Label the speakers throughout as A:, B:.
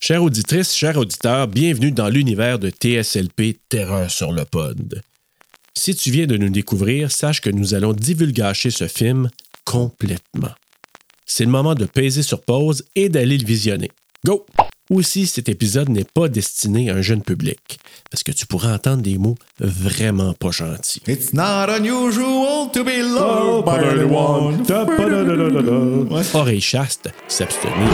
A: Chères auditrices, chers auditeurs, bienvenue dans l'univers de TSLP Terreur sur le Pod. Si tu viens de nous découvrir, sache que nous allons divulgacher ce film complètement. C'est le moment de peser sur pause et d'aller le visionner. Go! Aussi, cet épisode n'est pas destiné à un jeune public, parce que tu pourras entendre des mots vraiment pas gentils.
B: It's not unusual to be loved by anyone. Ouais.
A: Oreille chaste, s'abstenir.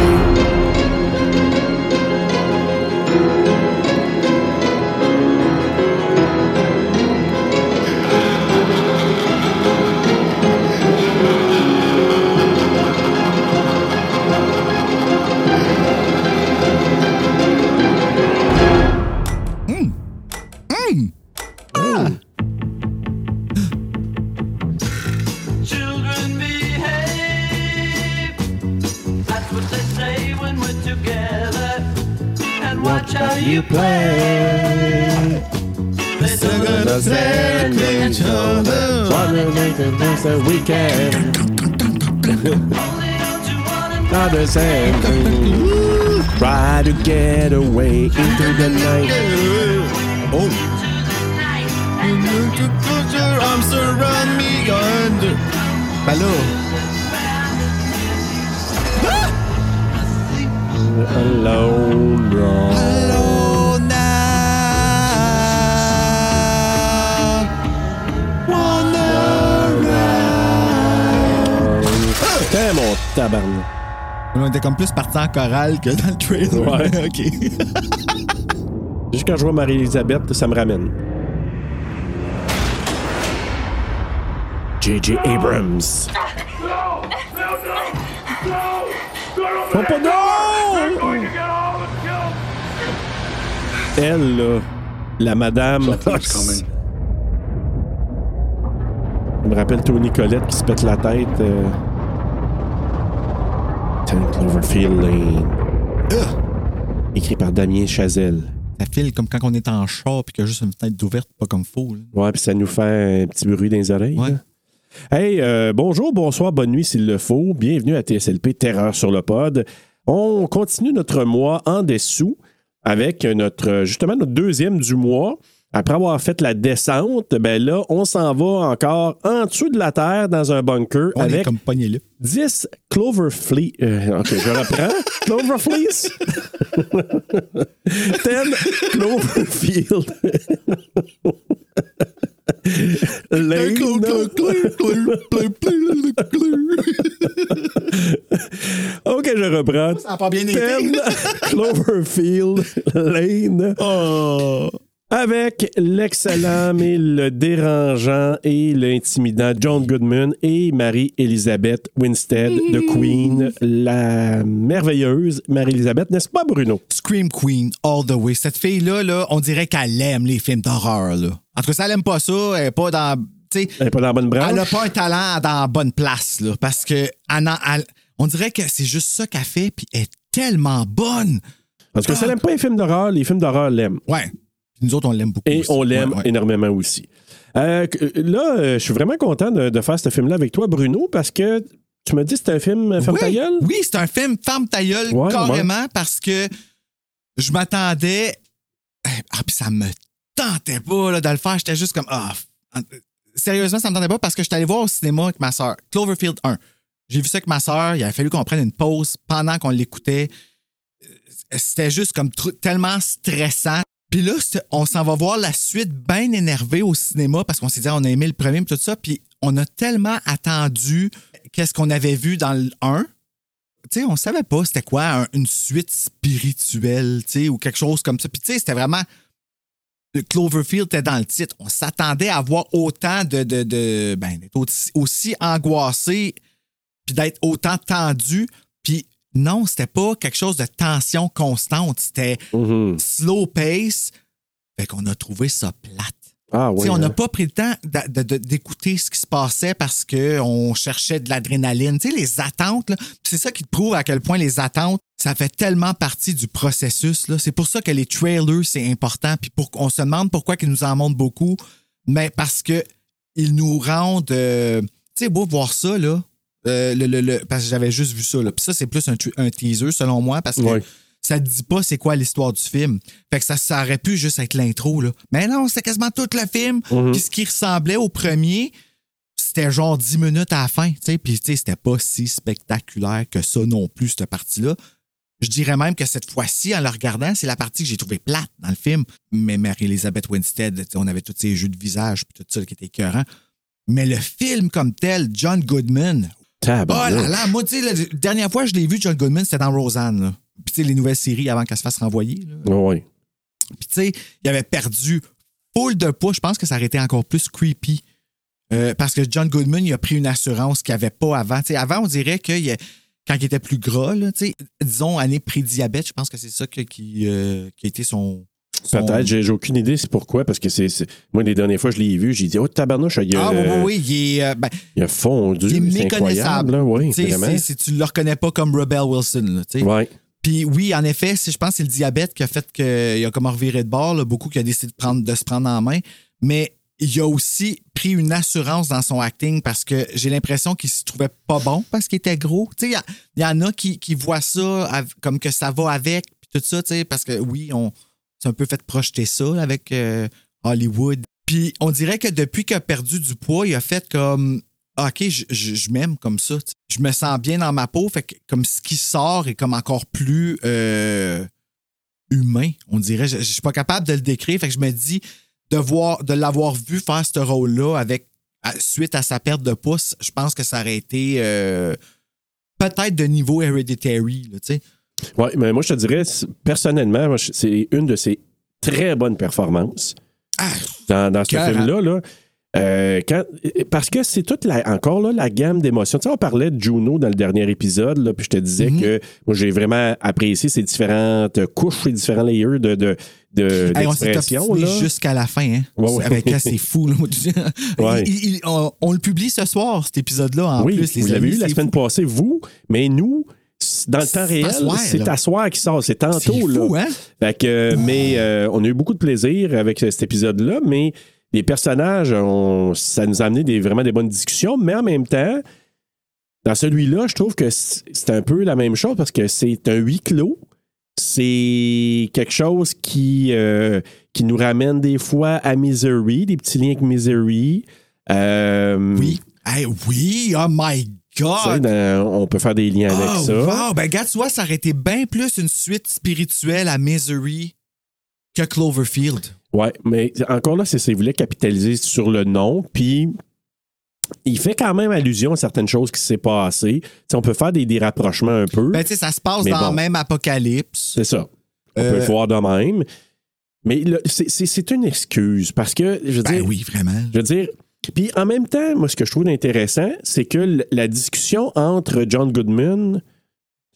C: Children behave. That's what they say when we're together. And watch how you play. They don't understand each other. Only don't you want to know
A: Try to get away into the night.
B: Oh.
C: tonight.
B: Your arms around me and- Ben là,
A: Alone,
B: Alone now. Wanna
A: T'es mon tabarnak.
B: ride. On était comme plus parti en chorale que dans le trailer.
A: Ouais.
B: ok.
A: Juste quand je vois Marie-Elisabeth, ça me ramène. J.J. Abrams. Faut pas- non! Elle, là, la madame. Je me rappelle Tony Colette qui se pète la tête. euh, 10 Cloverfield Lane. Écrit par Damien Chazelle.
B: Ça file comme quand on est en char puis qu'il y a juste une fenêtre d'ouverte, pas comme fou. là.
A: Ouais, puis ça nous fait un petit bruit dans les oreilles.
B: Ouais.
A: là. Hey, euh, bonjour, bonsoir, bonne nuit s'il le faut. Bienvenue à TSLP Terreur sur le pod. On continue notre mois en dessous avec notre justement notre deuxième du mois. Après avoir fait la descente, ben là, on s'en va encore en dessous de la terre dans un bunker
B: On est
A: avec
B: comme pogné là.
A: 10 Cloverfleet. euh, ok, je reprends. Cloverfleets. 10 Cloverfield. Lane. Ok, je reprends.
B: Ça a pas bien été.
A: 10 Cloverfield Lane.
B: Oh.
A: Avec l'excellent, mais le dérangeant et l'intimidant John Goodman et Marie-Elisabeth Winstead de Queen, la merveilleuse Marie-Elisabeth, n'est-ce pas, Bruno?
B: Scream Queen all the way. Cette fille-là, là, on dirait qu'elle aime les films d'horreur. là. En tout cas, si elle aime pas ça, elle est pas dans. tu sais,
A: Elle n'est pas dans la bonne branche.
B: Elle a pas un talent dans la bonne place, là, parce que elle en- elle- on dirait que c'est juste ça qu'elle fait, puis elle est tellement bonne.
A: Parce que ça n'aime pas les films d'horreur, les films d'horreur l'aiment.
B: Ouais. Puis nous autres, on l'aime beaucoup.
A: Et
B: aussi.
A: on l'aime
B: Ouais, ouais.
A: énormément aussi. Euh, que- là, euh, je suis vraiment content de, de faire ce film-là avec toi, Bruno, parce que tu me dis que c'est un film euh, ferme
B: oui,
A: ta gueule?
B: Oui, c'est un film Ferme ta gueule,
A: Ouais,
B: carrément, parce que je m'attendais. Ah, puis ça me tentait pas là, de le faire. J'étais juste comme. Ah, f- sérieusement, ça me tentait pas parce que j'étais allé voir au cinéma avec ma soeur. Cloverfield 1. J'ai vu ça avec ma soeur. Il a fallu qu'on prenne une pause pendant qu'on l'écoutait. Euh, C'était juste comme tr- tellement stressant. Puis là, c'est- on s'en va voir la suite bien énervé au cinéma parce qu'on s'est dit, on a aimé le premier, puis tout ça. Puis on a tellement attendu qu'est-ce qu'on avait vu dans le 1 tu sais, on savait pas c'était quoi un- une suite spirituelle, tu sais, ou quelque chose comme ça. Puis tu sais, c'était vraiment le Cloverfield était dans le titre. On s'attendait à voir autant de, de, de ben d'être aussi, aussi angoissé, puis d'être autant tendu. Puis non, c'était pas quelque chose de tension constante. C'était Mm-hmm.
A: Mhm.
B: slow pace. Fait qu'on a trouvé ça plate.
A: Ah
B: Tu
A: oui.
B: sais, on n'a
A: hein.
B: pas pris le temps d'a- de- de- d'écouter ce qui se passait parce qu'on cherchait de l'adrénaline. Tu sais, les attentes, là, puis c'est ça qui te prouve à quel point les attentes, ça fait tellement partie du processus. là. C'est pour ça que les trailers, c'est important. Puis pour, on se demande pourquoi ils nous en montrent beaucoup. Mais parce que ils nous rendent. euh, tu sais, beau voir ça, là. euh, le, le- le- parce que j'avais juste vu ça. Là. Puis ça, c'est plus un, tu- un teaser, selon moi, parce que
A: Ouais.
B: ça ça te dit pas c'est quoi l'histoire du film. Fait que ça, ça aurait pu juste être l'intro, là. Mais non, c'était quasiment tout le film.
A: Mm. Mm-hmm.
B: Puis ce qui ressemblait au premier, c'était genre 10 minutes à la fin, tu sais. Puis, tu sais, c'était pas si spectaculaire que ça non plus, cette partie-là. Je dirais même que cette fois-ci, en le regardant, c'est la partie que j'ai trouvée plate dans le film. Mais Mary-Elizabeth Winstead, tu sais, on avait tous ces jeux de visage, puis tout ça qui était écœurant. Mais le film comme tel, John Goodman, oh
A: Tabarnak.
B: là là, moi, tu sais, la dernière fois que je l'ai vu, John Goodman, c'était dans Roseanne, là. Puis, tu sais, les nouvelles séries avant qu'elle se fasse renvoyer, Oh là.
A: Ouais.
B: Puis tu sais, il avait perdu full de poids. Je pense que ça aurait été encore plus creepy. Euh, parce que John Goodman, il a pris une assurance qu'il n'avait pas avant. Tu sais, avant, on dirait que il- quand il était plus gras, là, tu sais, disons année pré-diabète, je pense que c'est ça que- qui, euh, qui a été son. son-
A: Peut-être, j'ai j'ai aucune idée c'est pourquoi, parce que c'est. c'est- Moi, les dernières fois, je l'ai vu, j'ai dit, oh, tabarnouche, il a,
B: Ah oui, oui,
A: euh,
B: oui, il est, euh, ben,
A: Il a fondu.
B: Il est
A: c'est incroyable,
B: méconnaissable.
A: là, oui,
B: tu sais,
A: vraiment.
B: si, si tu le reconnais pas comme Rebel Wilson. là, tu sais.
A: Ouais.
B: Puis oui, en effet, c'est- je pense que c'est le diabète qui a fait qu'il a comme reviré de bord, là, beaucoup qui a décidé de, prendre, de se prendre en main. Mais il a aussi pris une assurance dans son acting parce que j'ai l'impression qu'il se trouvait pas bon parce qu'il était gros. Tu sais, il y a- il y, en a qui, qui voient ça av- comme que ça va avec, puis tout ça, tu sais, parce que oui, on s'est un peu fait projeter ça avec euh, Hollywood. Puis on dirait que depuis qu'il a perdu du poids, il a fait comme OK, je, je- je m'aime comme ça. tu sais. Je me sens bien dans ma peau. Fait que comme ce qui sort est comme encore plus euh, humain, on dirait. Je, je suis pas capable de le décrire. Fait que je me dis de voir, de l'avoir vu faire ce rôle-là avec à- suite à sa perte de pouce, je pense que ça aurait été euh, peut-être de niveau hereditary. là, tu sais.
A: Ouais, mais moi, je te dirais, c'est- personnellement, moi, je- c'est une de ses très bonnes performances
B: Ah,
A: dans, dans ce
B: cœur,
A: film-là. là. Euh, quand- parce que c'est toute la- encore là, la gamme d'émotions. Tu sais, on parlait de Juno dans le dernier épisode, là, puis je te disais
B: Mhm.
A: que moi, j'ai vraiment apprécié ces différentes couches, ces différents layers de, de, de
B: Hey, on s'est
A: d'expression,
B: obstiné
A: là.
B: jusqu'à la fin. Hein?
A: Ouais, ouais.
B: Avec elle, c'est fou. là.
A: Ouais.
B: Il- il- il- on, on le publie ce soir, cet épisode-là. En
A: oui,
B: plus, les
A: vous l'avez
B: amis,
A: eu la
B: c'est
A: semaine passée, vous, mais nous, c- dans le
B: C'est
A: temps réel,
B: à soir,
A: c'est
B: là.
A: à soir qui sort, c'est
B: C'est
A: tantôt. là.
B: fou, hein?
A: Fait que, euh, mais euh, on a eu beaucoup de plaisir avec euh, cet épisode-là, mais les personnages, on- ça nous a amené des, vraiment des bonnes discussions, mais en même temps, dans celui-là, je trouve que c- c'est un peu la même chose parce que c'est un huis clos. C'est quelque chose qui, euh, qui nous ramène des fois à Misery, des petits liens avec Misery. Euh,
B: Oui. Hey, oui, oh my
A: tu sais,
B: God!
A: dans- on peut faire des liens avec
B: Oh,
A: ça.
B: wow! Ben, regarde, tu vois, ça aurait été bien plus une suite spirituelle à Misery que Cloverfield.
A: Ouais, mais encore là, c'est c'est- il voulait capitaliser sur le nom, puis il fait quand même allusion à certaines choses qui s'est passées. Tu sais, on peut faire des, des rapprochements un peu.
B: Ben, tu sais, ça se passe
A: Mais
B: dans
A: bon.
B: le même apocalypse.
A: c'est ça. On peut
B: Euh,
A: le voir de même. Mais le- c'est- c'est c'est une excuse parce que, je veux
B: Ben
A: dire,
B: oui, vraiment.
A: je veux dire, puis en même temps, moi, ce que je trouve intéressant, c'est que l- la discussion entre John Goodman,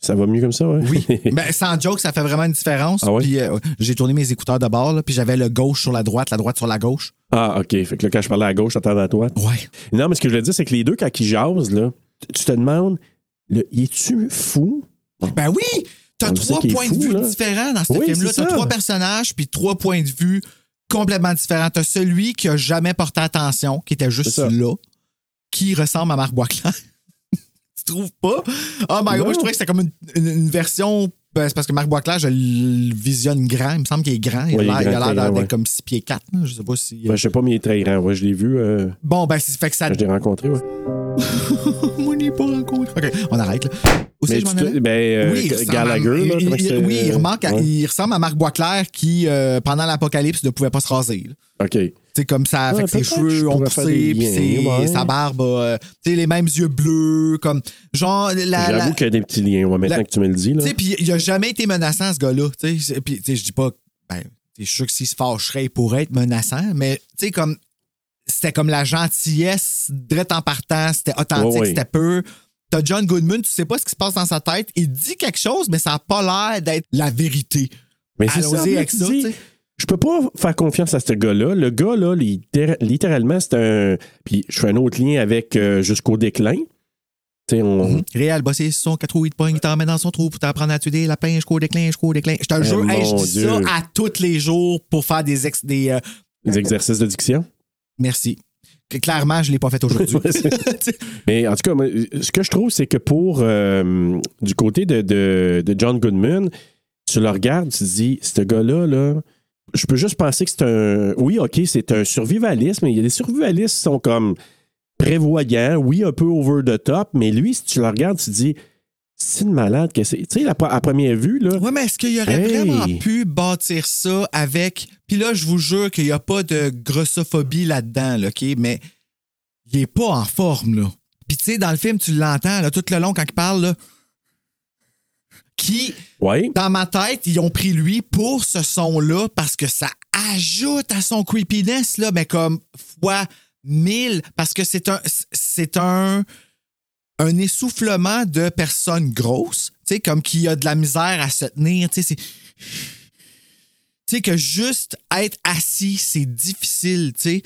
A: ça va mieux comme ça, hein?
B: Oui. Ben, sans joke, ça fait vraiment une différence.
A: Ah ouais?
B: Puis euh, j'ai tourné mes écouteurs de bord, là, puis j'avais le gauche sur la droite, la droite sur la gauche.
A: ah, OK. Fait que là, quand je parlais à gauche, j'entendais à toi.
B: Ouais.
A: Non, mais ce que je veux dire, c'est que les deux, quand ils jasent, là, t- tu te demandes, le, es-tu fou?
B: Ben oui! T'as
A: On le
B: trois
A: sait qu'il est
B: points
A: fou,
B: de vue
A: là.
B: différents dans ce
A: Oui,
B: film-là.
A: c'est
B: T'as
A: ça.
B: trois personnages, puis trois points de vue complètement différents. T'as celui qui a jamais porté attention, qui était juste
A: C'est ça.
B: là, qui ressemble à Marc Boisclair. tu trouves pas? Oh my God,
A: Non.
B: moi, je trouvais que c'était comme une, une- une version... ben, c'est parce que Marc Boisclair, je le visionne grand. Il me semble qu'il est grand. Il
A: Ouais, il est
B: a l'air- il
A: grand,
B: a l'air
A: grand,
B: d'être
A: ouais.
B: comme 6 pieds 4. Je sais pas si... euh,
A: Ben, Je je sais pas, mais il est très grand. Ouais, je l'ai vu, euh,
B: Bon, ben, c'est fait que ça...
A: quand je l'ai rencontré. ouais.
B: Moi, je l'ai pas rencontré. OK, on arrête, là. Où c'est
A: Mais
B: que je
A: tu
B: m'en allais?
A: te- ben, euh,
B: oui, il ressemble
A: Gallagher,
B: à-
A: là,
B: il-
A: comment
B: il-
A: c'était,
B: oui, il,
A: euh,
B: remarque à-
A: ouais.
B: il ressemble à Marc Boisclair qui, euh, pendant l'apocalypse, ne pouvait pas se raser. là.
A: OK.
B: Tu sais, comme ça,
A: Ouais,
B: fait que ses
A: peut-être que je
B: cheveux ont
A: pourrais faire des
B: poussé, puis ses-
A: liens, ouais.
B: sa barbe, a, euh, tu sais, les mêmes yeux bleus, comme genre la. la-
A: J'avoue qu'il y a des petits liens. Ouais, maintenant
B: la-
A: que tu me le dis, là.
B: tu sais, puis il a jamais été menaçant, ce gars-là. Tu sais, c'est- puis, tu sais, je dis pas, ben, tu sais, je suis sûr que s'il se fâcherait, il pourrait être menaçant, mais tu sais, comme, c'était comme la gentillesse, direct en partant, c'était authentique,
A: Ouais, ouais.
B: c'était peu. T'as John Goodman, tu sais pas ce qui se passe dans sa tête. Il dit quelque chose, mais ça a pas l'air d'être la vérité.
A: Mais c'est ça,
B: Allons-y
A: là,
B: avec
A: tu
B: ça,
A: dis,
B: tu sais.
A: Je peux pas faire confiance à ce gars-là. Le gars, là, littér- littéralement, c'est un. Puis je fais un autre lien avec euh, Jusqu'au déclin. Tu sais, on.
B: Réal, bosser sur son 4 roues de pogne, il t'emmène dans son trou pour t'apprendre à tuer des lapins, jusqu'au déclin, jusqu'au déclin. Je te jure, hey, je
A: Eh mon
B: dis
A: Dieu.
B: ça à tous les jours pour faire des. Ex, des euh,
A: Les exercices de diction.
B: merci. Que Clairement, je l'ai pas fait aujourd'hui.
A: Ouais, c'est- Mais en tout cas, moi, ce que je trouve, c'est que pour euh, du côté de, de- de John Goodman, tu le regardes, tu te dis, ce gars-là, là, je peux juste penser que c'est un. Oui, OK, c'est un survivaliste, mais il y a des survivalistes qui sont comme prévoyants, oui, un peu over the top, mais lui, si tu le regardes, tu te dis, c'est une malade que c'est. Tu sais, la pre- à première vue, là.
B: Ouais, mais est-ce qu'il aurait
A: Hey!
B: vraiment pu bâtir ça avec. Puis là, je vous jure qu'il n'y a pas de grossophobie là-dedans, là, OK? Mais il n'est pas en forme, là. Puis tu sais, dans le film, tu l'entends, là, tout le long, quand il parle, là. Qui,
A: Ouais.
B: dans ma tête, ils ont pris lui pour ce son-là parce que ça ajoute à son creepiness, là, mais comme fois mille, parce que c'est un. C'est un un essoufflement de personnes grosses, tu sais, comme qui a de la misère à se tenir, tu sais, c'est... Tu sais, que juste être assis, c'est difficile, tu sais.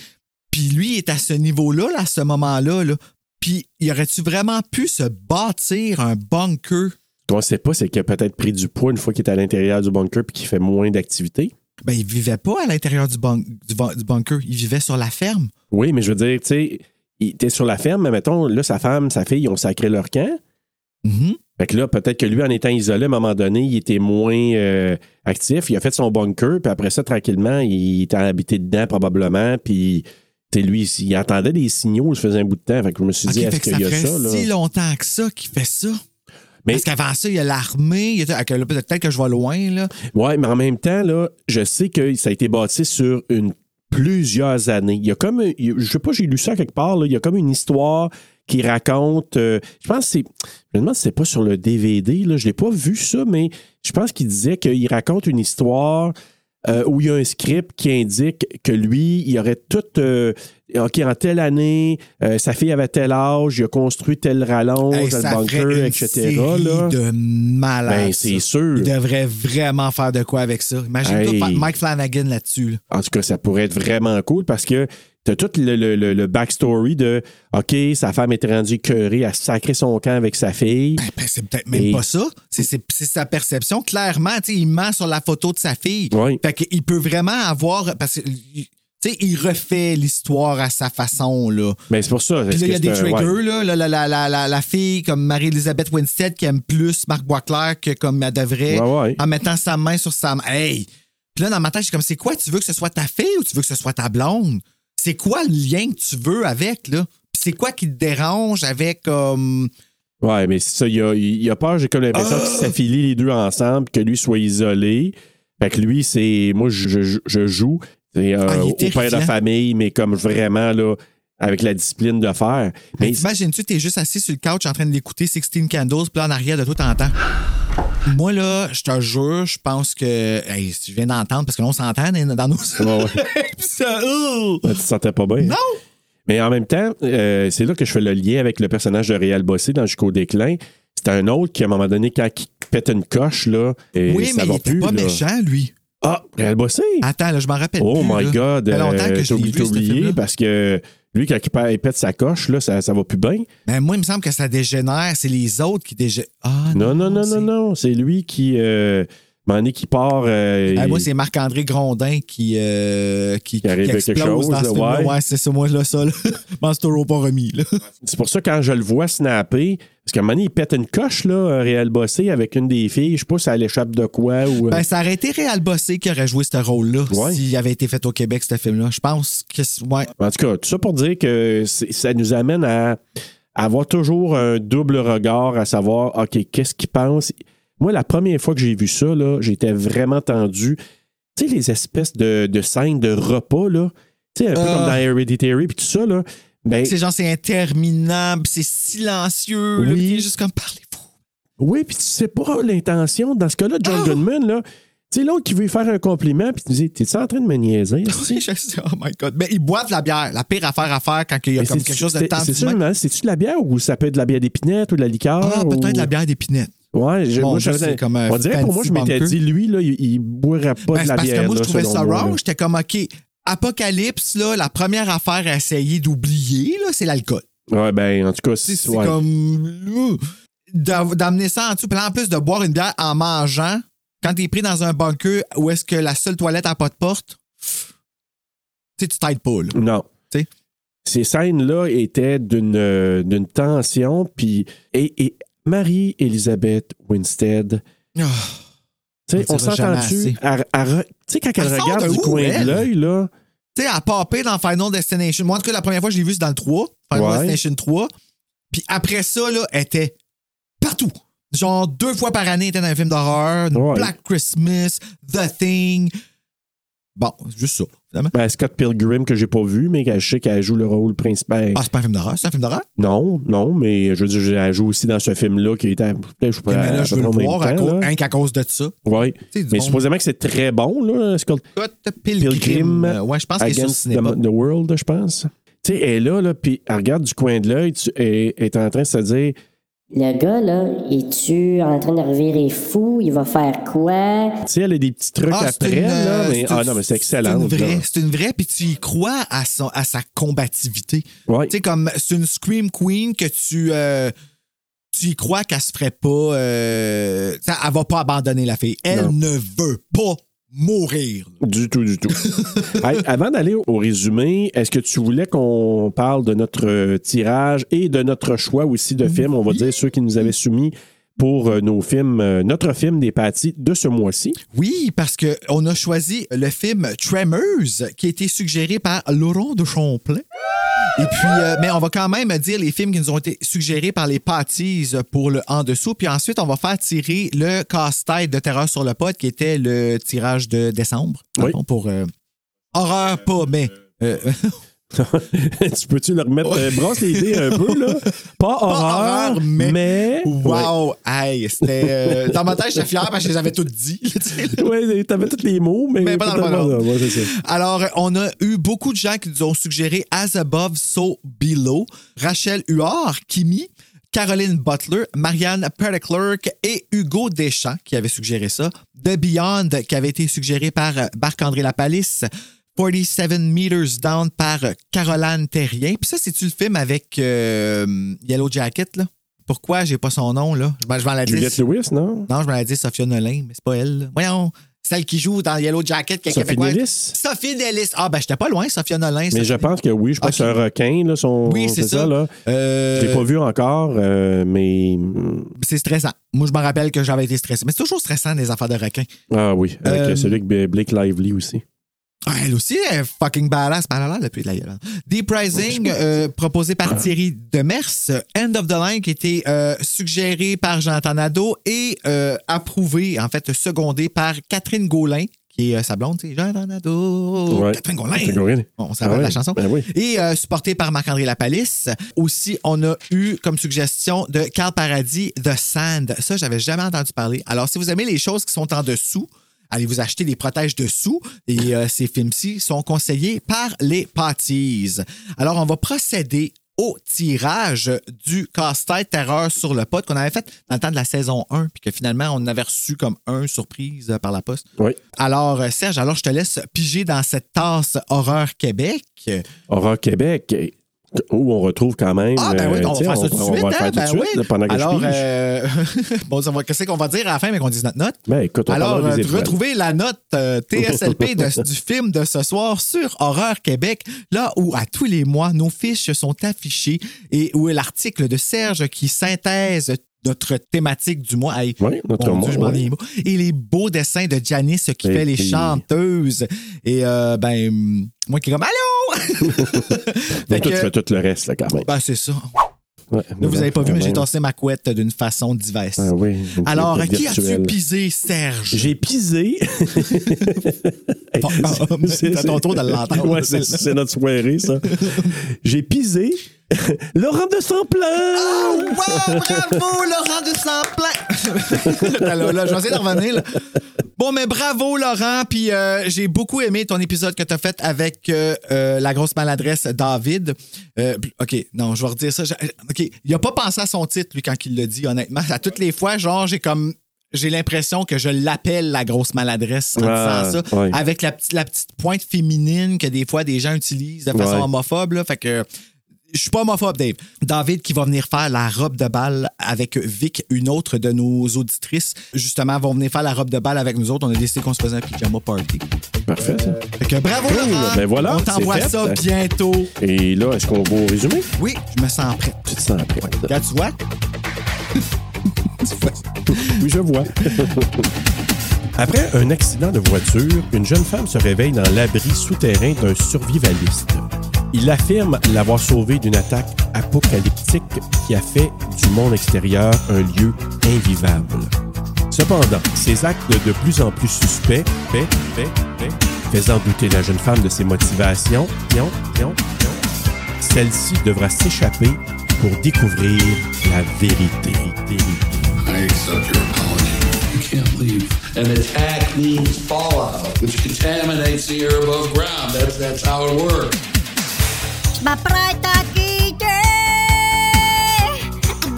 B: Puis lui il est à ce niveau-là, là, à ce moment-là, là. Puis, il aurait-tu vraiment pu se bâtir un bunker?
A: Qu'on sait pas, c'est qu'il a peut-être pris du poids une fois qu'il est à l'intérieur du bunker puis qu'il fait moins d'activité.
B: Ben, il vivait pas à l'intérieur du, bun- du bun- du bunker. Il vivait sur la ferme.
A: Oui, mais je veux dire, tu sais, il- t'es sur la ferme, mais mettons, là, sa femme, sa fille, ils ont sacré leur camp.
B: Mhm.
A: Fait que là, peut-être que lui, en étant isolé, à un moment donné, il était moins euh, actif. Il a fait son bunker, puis après ça, tranquillement, il était habité dedans probablement. Puis, tu sais, lui, il entendait des signaux, je faisait un bout de temps. Fait que je me suis
B: Ok,
A: dit,
B: fait
A: est-ce
B: que
A: qu'il
B: ça
A: y a
B: fait
A: ça? Là?
B: si longtemps que ça qu'il fait ça.
A: Mais-
B: Parce qu'avant ça, il y a l'armée. il y a- Ah, que là, Peut-être que je vais loin, là.
A: Ouais, mais en même temps, là, je sais que ça a été bâti sur une plusieurs années. Il y a comme, il y a- je sais pas, j'ai lu ça quelque part, là, il y a comme une histoire qui raconte, euh, je pense que c'est, je me demande si c'est pas sur le DVD, là, je l'ai pas vu ça, mais je pense qu'il disait qu'il raconte une histoire euh, où il y a un script qui indique que lui, il aurait tout, euh, OK, en telle année, euh, sa fille avait tel âge, il a construit tel rallonge,
B: Hey,
A: tel
B: ça ferait une
A: bunker, etc.
B: série
A: là.
B: de malades.
A: Ben, c'est
B: ça.
A: sûr.
B: Il devrait vraiment faire de quoi avec ça. Imagine-toi
A: Hey.
B: fa- Mike Flanagan là-dessus. là.
A: En tout cas, ça pourrait être vraiment cool parce que t'as tout le, le- le- le backstory de OK, sa femme était rendue curée à sacrer son camp avec sa fille.
B: Ben, ben, c'est peut-être même
A: Et-
B: pas ça. C'est- C'est c'est sa perception. Clairement, tu sais, il ment sur la photo de sa fille.
A: Oui.
B: Fait qu'il peut vraiment avoir. Parce que. il- Tu sais, il refait l'histoire à sa façon, là.
A: Mais c'est pour ça.
B: Puis
A: est-ce
B: là, il y a
A: que
B: des
A: c'est un-
B: triggers,
A: ouais.
B: là. La, la, la, la, la, la fille comme Marie-Elisabeth Winstead qui aime plus Marc Boisclair que comme elle devrait
A: Ouais, ouais.
B: en mettant sa main sur sa main. Hey! Puis là, dans ma tête, je suis comme, c'est quoi? Tu veux que ce soit ta fille ou tu veux que ce soit ta blonde? C'est quoi le lien que tu veux avec, là? Puis c'est quoi qui te dérange avec, comme...
A: Ouais, mais c'est ça. Il y a, il y a peur, j'ai comme l'impression qu'ils
B: Ah!
A: s'affilient les deux ensemble, que lui soit isolé. Fait que lui, c'est. Moi, je, je- je joue c'est, euh,
B: Ah, il est
A: au père de
B: terrifiant.
A: famille, mais comme vraiment, là, avec la discipline de faire. Mais
B: Imagine-tu, t'es juste assis sur le couch en train d'écouter 16 Candles, puis là, en arrière de toi, t'entends. Moi, là, je te jure, je pense que... Hey, je viens d'entendre, parce que là, on s'entend hein, dans dans nos...
A: Ouais, ouais.
B: Puis ça, oh!
A: tu te sentais pas bien.
B: Non!
A: Mais en même temps, euh, c'est là que je fais le lien avec le personnage de Réal Bossé dans Jusqu'au déclin. C'est un autre qui, à un moment donné, quand il pète une coche, là, et
B: Oui,
A: ça
B: mais il
A: va
B: était
A: plus.
B: pas
A: là.
B: méchant, lui.
A: Ah, Réal Bossé!
B: Attends, là, je m'en rappelle
A: oh
B: plus,
A: my
B: là.
A: God!
B: Ça fait longtemps que
A: euh,
B: je
A: t'as
B: l'ai
A: oublié-
B: vu,
A: t'as
B: ce
A: oublié
B: film-là.
A: parce que lui, quand il pète- il pète sa coche, là, ça, ça va plus bien.
B: Ben, moi, il me semble que ça dégénère. C'est les autres qui dégénèrent. Ah,
A: Non, non, non, non,
B: c'est-
A: non. C'est lui qui. Euh, à un moment donné, qui part. euh,
B: Ah,
A: il-
B: moi, c'est Marc-André Grondin qui, euh, qui, qui
A: arrive à quelque
B: explose
A: chose,
B: dans
A: là,
B: ce film-là.
A: ouais.
B: Ouais, c'est ça, moi, là, ça. Là. Manstoro pas remis. Là.
A: C'est pour ça, quand je le vois snapper, parce qu'à un moment donné, il pète une coche, là, Réal Bossé, avec une des filles. Je sais pas si elle échappe de quoi ou. euh,
B: Ben, ça aurait été Réal Bossé qui aurait joué ce rôle-là
A: Ouais.
B: s'il avait été fait au Québec, ce film-là. Je pense que. c'est- Ouais.
A: En tout cas, tout ça pour dire que c'est- ça nous amène à avoir toujours un double regard, à savoir, OK, qu'est-ce qu'il pense? Moi, la première fois que j'ai vu ça, là, j'étais vraiment tendu. Tu sais, les espèces de, de scènes de repas, là, tu sais, un peu
B: Ah.
A: comme dans Hereditary, puis tout ça, là. Ben,
B: C'est genre, c'est interminable, c'est silencieux. là,
A: Oui.
B: puis il est juste comme, parlez-vous.
A: oui, puis tu sais pas l'intention. Dans ce cas-là,
B: Ah.
A: John Goodman, là, tu sais, l'autre qui veut lui faire un compliment, puis tu dis, t'es-tu en train de me niaiser?
B: Oui, je sais, oh my God. Mais ils boivent de la bière. La pire affaire à faire quand il y a
A: Mais
B: comme
A: c'est-tu-
B: quelque chose de
A: c'est-
B: tendu.
A: C'est ça, je me demande, c'est-tu de la bière ou ça peut être de la bière d'épinette ou de la liqueur?
B: Ah, peut-être
A: ou-
B: la bière d'épinette.
A: Ouais, Oh. je,
B: Mon
A: moi,
B: Dieu,
A: j'avais-
B: Euh, c'est comme un
A: on dirait pour moi, je
B: fancy
A: m'étais
B: bunker.
A: dit, lui, là, il, il boirait pas
B: Ben,
A: de
B: c'est
A: la
B: parce
A: bière.
B: que moi, je
A: là,
B: trouvais
A: selon
B: ça
A: moi, là.
B: wrong. J'étais comme, OK, Apocalypse, là, la première affaire à essayer d'oublier, là, c'est l'alcool.
A: Ouais, ben, en tout cas,
B: C'est
A: c'est.
B: c'est
A: ouais.
B: comme. ouh, d'av- D'amener ça en dessous. Puis là, en plus de boire une bière en mangeant, quand t'es pris dans un bunker où est-ce que la seule toilette n'a pas de porte, tu sais, tu t'aides pas, là.
A: Non.
B: Tu sais.
A: Ces scènes-là étaient d'une euh, d'une tension, puis. Et, et Marie-Elisabeth Winstead,
B: Ah,
A: Tu sais,
B: On
A: on
B: dira jamais
A: s'entend-tu?
B: assez.
A: Elle- elle re- Tu sais, quand elle,
B: Elle sort
A: regarde
B: de
A: du
B: où,
A: coin
B: elle?
A: de l'œil, là,
B: Tu sais, elle a popé dans Final Destination. Moi, en tout cas, la première fois que je l'ai vue, c'est dans le 3. Final
A: Ouais.
B: Destination 3. Puis après ça, là, elle était partout. Genre, deux fois par année, elle était dans un film d'horreur.
A: Ouais.
B: Black Christmas, The Thing. Bon, c'est juste ça, finalement.
A: ben, Scott Pilgrim, que j'ai pas vu, mais que je sais qu'elle joue le rôle principal.
B: Ah, c'est pas un film d'horreur, c'est un film d'horreur?
A: Non, non, mais je veux dire, elle joue aussi dans ce film-là qui était. à- Je sais pas,
B: mais là,
A: à
B: je
A: peu
B: veux le
A: près en
B: voir à
A: même temps,
B: cause,
A: là.
B: rien qu'à cause de ça.
A: Ouais.
B: Tu sais, du
A: Mais
B: monde-
A: supposément que c'est très bon, là, Scott
B: Scott Pilgrim.
A: Pilgrim
B: Euh, Ouais, je pense qu'il est sur le
A: Against the,
B: cinéma.
A: the World, je pense. Tu sais, elle est là, là puis elle regarde du coin de l'œil, tu- elle elle est en train de se dire
D: Le gars, là, es-tu en train de revirer fou? Il va faire quoi?
A: Tu sais, elle a des petits trucs
B: Ah, c'est
A: après,
B: une,
A: là,
B: euh,
A: mais. Ah non, mais c'est excellent.
B: C'est une vraie, c'est une vraie, puis tu y crois à, son, à sa combativité.
A: Ouais.
B: Tu sais, comme c'est une Scream Queen que tu, euh, tu y crois qu'elle se ferait pas. euh, tu sais, elle va pas abandonner la fille. Elle
A: Non.
B: ne veut pas mourir.
A: Du tout, du tout. Hey, avant d'aller au résumé, est-ce que tu voulais qu'on parle de notre euh, tirage et de notre choix aussi
B: Mhm.
A: de films, on va dire ceux qui nous avaient soumis pour euh, nos films, euh, notre film des pâtis de ce mois-ci?
B: Oui, parce que on a choisi le film Tremors qui a été suggéré par Laurent de Champlain. Et puis, euh, mais on va quand même dire les films qui nous ont été suggérés par les pâtisses pour le en dessous. Puis ensuite, on va faire tirer le casse-tête de Terreur sur le pot qui était le tirage de décembre. dans le
A: Oui.
B: fond, Pour euh, horreur pas, mais. euh,
A: tu peux-tu le remettre? euh, brasse les dés un peu, là. Pas, horreur,
B: horreur, mais-
A: mais.
B: wow! Hey, c'était. euh, dans ma tête, j'étais fier parce que je les avais toutes dit.
A: Ouais, ouais, t'avais tous les mots, mais.
B: Mais pas dans le bon ordre.
A: Ouais, c'est ça.
B: Alors, euh, on a eu beaucoup de gens qui nous ont suggéré As Above, So Below, Rachel Huard, Kimi, Caroline Butler, Marianne Petitclerc et Hugo Deschamps qui avaient suggéré ça. The Beyond, qui avait été suggéré par euh, Marc-André Lapalisse. 47 Meters Down par euh, Caroline Terrien. Puis ça, c'est-tu le film avec euh, Yellow Jacket, là? Pourquoi j'ai pas son nom, là? Je m'en- je m'en la
A: Juliette
B: dis.
A: Lewis, non?
B: Non, je m'en la dis Sophia Nolin, mais c'est pas elle. là. Voyons, celle qui joue dans Yellow Jacket, qui est
A: Sophie
B: québécoise.
A: Nellis?
B: Sophie Delis. Ah, ben, j'étais pas loin, Sophia Nolin.
A: Mais je pense que oui, je pense
B: Ok.
A: que c'est un requin, là, son.
B: Oui, c'est ça. euh,
A: là. Je l'ai pas vu encore, euh, mais. mm,
B: C'est stressant. Moi, je me rappelle que j'avais été stressé. Mais c'est toujours stressant, des affaires de requins.
A: Ah oui, avec
B: Euh,
A: celui avec Blake Lively aussi.
B: Ah, elle aussi, elle est fucking badass. par là, depuis de la gueule. Deep Rising, euh, proposé par Thierry Demers. End of the Line, qui était euh, suggéré par Jean Tornado et euh, approuvé, en fait, secondé par Catherine Gaulin, qui est euh, sa blonde, c'est Jean Tornado.
A: Ouais.
B: Catherine Gaulin.
A: Catherine Gaulin.
B: On
A: Ah
B: s'en Eh, va
A: ouais.
B: la chanson.
A: Ben oui.
B: Et euh, supporté par Marc-André Lapalisse. Aussi, on a eu comme suggestion de Carl Paradis, The Sand. Ça, j'avais jamais entendu parler. Alors, si vous aimez les choses qui sont en dessous, allez vous acheter les protèges dessous. Et euh, ces films-ci sont conseillés par les pâtisses. Alors, on va procéder au tirage du casse-tête Terreur sur le pot qu'on avait fait dans le temps de la saison 1, puis que finalement, on avait reçu comme un surprise euh, par la poste.
A: Oui.
B: Alors, euh, Serge, alors je te laisse piger dans cette tasse Horreur Québec.
A: Horror Québec, eh, où on retrouve quand même.
B: Ah, ben oui,
A: euh,
B: on va
A: tiens,
B: faire ça tout de
A: on
B: suite.
A: va le faire
B: hein,
A: tout de
B: ben
A: suite, là,
B: oui.
A: pendant que je
B: Alors,
A: pige.
B: euh, bon, ça va- qu'est-ce qu'on va dire à la fin, mais qu'on dise notre note?
A: Ben, écoute, on
B: Alors,
A: parlera des
B: euh,
A: étoiles.
B: retrouvez la note euh, TSLP de- du film de ce soir sur Horreur Québec, là où à tous les mois nos fiches sont affichées et où est l'article de Serge qui synthèse notre thématique du mois. Hey,
A: Oui, notre
B: mon Dieu, je m'en
A: monde, Ben
B: ai les mots. Et les beaux dessins de Janice qui
A: Et
B: fait les
A: puis-
B: chanteuses. Et euh, ben, hum, moi qui est comme Allô!
A: Mais
B: Fait
A: toi,
B: que-
A: tu fais tout le reste, là, quand même.
B: ben, c'est ça.
A: Ouais,
B: Là, vous avez pas vu, mais j'ai
A: quand même.
B: tassé ma couette d'une façon diverse.
A: Ah oui.
B: Alors,
A: Virtuel.
B: qui as-tu pisé, Serge?
A: J'ai pisé. Hey,
B: Bon, bon, c'est à ton tour de l'entendre.
A: Ouais, c'est- c'est notre soirée, ça. J'ai pisé. Laurent de
B: Oh,
A: Saint-Plein!
B: wow, bravo, Laurent de Saint-Plein! Attends, là, là, je vais essayer de revenir. là. Bon, mais bravo, Laurent. Puis euh, j'ai beaucoup aimé ton épisode que tu as fait avec euh, euh, la grosse maladresse David. Euh, puis- OK, non, je vais redire ça. Je- OK, il a pas pensé à son titre, lui, quand il l'a dit, honnêtement. À toutes les fois, genre, j'ai comme. J'ai l'impression que je l'appelle la grosse maladresse en
A: Ah,
B: disant ça,
A: ouais.
B: avec la, petite- la petite pointe féminine que des fois des gens utilisent de façon
A: Ouais.
B: homophobe. Là, fait que je suis pas homophobe, Dave. David qui va venir faire la robe de balle avec Vic, une autre de nos auditrices. Justement, vont venir faire la robe de balle avec nous autres. On a décidé qu'on se faisait un pyjama party.
A: Parfait, ça.
B: Fait que bravo, Laurent!
A: ben voilà,
B: On t'envoie
A: c'est fait.
B: ça bientôt.
A: Et là, est-ce qu'on va au résumé?
B: Oui, je me sens prêt.
A: Tu te sens prête.
B: Regarde, tu vois?
A: Oui, je vois.
E: Après un accident de voiture, une jeune femme se réveille dans l'abri souterrain d'un survivaliste. Il affirme l'avoir sauvée d'une attaque apocalyptique qui a fait du monde extérieur un lieu invivable. Cependant, ses actes de plus en plus suspects, fait- fait- fait, faisant douter la jeune femme de ses motivations, pion, pion, pion, celle-ci devra s'échapper pour découvrir la vérité.
F: I accept your apology.
G: I can't leave. An attack means fallout, which contaminates the air above ground. That's that's how it works.
H: Je m'apprête à quitter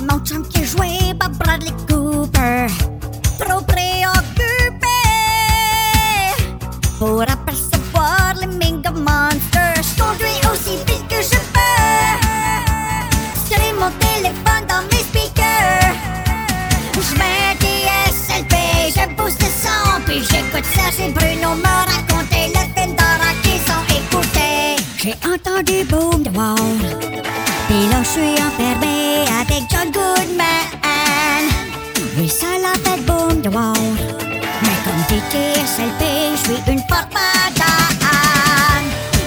H: mon chum qui est joué par Bradley Cooper. Trop préoccupé pour apercevoir les Minga Monsters. Je conduis aussi vite que je peux. J'ai mon téléphone dans mes speakers. Je mets DSLP, je pousse le son, puis j'écoute Serge et Bruno me raconter le film d'horreur qu'ils ont écouté. J'ai entendu Boom de Wall, puis là je suis enfermé avec John Goodman. Oui, ça l'appelle Boom de Wall, mais comme dit DSLP, je suis une porte-madame.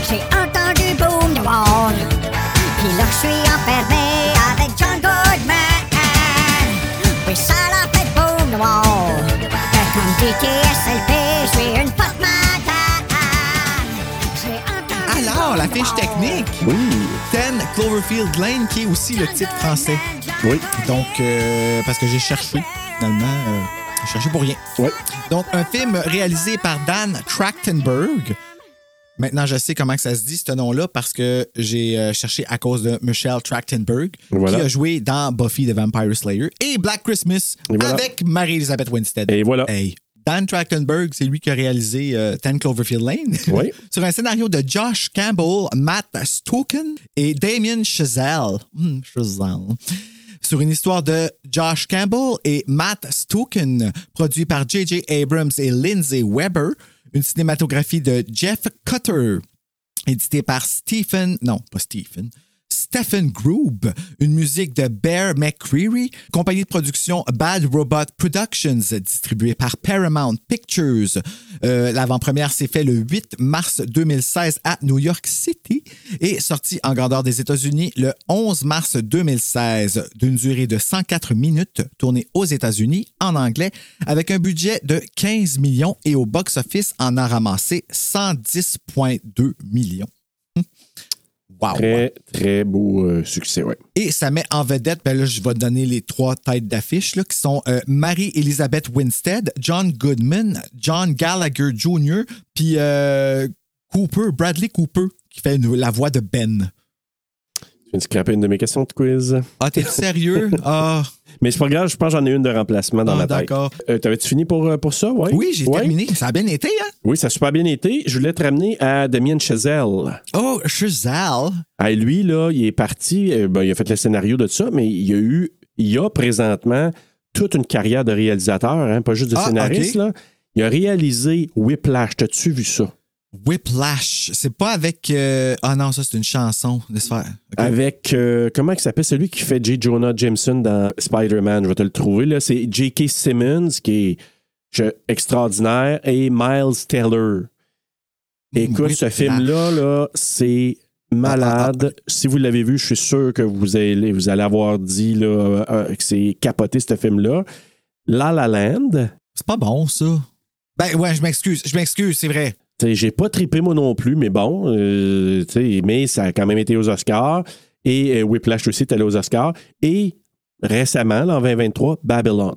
H: J'ai entendu Boom de Wall, puis là je suis enfermé avec John Goodman. Oui, ça la fait boum noir. Mais comme dit TSLP, je suis une porte madame.
B: Alors, la fiche technique.
A: Oui.
B: 10 Cloverfield Lane, qui est aussi le titre français.
A: Oui.
B: Donc, euh, parce que j'ai cherché, finalement, euh, j'ai cherché pour rien.
A: Ouais.
B: Donc, un film réalisé par Dan Trachtenberg. Maintenant, je sais comment que ça se dit, ce nom-là, parce que j'ai euh, cherché à cause de Michelle Trachtenberg,
A: Voilà.
B: qui a joué dans Buffy the Vampire Slayer et Black Christmas
A: Et voilà.
B: avec Marie-Elisabeth Winstead.
A: Et voilà.
B: Hey, Dan Trachtenberg, c'est lui qui a réalisé euh, 10 Cloverfield Lane.
A: Oui.
B: Sur un scénario de Josh Campbell, Matt Stoken et Damien Chazelle. Hmm, Chazelle. Sur une histoire de Josh Campbell et Matt Stoken, produit par J.J. Abrams et Lindsay Weber. Une cinématographie de Jeff Cutter édité par Stephen, non, pas Stephen, Stephen Groob, une musique de Bear McCreary, compagnie de production Bad Robot Productions, distribuée par Paramount Pictures. Euh, L'avant-première s'est faite le 8 mars 2016 à New York City et sortie en grandeur des États-Unis le 11 mars 2016, d'une durée de 104 minutes, tournée aux États-Unis en anglais, avec un budget de 15 millions et au box-office en a ramassé 110,2 millions. Hum. Wow!
A: Très, très beau euh, succès, ouais.
B: Et ça met en vedette, ben là, je vais donner les trois têtes d'affiche, là, qui sont euh, Marie-Elisabeth Winstead, John Goodman, John Gallagher Jr., puis euh, Cooper, Bradley Cooper, qui fait une- la voix de Ben.
A: Je viens de scraper une de mes questions de quiz.
B: Ah, t'es sérieux? Ah,
A: Mais c'est pas grave, je pense que j'en ai une de remplacement dans
B: Ah,
A: ma tête.
B: d'accord.
A: Euh, T'avais-tu fini pour, euh, pour ça? Ouais?
B: oui, j'ai
A: Ouais?
B: terminé. Ça a bien été, hein?
A: Oui, ça a super bien été. Je voulais te ramener à Damien Chazelle.
B: Oh, Chazelle.
A: Ah, lui, là, il est parti, euh, ben, il a fait le scénario de ça, mais il a eu, il a présentement toute une carrière de réalisateur, hein, pas juste de
B: Ah,
A: scénariste.
B: ok.
A: Là. Il a réalisé Whiplash. T'as-tu vu ça?
B: Whiplash. C'est pas avec. euh, Ah non, ça, c'est une chanson. Laisse faire. Ok.
A: Avec, euh, comment il s'appelle celui qui fait J. Jonah Jameson dans Spider-Man? Je vais te le trouver. là. C'est J.K. Simmons, qui est je- extraordinaire, et Miles Teller. Écoute,
B: Whiplash.
A: ce film-là, là, c'est malade. Si vous l'avez vu, je suis sûr que vous allez, vous allez avoir dit là, euh, euh, que c'est capoté, ce film-là. La La Land,
B: C'est pas bon, ça. Ben ouais, je m'excuse. Je m'excuse, c'est vrai.
A: T'sais, j'ai pas trippé moi non plus, mais bon, euh, t'sais, mais ça a quand même été aux Oscars. Et euh, Whiplash aussi est allé aux Oscars. Et récemment, là, en 2023, Babylon.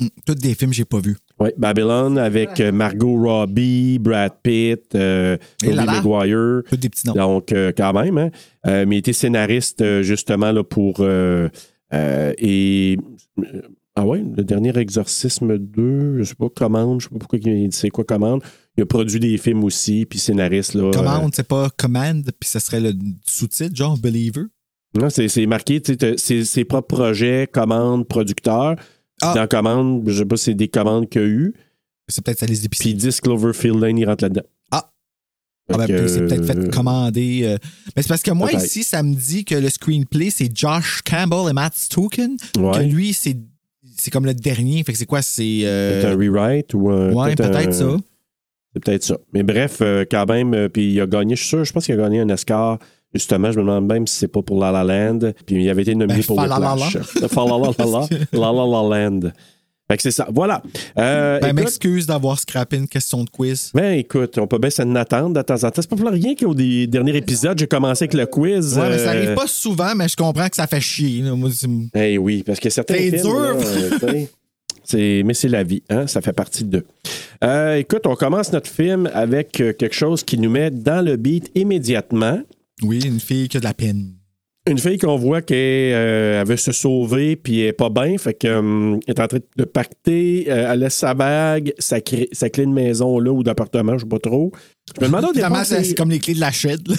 B: Hum, Tous des films que j'ai pas vus.
A: Oui, Babylon avec euh, Margot Robbie, Brad Pitt, euh,
B: Et
A: Tobey
B: là là.
A: Maguire.
B: Tous des petits noms.
A: Donc, euh, quand même. Hein? Euh, mais il était scénariste, euh, justement, là, pour. euh, euh, et. euh, Ah ouais, le dernier Exorcisme 2, je sais pas, commande, je sais pas pourquoi il dit c'est quoi commande. Il a produit des films aussi, puis scénariste. Là, euh,
B: Command, c'est pas command, puis ce serait le sous-titre, genre believer.
A: euh, non, c'est c'est marqué, tu sais, t'as- c'est ses propres projets, commande, producteur.
B: Ah.
A: Dans commande, je sais pas, c'est des commandes qu'il y a eu.
B: C'est peut-être ça les
A: Puis
B: épiceries.
A: 10 Cloverfield Lane, il rentre là-dedans.
B: Ah. Ah, ben,
A: Fait que,
B: c'est peut-être
A: euh,
B: fait commander. euh. Mais c'est parce que moi,
A: peut-être.
B: ici, ça me dit que le screenplay, c'est Josh Campbell et Matt Stoken.
A: euh, Ouais.
B: Que lui, c'est c'est comme le dernier. Fait que c'est quoi? C'est. euh,
A: Peut-être un rewrite ou un.
B: ouais, peut-être
A: Euh, un-
B: ça.
A: C'est peut-être ça. Mais bref, euh, quand même, euh, puis il a gagné, je suis sûr, je pense qu'il a gagné un Oscar. Justement, je me demande même si c'est pas pour La La Land. Puis il avait été nominé
B: Ben,
A: pour
B: Fa La La
A: Whiplash. Fa La La La La, La La La Land. Fait que c'est ça. Voilà. Euh,
B: Ben,
A: écoute-
B: m'excuse d'avoir scrappé une question de quiz.
A: ben, écoute, on peut bien s'en attendre de temps en temps. C'est pas pour rien qu'au dé- dernier épisode, j'ai commencé avec le quiz.
B: Ouais, mais ça
A: euh,
B: arrive pas souvent, mais je comprends que ça fait chier. là. Moi, c'est-
A: Eh oui, parce que certains
B: C'est
A: films,
B: dur.
A: là, euh, tu sais, c'est- mais c'est la vie, hein, ça fait partie d'eux. Euh, écoute, on commence notre film avec euh, quelque chose qui nous met dans le beat immédiatement.
B: Oui, une fille qui a de la peine.
A: Une fille qu'on voit qu'elle euh, elle veut se sauver puis elle est pas bien, fait que euh, elle est en train de pacter, euh, elle laisse sa bague, sa, cri- sa clé de maison là ou d'appartement, je sais pas trop. Je me demandais au
B: Finalement,
A: départ,
B: c'est
A: si-
B: c'est comme les clés de la chaîne. là.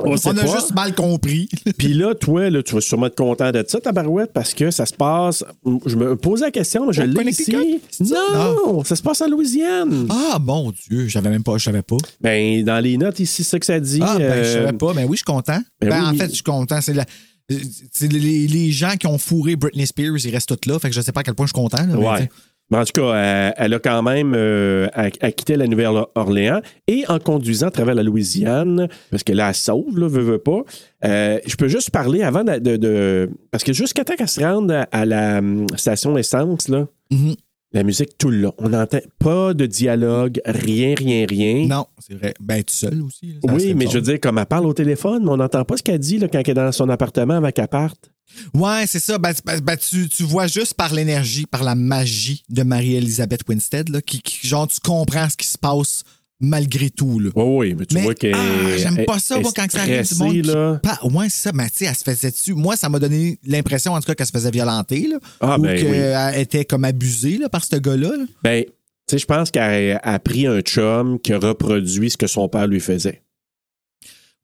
A: on
B: On,
A: sait
B: a
A: pas.
B: juste mal compris.
A: Puis là, toi, là, tu vas sûrement être content de ça, ta barouette, parce que ça se passe. Je me posais la question, mais je
B: Au
A: l'ai
B: Connecticut?
A: ici.
B: C'est ça?
A: Non, ça se passe en Louisiane.
B: Ah, mon Dieu, j'avais même pas, je savais pas.
A: Ben, dans les notes ici, c'est ça que ça dit.
B: Ah, ben, je
A: euh,
B: savais pas, mais oui, je suis content.
A: ben
B: Ben, en
A: oui.
B: fait, je suis content. C'est la- euh, c'est les, les gens qui ont fourré Britney Spears, ils restent tous là. Fait que je sais pas à quel point je suis content. là, mais
A: Ouais.
B: t'sais.
A: Mais en tout cas, elle, elle a quand même euh, a- a quitté la Nouvelle-Orléans et en conduisant à travers la Louisiane, parce que là, elle sauve, là, veut, veut pas. Euh, je peux juste parler avant de. de- de- parce que jusqu'à temps qu'elle se rende à, à la hum, station essence, là,
B: Mhm.
A: la musique tout le long. On n'entend pas de dialogue, rien, rien, rien.
B: Non, c'est vrai. Ben, être seul aussi. là, ça
A: oui,
B: serait
A: mais
B: bizarre.
A: je veux dire, comme elle parle au téléphone, mais on n'entend pas ce qu'elle dit là, quand elle est dans son appartement avant qu'elle parte.
B: Ouais, c'est ça. Ben, tu- ben, ben, tu, tu vois juste par l'énergie, par la magie de Marie-Elisabeth Winstead, là, qui, qui- genre, tu comprends ce qui se passe malgré tout. Là.
A: Oui, oui, mais tu
B: Mais,
A: vois qu'elle.
B: ah, j'aime pas ça,
A: elle-
B: moi,
A: elle
B: quand ça arrive du monde
A: stressée,
B: qui
A: là.
B: Pas, ouais, c'est ça. Mais tu sais, elle se faisait dessus. Moi, ça m'a donné l'impression, en tout cas, qu'elle se faisait violenter. Là,
A: Ah,
B: ou
A: ben oui.
B: qu'elle était comme abusée là, par ce gars-là. là.
A: Ben, tu sais, je pense qu'elle a pris un chum qui a reproduit ce que son père lui faisait.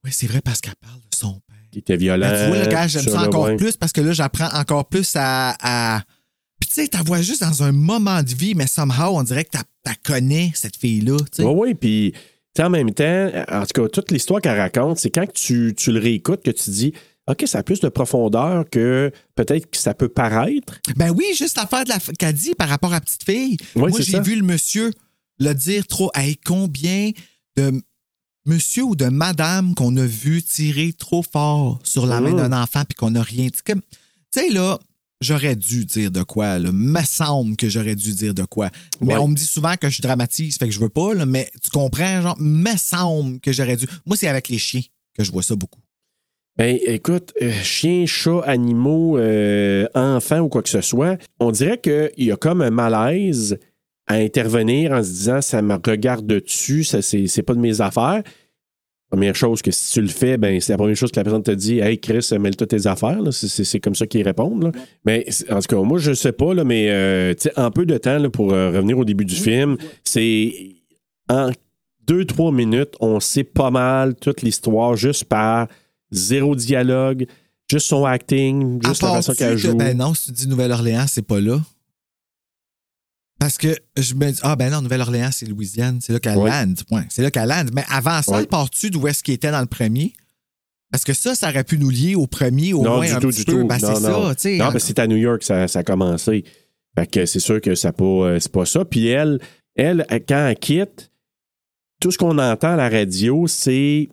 B: Oui, c'est vrai, parce qu'elle parle de son père.
A: Qui était violent.
B: Ben, tu vois, là, quand j'aime
A: tout
B: ça encore
A: Euh, ouais.
B: plus, parce que là, j'apprends encore plus à. à- Puis, tu sais, t'as vois juste dans un moment de vie, mais somehow, on dirait que t'as t'as connais cette fille-là. tu sais.
A: Oui, oui, puis tu sais, en même temps, en tout cas, toute l'histoire qu'elle raconte, c'est quand que tu, tu le réécoutes que tu dis, OK, ça a plus de profondeur que peut-être que ça peut paraître.
B: Ben oui, juste l'affaire de la f- qu'elle dit par rapport à la petite fille.
A: Ouais,
B: Moi,
A: c'est ça.
B: j'ai vu le monsieur le dire trop. Hey, combien de monsieur ou de madame qu'on a vu tirer trop fort sur la main
A: Mhm.
B: d'un enfant puis qu'on n'a rien dit. Comme- Tu sais, là, j'aurais dû dire de quoi. Là. Me semble que j'aurais dû dire de quoi. Mais
A: Ouais.
B: on me dit souvent que je dramatise, fait que je veux pas, là, mais tu comprends, genre, me semble que j'aurais dû. Moi, c'est avec les chiens que je vois ça beaucoup.
A: Ben, écoute, euh, chien, chat, animaux, euh, enfants ou quoi que ce soit, on dirait qu'il y a comme un malaise à intervenir en se disant ça me regarde dessus, ça c'est c'est pas de mes affaires. Première chose que si tu le fais, ben c'est la première chose que la personne te dit Hey Chris, mêle-toi de tes affaires. là. C'est- C'est c'est comme ça qu'ils répondent. là. Mais c'est- en tout cas, moi je sais pas, là, mais euh, tu sais, en peu de temps, là, pour euh, revenir au début du film, c'est en deux, trois minutes, on sait pas mal toute l'histoire juste par zéro dialogue, juste son acting, juste
B: À
A: la
B: part
A: façon
B: tu
A: qu'elle
B: que,
A: joue.
B: Ben non, si tu dis Nouvelle-Orléans, c'est pas là. Parce que je me dis, ah ben non, Nouvelle-Orléans, c'est Louisiane, c'est là qu'elle
A: Ouais.
B: land. Ouais, c'est là qu'elle land. Mais avant ça,
A: Ouais.
B: pars-tu d'où est-ce qu'il était dans le premier? Parce que ça, ça aurait pu nous lier au premier, au
A: non,
B: moins
A: du
B: un
A: tout,
B: petit
A: du
B: peu.
A: tout.
B: Ben,
A: non,
B: c'est
A: non.
B: ça, tu sais.
A: Non, ben, c'est à New York, ça, ça a commencé. Fait que c'est sûr que ça pas, euh, c'est pas ça. Puis elle, elle, quand elle quitte, tout ce qu'on entend à la radio, c'est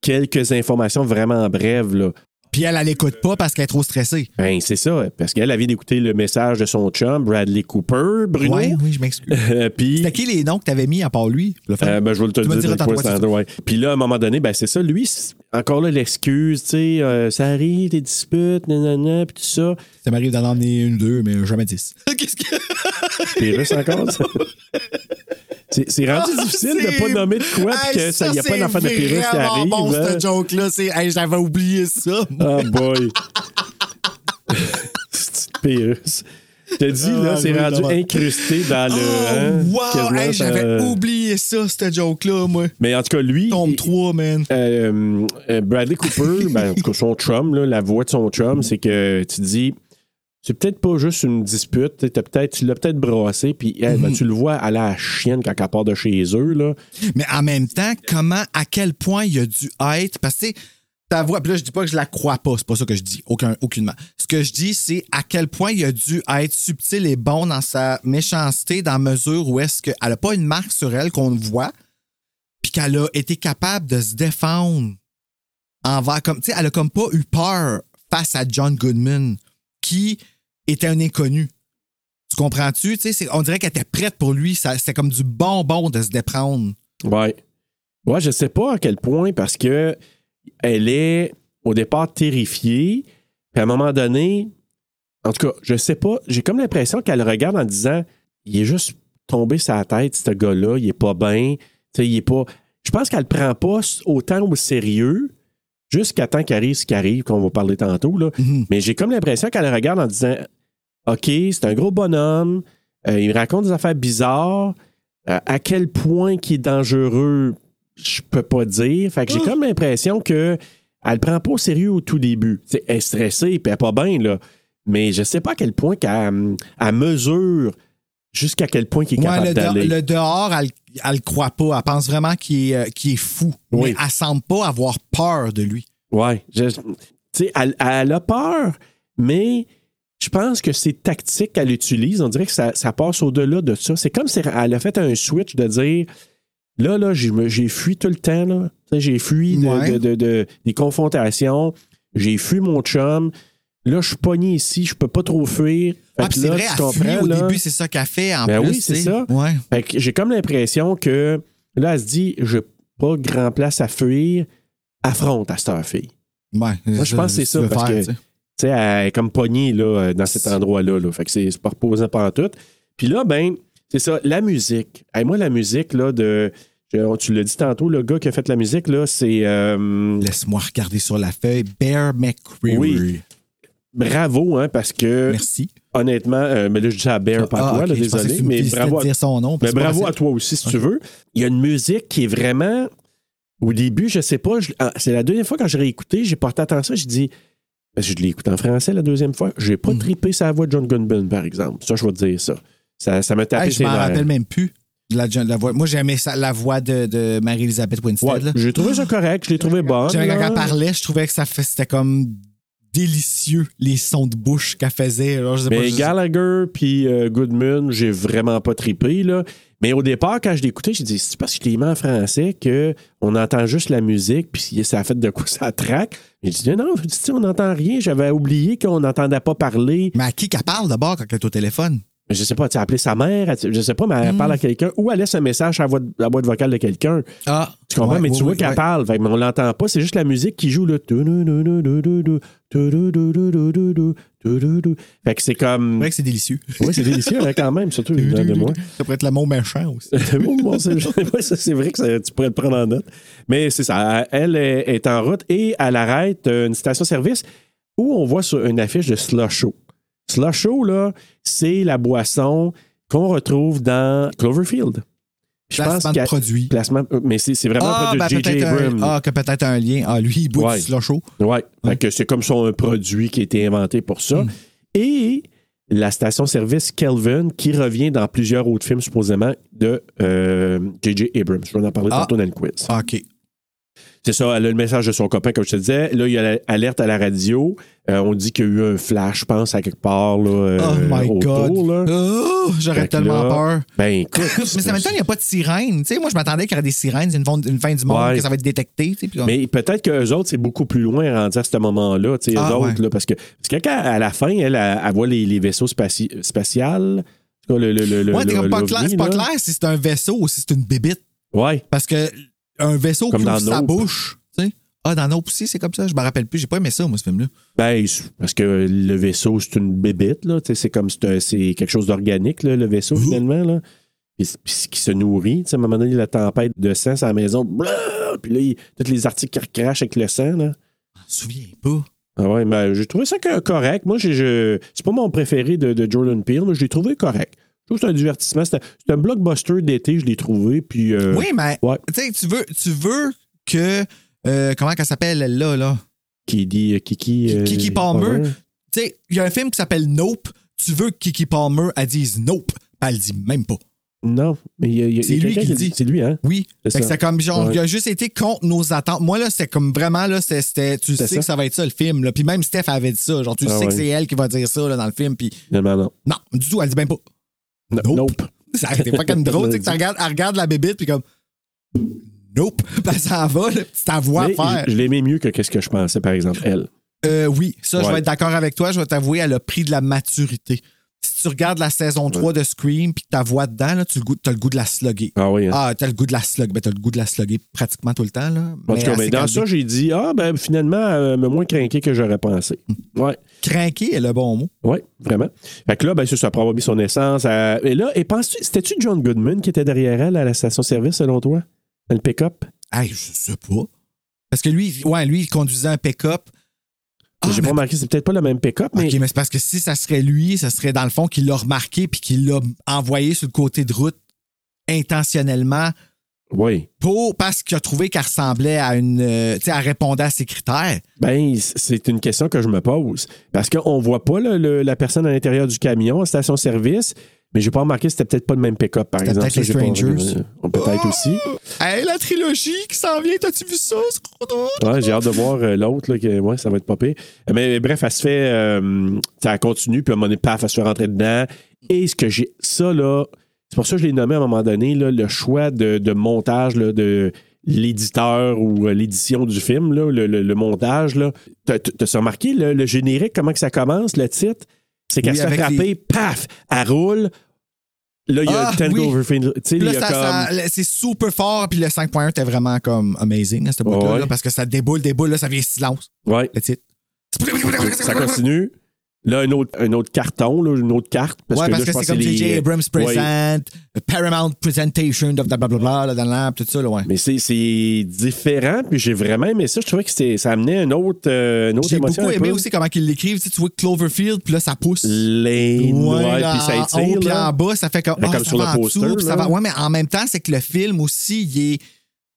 A: quelques informations vraiment brèves. Là.
B: Puis elle, elle l'écoute pas parce qu'elle est trop stressée.
A: Ben, c'est ça, parce qu'elle avait d'écouter le message de son chum, Bradley Cooper, Bruno.
B: Ouais, oui, je m'excuse.
A: Euh, puis,
B: C'était qui les noms que t'avais mis à part lui? Le fait-
A: Euh, ben, je vais le te
B: Tu me
A: dire.
B: diras
A: de quoi
B: tantôt,
A: c'est
B: c'est
A: tantôt, ouais. Puis là, à un moment donné, ben, c'est ça. Lui, c'est- encore là, l'excuse, tu sais, euh, ça arrive, des disputes, nanana, puis tout ça.
B: Ça m'arrive d'en emmener une ou deux, mais jamais dix. Qu'est-ce que.
A: T'es russe encore, ça? C'est c'est rendu difficile de pas nommer de quoi, puis que
B: Ah, Hey,
A: ça n'y a
B: c'est
A: pas d'enfant de Pyrrhus qui
B: vraiment
A: arrive.
B: bon,
A: hein.
B: ce joke-là. C'est- hey, J'avais oublié ça.
A: Ah boy! C'est Pyrrhus. Je te dis,
B: Ah,
A: là, c'est
B: oui,
A: rendu
B: vraiment.
A: incrusté dans le. hein,
B: Oh, wow!
A: quasiment,
B: Hey, J'avais
A: euh,
B: oublié ça, ce joke-là, moi.
A: Mais en tout cas, lui.
B: Tombe
A: il-
B: 3, man.
A: euh, euh, Bradley Cooper, ben, en tout cas, son chum, là, la voix de son chum, c'est que tu dis, c'est peut-être pas juste une dispute, t'as peut-être- tu l'as peut-être brassé, puis hey,
B: Mm-hmm.
A: ben, tu le vois aller à la chienne quand elle part de chez eux. Là.
B: Mais en même temps, comment, à quel point il a dû être. Parce que, tu sais, ta voix, puis là, je dis pas que je la crois pas, c'est pas ça que je dis, aucun, aucunement. Ce que je dis, c'est à quel point il a dû être subtil et bon dans sa méchanceté, dans la mesure où est-ce qu'elle a pas une marque sur elle qu'on voit, puis qu'elle a été capable de se défendre envers, comme, tu sais, elle a comme pas eu peur face à John Goodman, qui était un inconnu. Tu comprends-tu? Tu sais, c'est- on dirait qu'elle était prête pour lui, ça- c'était comme du bonbon de se déprendre.
A: Ouais. Ouais, je sais pas à quel point, parce que elle est au départ terrifiée, puis à un moment donné, en tout cas, je sais pas, j'ai comme l'impression qu'elle regarde en disant il est juste tombé sa tête, ce gars-là, il est pas bien, tu sais, il est pas. Je pense qu'elle prend pas autant au sérieux jusqu'à temps qu'arrive ce qui arrive, qu'on va parler tantôt, là.
B: Mhm.
A: Mais j'ai comme l'impression qu'elle regarde en disant OK, c'est un gros bonhomme, euh, il me raconte des affaires bizarres, euh, à quel point qui est dangereux, je peux pas dire. Fait que j'ai comme l'impression que elle prend pas au sérieux au tout début. T'sais, elle est stressée, puis elle est pas bien, là. Mais je sais pas à quel point qu'elle hum, elle mesure jusqu'à quel point qu'il est
B: Ouais,
A: capable
B: le, de-
A: d'aller.
B: le dehors, elle, elle le croit pas. Elle pense vraiment qu'il est, euh, qu'il est fou.
A: Oui.
B: Mais elle semble pas avoir peur de lui.
A: Ouais. je- tu sais, elle, elle a peur, mais je pense que ces tactiques qu'elle utilise, on dirait que ça, ça passe au-delà de ça. C'est comme si elle a fait un switch de dire là, là, j'ai me- j'ai fui tout le temps, là. Tu sais, j'ai fui de-
B: Ouais.
A: de- de- de- des confrontations, j'ai fui mon chum. Là, je suis pogné ici, je peux pas trop fuir. Fait
B: Ah,
A: que
B: puis c'est
A: là,
B: vrai,
A: tu
B: elle fuit
A: comprends,
B: au
A: là.
B: début, c'est ça qu'elle fait en
A: Ben
B: plus.
A: oui, c'est
B: tu sais.
A: ça.
B: Ouais.
A: Fait que j'ai comme l'impression que là, elle se dit j'ai pas grand place à fuir, affronte à cette fille.
B: Ouais.
A: Moi, je pense que c'est ça,
B: veux
A: parce que-
B: tu sais.
A: Tu sais, elle est comme pognée là, euh, dans cet endroit-là. Là. Fait que c'est c'est pas reposant pas en tout. Puis là, ben, c'est ça, la musique. Hey, moi, la musique, là, de. je- tu l'as dit tantôt, le gars qui a fait la musique, là, c'est. euh,
B: Laisse-moi regarder sur la feuille. Bear McCreary. Euh,
A: Oui. bravo, hein, parce que,
B: Merci.
A: honnêtement, euh, mais là, je dis à Bear, pas à
B: Ah,
A: toi,
B: ok,
A: là,
B: je pensais que
A: désolé,
B: tu me
A: mais
B: félicitais
A: bravo
B: de
A: à
B: dire son nom. parce
A: Mais
B: que
A: Ben, bravo
B: c'est-
A: à toi aussi, si tu veux. Il y a une musique qui est vraiment. Au début, je sais pas. je- ah, C'est la deuxième fois quand je l'ai écouté, j'ai porté attention. J'ai dit. Parce que je l'ai écouté en français la deuxième fois. J'ai pas
B: Mm.
A: trippé sa voix de John Gunbun, par exemple. Ça, je vais te dire ça. Ça, ça m'a tapé
B: Hey, je
A: ses
B: m'en rappelle
A: nerfs.
B: même plus. de La, de la voix. Moi, j'aimais ça- la voix de, de Marie-Elisabeth
A: Ouais,
B: Winstead. là.
A: j'ai trouvé ça correct. Je l'ai trouvé bonne.
B: J'aimais Quand
A: là.
B: elle parlait, je trouvais que ça fait- c'était comme délicieux, les sons de bouche qu'elle faisait. Alors, je sais pas,
A: Mais
B: je-
A: Gallagher puis euh, Goodman, j'ai vraiment pas trippé. Là. Mais au départ, quand je l'écoutais, j'ai dit c'est parce que je l'ai mis en français qu'on entend juste la musique, puis ça a fait de quoi ça traque. J'ai dit non, non, tu sais, on n'entend rien. J'avais oublié qu'on n'entendait pas parler.
B: Mais à qui qu'elle parle d'abord quand elle est au téléphone?
A: Je sais pas, tu as appelé sa mère, elle- je sais pas, mais elle parle à quelqu'un ou elle laisse un message à la voix- la boîte vocale de quelqu'un.
B: Ah,
A: Tu comprends? mais tu vois qu'elle parle, fait que- mais on l'entend pas, c'est juste la musique qui joue là. Fait que c'est
B: C'est
A: comme.
B: vrai que c'est délicieux.
A: Oui, c'est délicieux hein, quand même, surtout de moi.
B: Ça pourrait être le mot méchant aussi.
A: Bon, bon, c'est ouais, ça, c'est vrai que ça- tu pourrais le prendre en note. Mais c'est ça. Elle est, est en route et elle arrête euh, une station-service où on voit sur une affiche de Slusho. Slusho, là, c'est la boisson qu'on retrouve dans Cloverfield. Je
B: Placement de
A: qu'à-
B: produit.
A: Placement, euh, mais c'est c'est vraiment
B: Ah,
A: un
B: ben,
A: produit de J.J.
B: peut-être un,
A: Abrams.
B: ah, que peut-être un lien. Ah, lui, il boit
A: Ouais.
B: du slosho.
A: Ouais. Fait que c'est comme son un produit qui a été inventé pour ça.
B: Mm.
A: Et la station-service Kelvin, qui revient dans plusieurs autres films, supposément, de euh, J.J. Abrams. Je vais en parler
B: Ah.
A: tantôt dans le quiz.
B: Ah, OK.
A: C'est ça, elle a le message de son copain, comme je te disais. Là, il y a l'alerte à la radio. Euh, on dit qu'il y a eu un flash, je pense, à quelque part. Là,
B: oh
A: euh,
B: my
A: autour, là.
B: God. Oh,
A: Fait
B: j'aurais
A: que
B: tellement
A: là,
B: peur.
A: Ben écoute.
B: Mais ça m'étonne, il n'y a pas de sirène. Tu sais, moi, je m'attendais qu'il y aurait des sirènes. C'est une, fon- une fin du monde,
A: Ouais.
B: que ça va être détecté. tu sais, puis on-
A: Mais peut-être qu'eux autres, c'est beaucoup plus loin rendu à ce moment-là. tu sais,
B: Ah,
A: eux autres,
B: ouais.
A: là, parce, que, parce que quand, à la fin, elle, elle, elle voit les, les vaisseaux spati- spatials. En tout cas, le, le, le,
B: Ouais,
A: le-
B: t'es comme pas
A: l'OVNI,
B: clair, c'est pas
A: là.
B: clair si c'est un vaisseau ou si c'est une bébite.
A: Ouais.
B: Parce que un vaisseau
A: Comme
B: qui ouvre
A: dans
B: sa
A: Nope.
B: bouche. tu sais. Ah, dans Nope aussi, c'est comme ça. Je me rappelle plus. J'ai pas aimé ça, moi, ce film-là.
A: Ben, c'est- parce que le vaisseau, c'est une bébite, là. Tu sais, C'est comme c'est un- c'est quelque chose d'organique, là, le vaisseau, finalement, là. Puis, puis ce qui se nourrit, tu sais, à un moment donné, la tempête de sang, à la maison, blah! puis là, il- tous les articles qui crachent avec le sang, là.
B: Je me souviens pas.
A: Ah ouais, mais j'ai trouvé ça que- correct. Moi, j'ai- je- c'est pas mon préféré de, de Jordan Peele, mais je l'ai trouvé correct. Je trouve que c'est un divertissement. C'est un- c'est un blockbuster d'été, je l'ai trouvé, puis... euh,
B: oui, mais
A: ouais.
B: tu sais, tu veux, tu veux que. euh, comment qu'elle s'appelle, elle, là, là?
A: Qui dit euh, Kiki...
B: Ki- Kiki Palmer.
A: Palmer.
B: Tu sais, il y a un film qui s'appelle Nope. Tu veux que Kiki Palmer, elle dise Nope. puis Elle le dit même pas.
A: Non, mais il y a, il y a- il y a
B: C'est lui
A: quelqu'un
B: qui le dit.
A: C'est lui, hein?
B: Oui.
A: C'est
B: Fait que
A: ça.
B: c'est comme genre,
A: Ouais.
B: il a juste été contre nos attentes. Moi, là, c'était comme vraiment, là, c'était- c'était, tu sais
A: ça.
B: que ça va être ça le film. Là. Puis même Steph avait dit ça. Genre, tu
A: Ah
B: sais que
A: ouais.
B: c'est elle qui va dire ça là, dans le film. Puis
A: Finalement, non.
B: non, du tout, elle dit même pas.
A: No-
B: Nope.
A: nope.
B: Ça a été pas comme drôle, tu sais, que tu regardes, elle regarde la bébite, puis comme, nope. Ben, ça en va, là, tu t'en vois
A: Mais
B: faire.
A: je, je l'aimais mieux que qu'est-ce que je pensais, par exemple, elle.
B: Euh, oui, ça, je
A: Ouais.
B: vais être d'accord avec toi. Je vais t'avouer, elle a pris de la maturité. Si tu regardes la saison 3 de Scream puis que ta voix dedans, là, tu as le goût de la slugger.
A: Ah oui, hein?
B: Ah, t'as le goût de la slug. Ben, t'as le goût de la slugger pratiquement tout le temps. Là.
A: En tout cas, mais dans ça, j'ai dit, ah, ben finalement, euh, me moins craqué que j'aurais pensé.
B: Hum.
A: Ouais,
B: Cranky est le bon mot.
A: ouais, vraiment. Fait que là, ben, c'est ça, probablement son essence. elle- Et là, et penses-tu, c'était-tu John Goodman qui était derrière elle à la station-service, selon toi? Dans le pick-up?
B: Hey, je sais pas. Parce que lui, ouais, lui, il conduisait un pick-up. Ah,
A: j'ai
B: mais-
A: pas remarqué, c'est peut-être pas le même pick-up, mais.
B: OK, mais c'est parce que si ça serait lui, ça serait dans le fond qu'il l'a remarqué puis qu'il l'a envoyé sur le côté de route intentionnellement
A: Oui.
B: pour parce qu'il a trouvé qu'elle ressemblait à une. euh, tu sais, elle répondait à ses critères.
A: Ben, c'est une question que je me pose. Parce qu'on voit pas le- le- la personne à l'intérieur du camion, à station-service, mais j'ai pas remarqué, c'était peut-être pas le même pick-up, par
B: C'était
A: exemple.
B: peut-être
A: Ça,
B: les
A: j'ai pas-
B: Strangers. Oh!
A: Euh, peut-être aussi.
B: Hey, la trilogie qui s'en vient, t'as-tu vu ça, Scrodo?
A: Ouais, j'ai hâte de voir euh, l'autre, là, que ouais, ça va être popé. Mais bref, elle se fait. euh, ça continue, puis à un moment donné, paf, elle se fait rentrer dedans. Et ce que j'ai. Ça, là. C'est pour ça que je l'ai nommé à un moment donné, là, le choix de, de montage là, de l'éditeur ou euh, l'édition du film, là, le, le- le montage. Là. T'as, t'as- t'as remarqué le, le générique, comment que ça commence, le titre? C'est qu'elle
B: Oui,
A: se fait
B: avec
A: frapper,
B: les-
A: paf, elle roule. Là, il y a
B: Ah,
A: Tango
B: oui.
A: Overfield. Tu sais,
B: Puis
A: il y
B: là,
A: a
B: ça-
A: comme.
B: ça- là, c'est super fort, puis le 5.1 était vraiment comme amazing à ce bout-là,
A: Ouais.
B: là, parce que ça déboule, déboule, là, ça vient silence,
A: Ouais.
B: le titre.
A: ça continue. Là, un autre, un autre carton, là, une autre carte. Parce
B: ouais,
A: que,
B: parce
A: là,
B: que
A: je pense
B: c'est comme
A: que c'est les-
B: J.J. Abrams
A: Ouais.
B: Present, Paramount Presentation, de blablabla, là, dans l'app, tout ça, là, ouais.
A: Mais c'est- c'est différent, puis j'ai vraiment aimé ça. Je trouvais que c'était- ça amenait une autre, euh, une autre
B: J'ai
A: émotion.
B: beaucoup
A: un
B: aimé
A: peu.
B: aussi comment ils l'écrivent, tu, sais, tu vois Cloverfield, puis là, ça pousse.
A: Les noirs,
B: là,
A: puis ça
B: en
A: étire.
B: haut, puis
A: là.
B: en bas, ça fait comme,
A: Mais
B: ah,
A: comme
B: ça
A: sur
B: va
A: le
B: en
A: poster,
B: dessous, puis ça
A: là.
B: va... Ouais, mais en même temps, c'est que le film aussi, il est...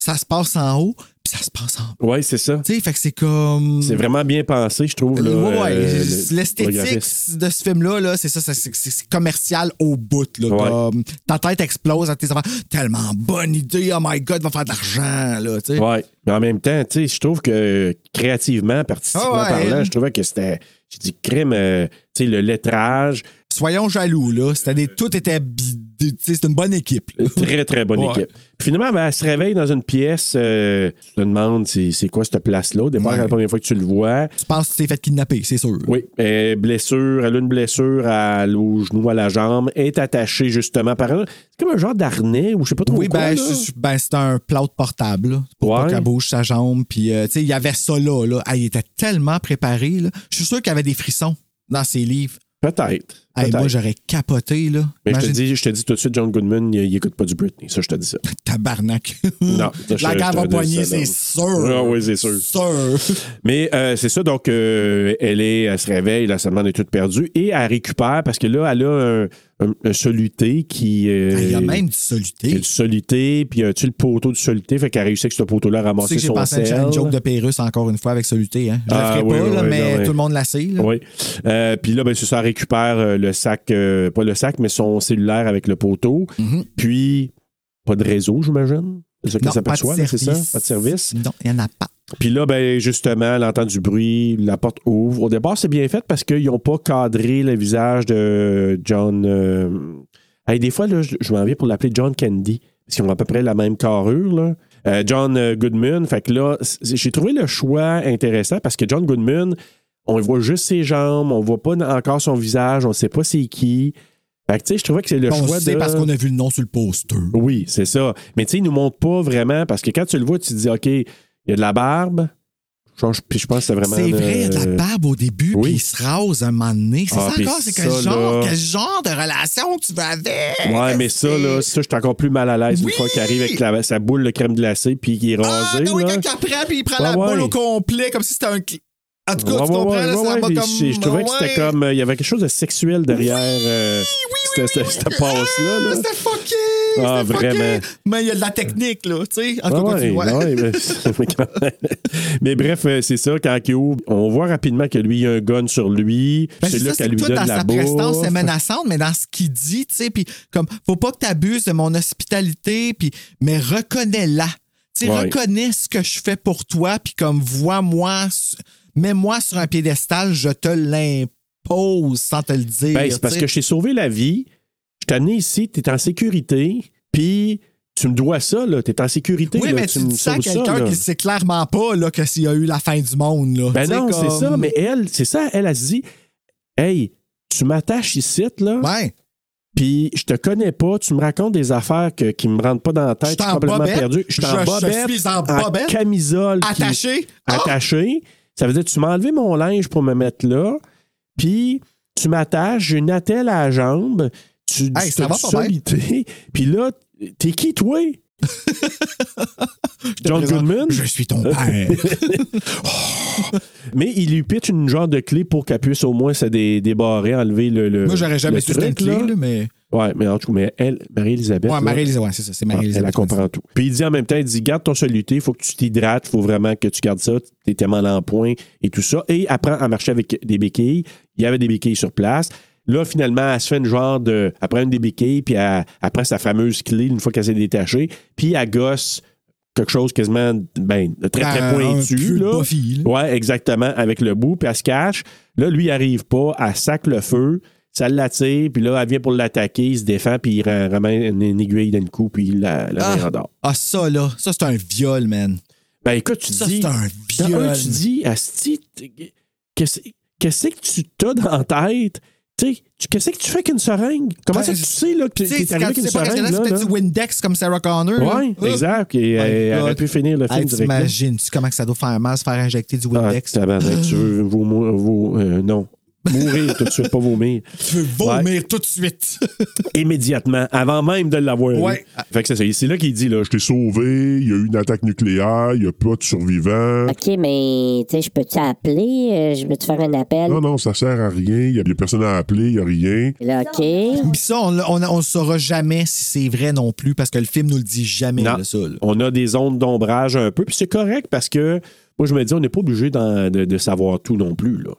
B: ça se passe en haut, puis ça se passe en bas.
A: Ouais, c'est ça.
B: Tu sais, fait que c'est comme...
A: C'est vraiment bien pensé, je trouve. là,
B: Mm. Ouais,
A: euh,
B: ouais,
A: le- le graphisme.
B: L'esthétique de ce film-là, là, c'est ça, ça, c'est c'est- c'est commercial au bout. Là,
A: Ouais.
B: Comme, ta tête explose à tes enfants. Tellement bonne idée, oh my god, va faire de l'argent. là, tu sais.
A: Ouais. Mais en même temps, tu sais, je trouve que créativement, particulièrement
B: Ah ouais.
A: parlant, je trouvais que c'était. J'ai dit crime, euh, tu sais, le lettrage,
B: Soyons jaloux, là. C'était des, tout était. bi- des- tu sais, C'est une bonne équipe. là.
A: Très, très bonne
B: Ouais.
A: équipe. Puis finalement, ben, elle se réveille dans une pièce. euh, tu te demandes c'est c'est quoi cette place-là. Au départ,
B: Ouais.
A: la première fois que tu le vois.
B: Tu penses que tu t'es fait kidnapper, c'est sûr.
A: Oui, euh, blessure, elle a une blessure à, au genou, à la jambe, est attachée justement par un. C'est comme un genre d'harnais ou je sais pas trop
B: Oui,
A: quoi.
B: ben,
A: là.
B: je- je- ben, c'est un plâtre portable, là, pour
A: Ouais.
B: pas qu'elle bouge sa jambe. Puis, euh, tu sais, il y avait ça là, là. Ah, il était tellement préparé, là. Je suis sûr qu'il y avait des frissons dans ses livres.
A: Peut-être.
B: Hey,
A: peut-être.
B: moi, j'aurais capoté, là.
A: Mais je te,
B: Imagine-
A: dis, je te dis tout de suite, John Goodman, il, il écoute pas du Britney. Ça, je te dis ça.
B: Tabarnak.
A: Non, ça, je-
B: La
A: je
B: guerre
A: te
B: va
A: dis
B: poigner,
A: ça, non.
B: c'est sûr.
A: Ah oui, c'est sûr.
B: Sûr.
A: Mais euh, c'est ça, donc euh, elle, est, elle se réveille, là, sa demande est toute perdue et elle récupère parce que là, elle a un, un- un soluté qui. euh,
B: Il y a même
A: Il y
B: du
A: a
B: soluté.
A: du solité, puis il y a tu le poteau du solité, fait qu'elle a réussi avec ce poteau-là à
B: Tu sais
A: ramasser
B: que j'ai
A: son
B: pensé à une
A: sel.
B: chaîne joke de Pérus encore une fois avec soluté. Hein? Je
A: Ah,
B: la ferai
A: oui,
B: pas,
A: oui,
B: là,
A: oui,
B: mais
A: non, mais-
B: tout le monde la sait. là.
A: Oui. Euh, puis là, ben, c'est ça, elle récupère euh, le sac, euh, pas le sac, mais son cellulaire avec le poteau.
B: Mhm.
A: Puis, pas de réseau, j'imagine. C'est ça qu'elle
B: Non, pas de
A: s'aperçoit, là, c'est ça?
B: service.
A: Pas de service.
B: Non, il n'y en a pas.
A: Puis là, ben, justement, elle entend du bruit, la porte ouvre. Au départ, c'est bien fait parce qu'ils n'ont pas cadré le visage de John. euh, hey, des fois, là, je, je m'en viens pour l'appeler John Candy, parce qu'ils ont à peu près la même carrure. là. Euh, John euh, Goodman, fait que là, c- j'ai trouvé le choix intéressant parce que John Goodman, on voit juste ses jambes, on voit pas n- encore son visage, on sait pas c'est qui. Fait que tu sais, je trouvais que c'est le
B: On
A: choix
B: sait
A: de...
B: parce qu'on a vu le nom sur le poster.
A: Oui, c'est ça. Mais tu sais, il nous montre pas vraiment parce que quand tu le vois, tu te dis, OK, il y a de la barbe. Je pense, puis je pense que c'est vraiment.
B: C'est vrai, il y a de
A: euh,
B: la barbe au début,
A: oui.
B: puis il se rase un moment donné. C'est
A: Ah,
B: ça
A: puis
B: encore? C'est quel,
A: ça,
B: genre,
A: là-
B: quel genre de relation tu veux avec?
A: Ouais, mais ça, là, ça, je suis encore plus mal à l'aise une
B: Oui!
A: fois qu'il arrive avec la- sa boule de crème glacée puis qu'il est
B: Ah,
A: rasé.
B: non, oui,
A: là.
B: quand il apprend, puis il prend
A: Ouais,
B: la boule
A: ouais.
B: au complet, comme si c'était un. cl- En tout cas,
A: Ouais,
B: tu
A: ouais,
B: comprends,
A: ouais,
B: là,
A: ouais,
B: ça
A: ouais,
B: va
A: puis
B: comme.
A: je, je trouvais que c'était
B: ouais.
A: comme. euh, Il y avait quelque chose de sexuel derrière euh, cette, cette- cette passe-là. là.
B: Ah, C'était fucké!
A: Ah,
B: c'est fucké,
A: vraiment.
B: Mais il y a de la technique, là, tu sais. En tout
A: Ah
B: cas,
A: ouais,
B: continue, ouais.
A: ouais, mais, mais quand même. Mais bref, euh, c'est ça, quand il ouvre, on voit rapidement que lui, il a un gun sur lui.
B: Ben,
A: c'est là
B: ça,
A: qu'elle
B: que
A: lui
B: toi,
A: donne
B: dans
A: la
B: sa
A: bouffe.
B: prestance, c'est menaçante, mais dans ce qu'il dit, tu sais, puis comme, faut pas que tu abuses de mon hospitalité, puis, mais reconnais-la. Tu sais,
A: Ouais.
B: reconnais ce que je fais pour toi, puis comme, vois-moi, s- mets-moi sur un piédestal, je te l'impose sans te le dire.
A: Ben, c'est parce
B: tu
A: que
B: sais.
A: je t'ai sauvé la vie. Je t'ai amené ici, t'es en sécurité, puis tu me dois ça, là. T'es en sécurité,
B: Oui,
A: là,
B: mais
A: tu
B: tu
A: me
B: dis ça à
A: sauves ça, là.
B: quelqu'un qui sait clairement pas, là, que s'il y a eu la fin du monde, là.
A: Ben
B: Tu sais,
A: non, c'est
B: comme-
A: ça. Mais elle, c'est ça, elle, elle se dit Hey, tu m'attaches ici, là,
B: Ouais.
A: puis je te connais pas, tu me racontes des affaires que, qui me rentrent pas dans la tête,
B: Je
A: je suis
B: t'en
A: complètement
B: bobette.
A: perdu. Je suis en
B: Je- je
A: bobette,
B: suis en bobette.
A: camisole. qui-
B: Attaché. Ah!
A: attaché. Ça veut dire tu m'as enlevé mon linge pour me mettre là, puis tu m'attaches, j'ai une attelle à la jambe, tu
B: Hey, ça
A: t'as
B: va
A: du
B: pas bien.
A: solité, puis là, t'es qui, toi? John
B: présente-
A: Goodman?
B: Je suis ton père.
A: Mais il lui pitch une genre de clé pour qu'elle puisse au moins se dé- débarrer, enlever le. le
B: Moi, j'aurais jamais
A: le
B: su cette
A: truc,
B: clé,
A: là.
B: là, mais.
A: Ouais, mais en tout cas, mais elle, Marie-Elisabeth.
B: Ouais,
A: là,
B: Marie-Lise, ouais, c'est ça, c'est Marie-Lise.
A: Ah, elle la comprend tout. Puis il dit en même temps, il dit garde ton soluté, il faut que tu t'hydrates, il faut vraiment que tu gardes ça, t'es tellement en point et tout ça. Et apprends à marcher avec des béquilles. Il y avait des béquilles sur place. Là, finalement, elle se fait une genre de. Elle prend une des béquilles, puis elle, elle prend sa fameuse clé une fois qu'elle s'est détachée, puis elle gosse quelque chose quasiment ben, de très, très pointu. là. Ouais, exactement, avec le bout, puis elle se cache. Là, lui, il arrive pas, elle sac le feu, ça l'attire, puis là, elle vient pour l'attaquer, il se défend, puis il ra- ramène une, une aiguille d'un coup, puis il la, la
B: Ah.
A: met en dehors.
B: Ah, ça, là, ça, c'est un viol, man.
A: Ben écoute, tu
B: Ça,
A: dis.
B: c'est un
A: dans
B: viol.
A: tu dis, Asti, t- qu'est-ce qu'est-ce que tu t'as dans la tête? Tu sais, tu- qu'est-ce que tu fais avec une seringue? Comment
B: Ouais,
A: ça que tu
B: je-
A: sais là, que tu
B: Ben, Tu sais,
A: es
B: c'est
A: arrivé
B: quand
A: avec
B: tu
A: une
B: sais pas, quand il y en
A: seringue?
B: a
A: Là,
B: ce petit
A: là?
B: Windex comme Sarah Connor. là.
A: Ouais,
B: Ah.
A: exact. Et, euh,
B: My
A: elle
B: God.
A: aurait pu finir le film
B: Hey,
A: directement.
B: T'imagines-tu comment que ça doit faire mal se faire injecter du
A: Ah,
B: Windex?
A: tabarnak, tu veux vous, mou- vous- euh, non. Mourir tout de suite, pas vomir.
B: tu veux vomir tout de suite.
A: Immédiatement, avant même de l'avoir. eu.
B: Ouais.
A: Fait que c'est ça. Et C'est là qu'il dit, là, je
F: Je t'ai sauvé, il y a eu une attaque nucléaire, il n'y a pas de survivants.
D: OK, mais tu sais, je peux-tu appeler? Euh, Je peux-tu faire un appel?
F: Non, non, ça sert à rien, il n'y a, il y a personne à appeler, il n'y a rien.
D: Puis Là, OK.
B: Puis ça, on, on, on le saura jamais si c'est vrai non plus, parce que le film nous le dit jamais,
A: Non.
B: là, ça. là.
A: on a des zones d'ombrage un peu, puis c'est correct parce que moi, je me dis, on n'est pas obligé d'en- de, de savoir tout non plus. Là.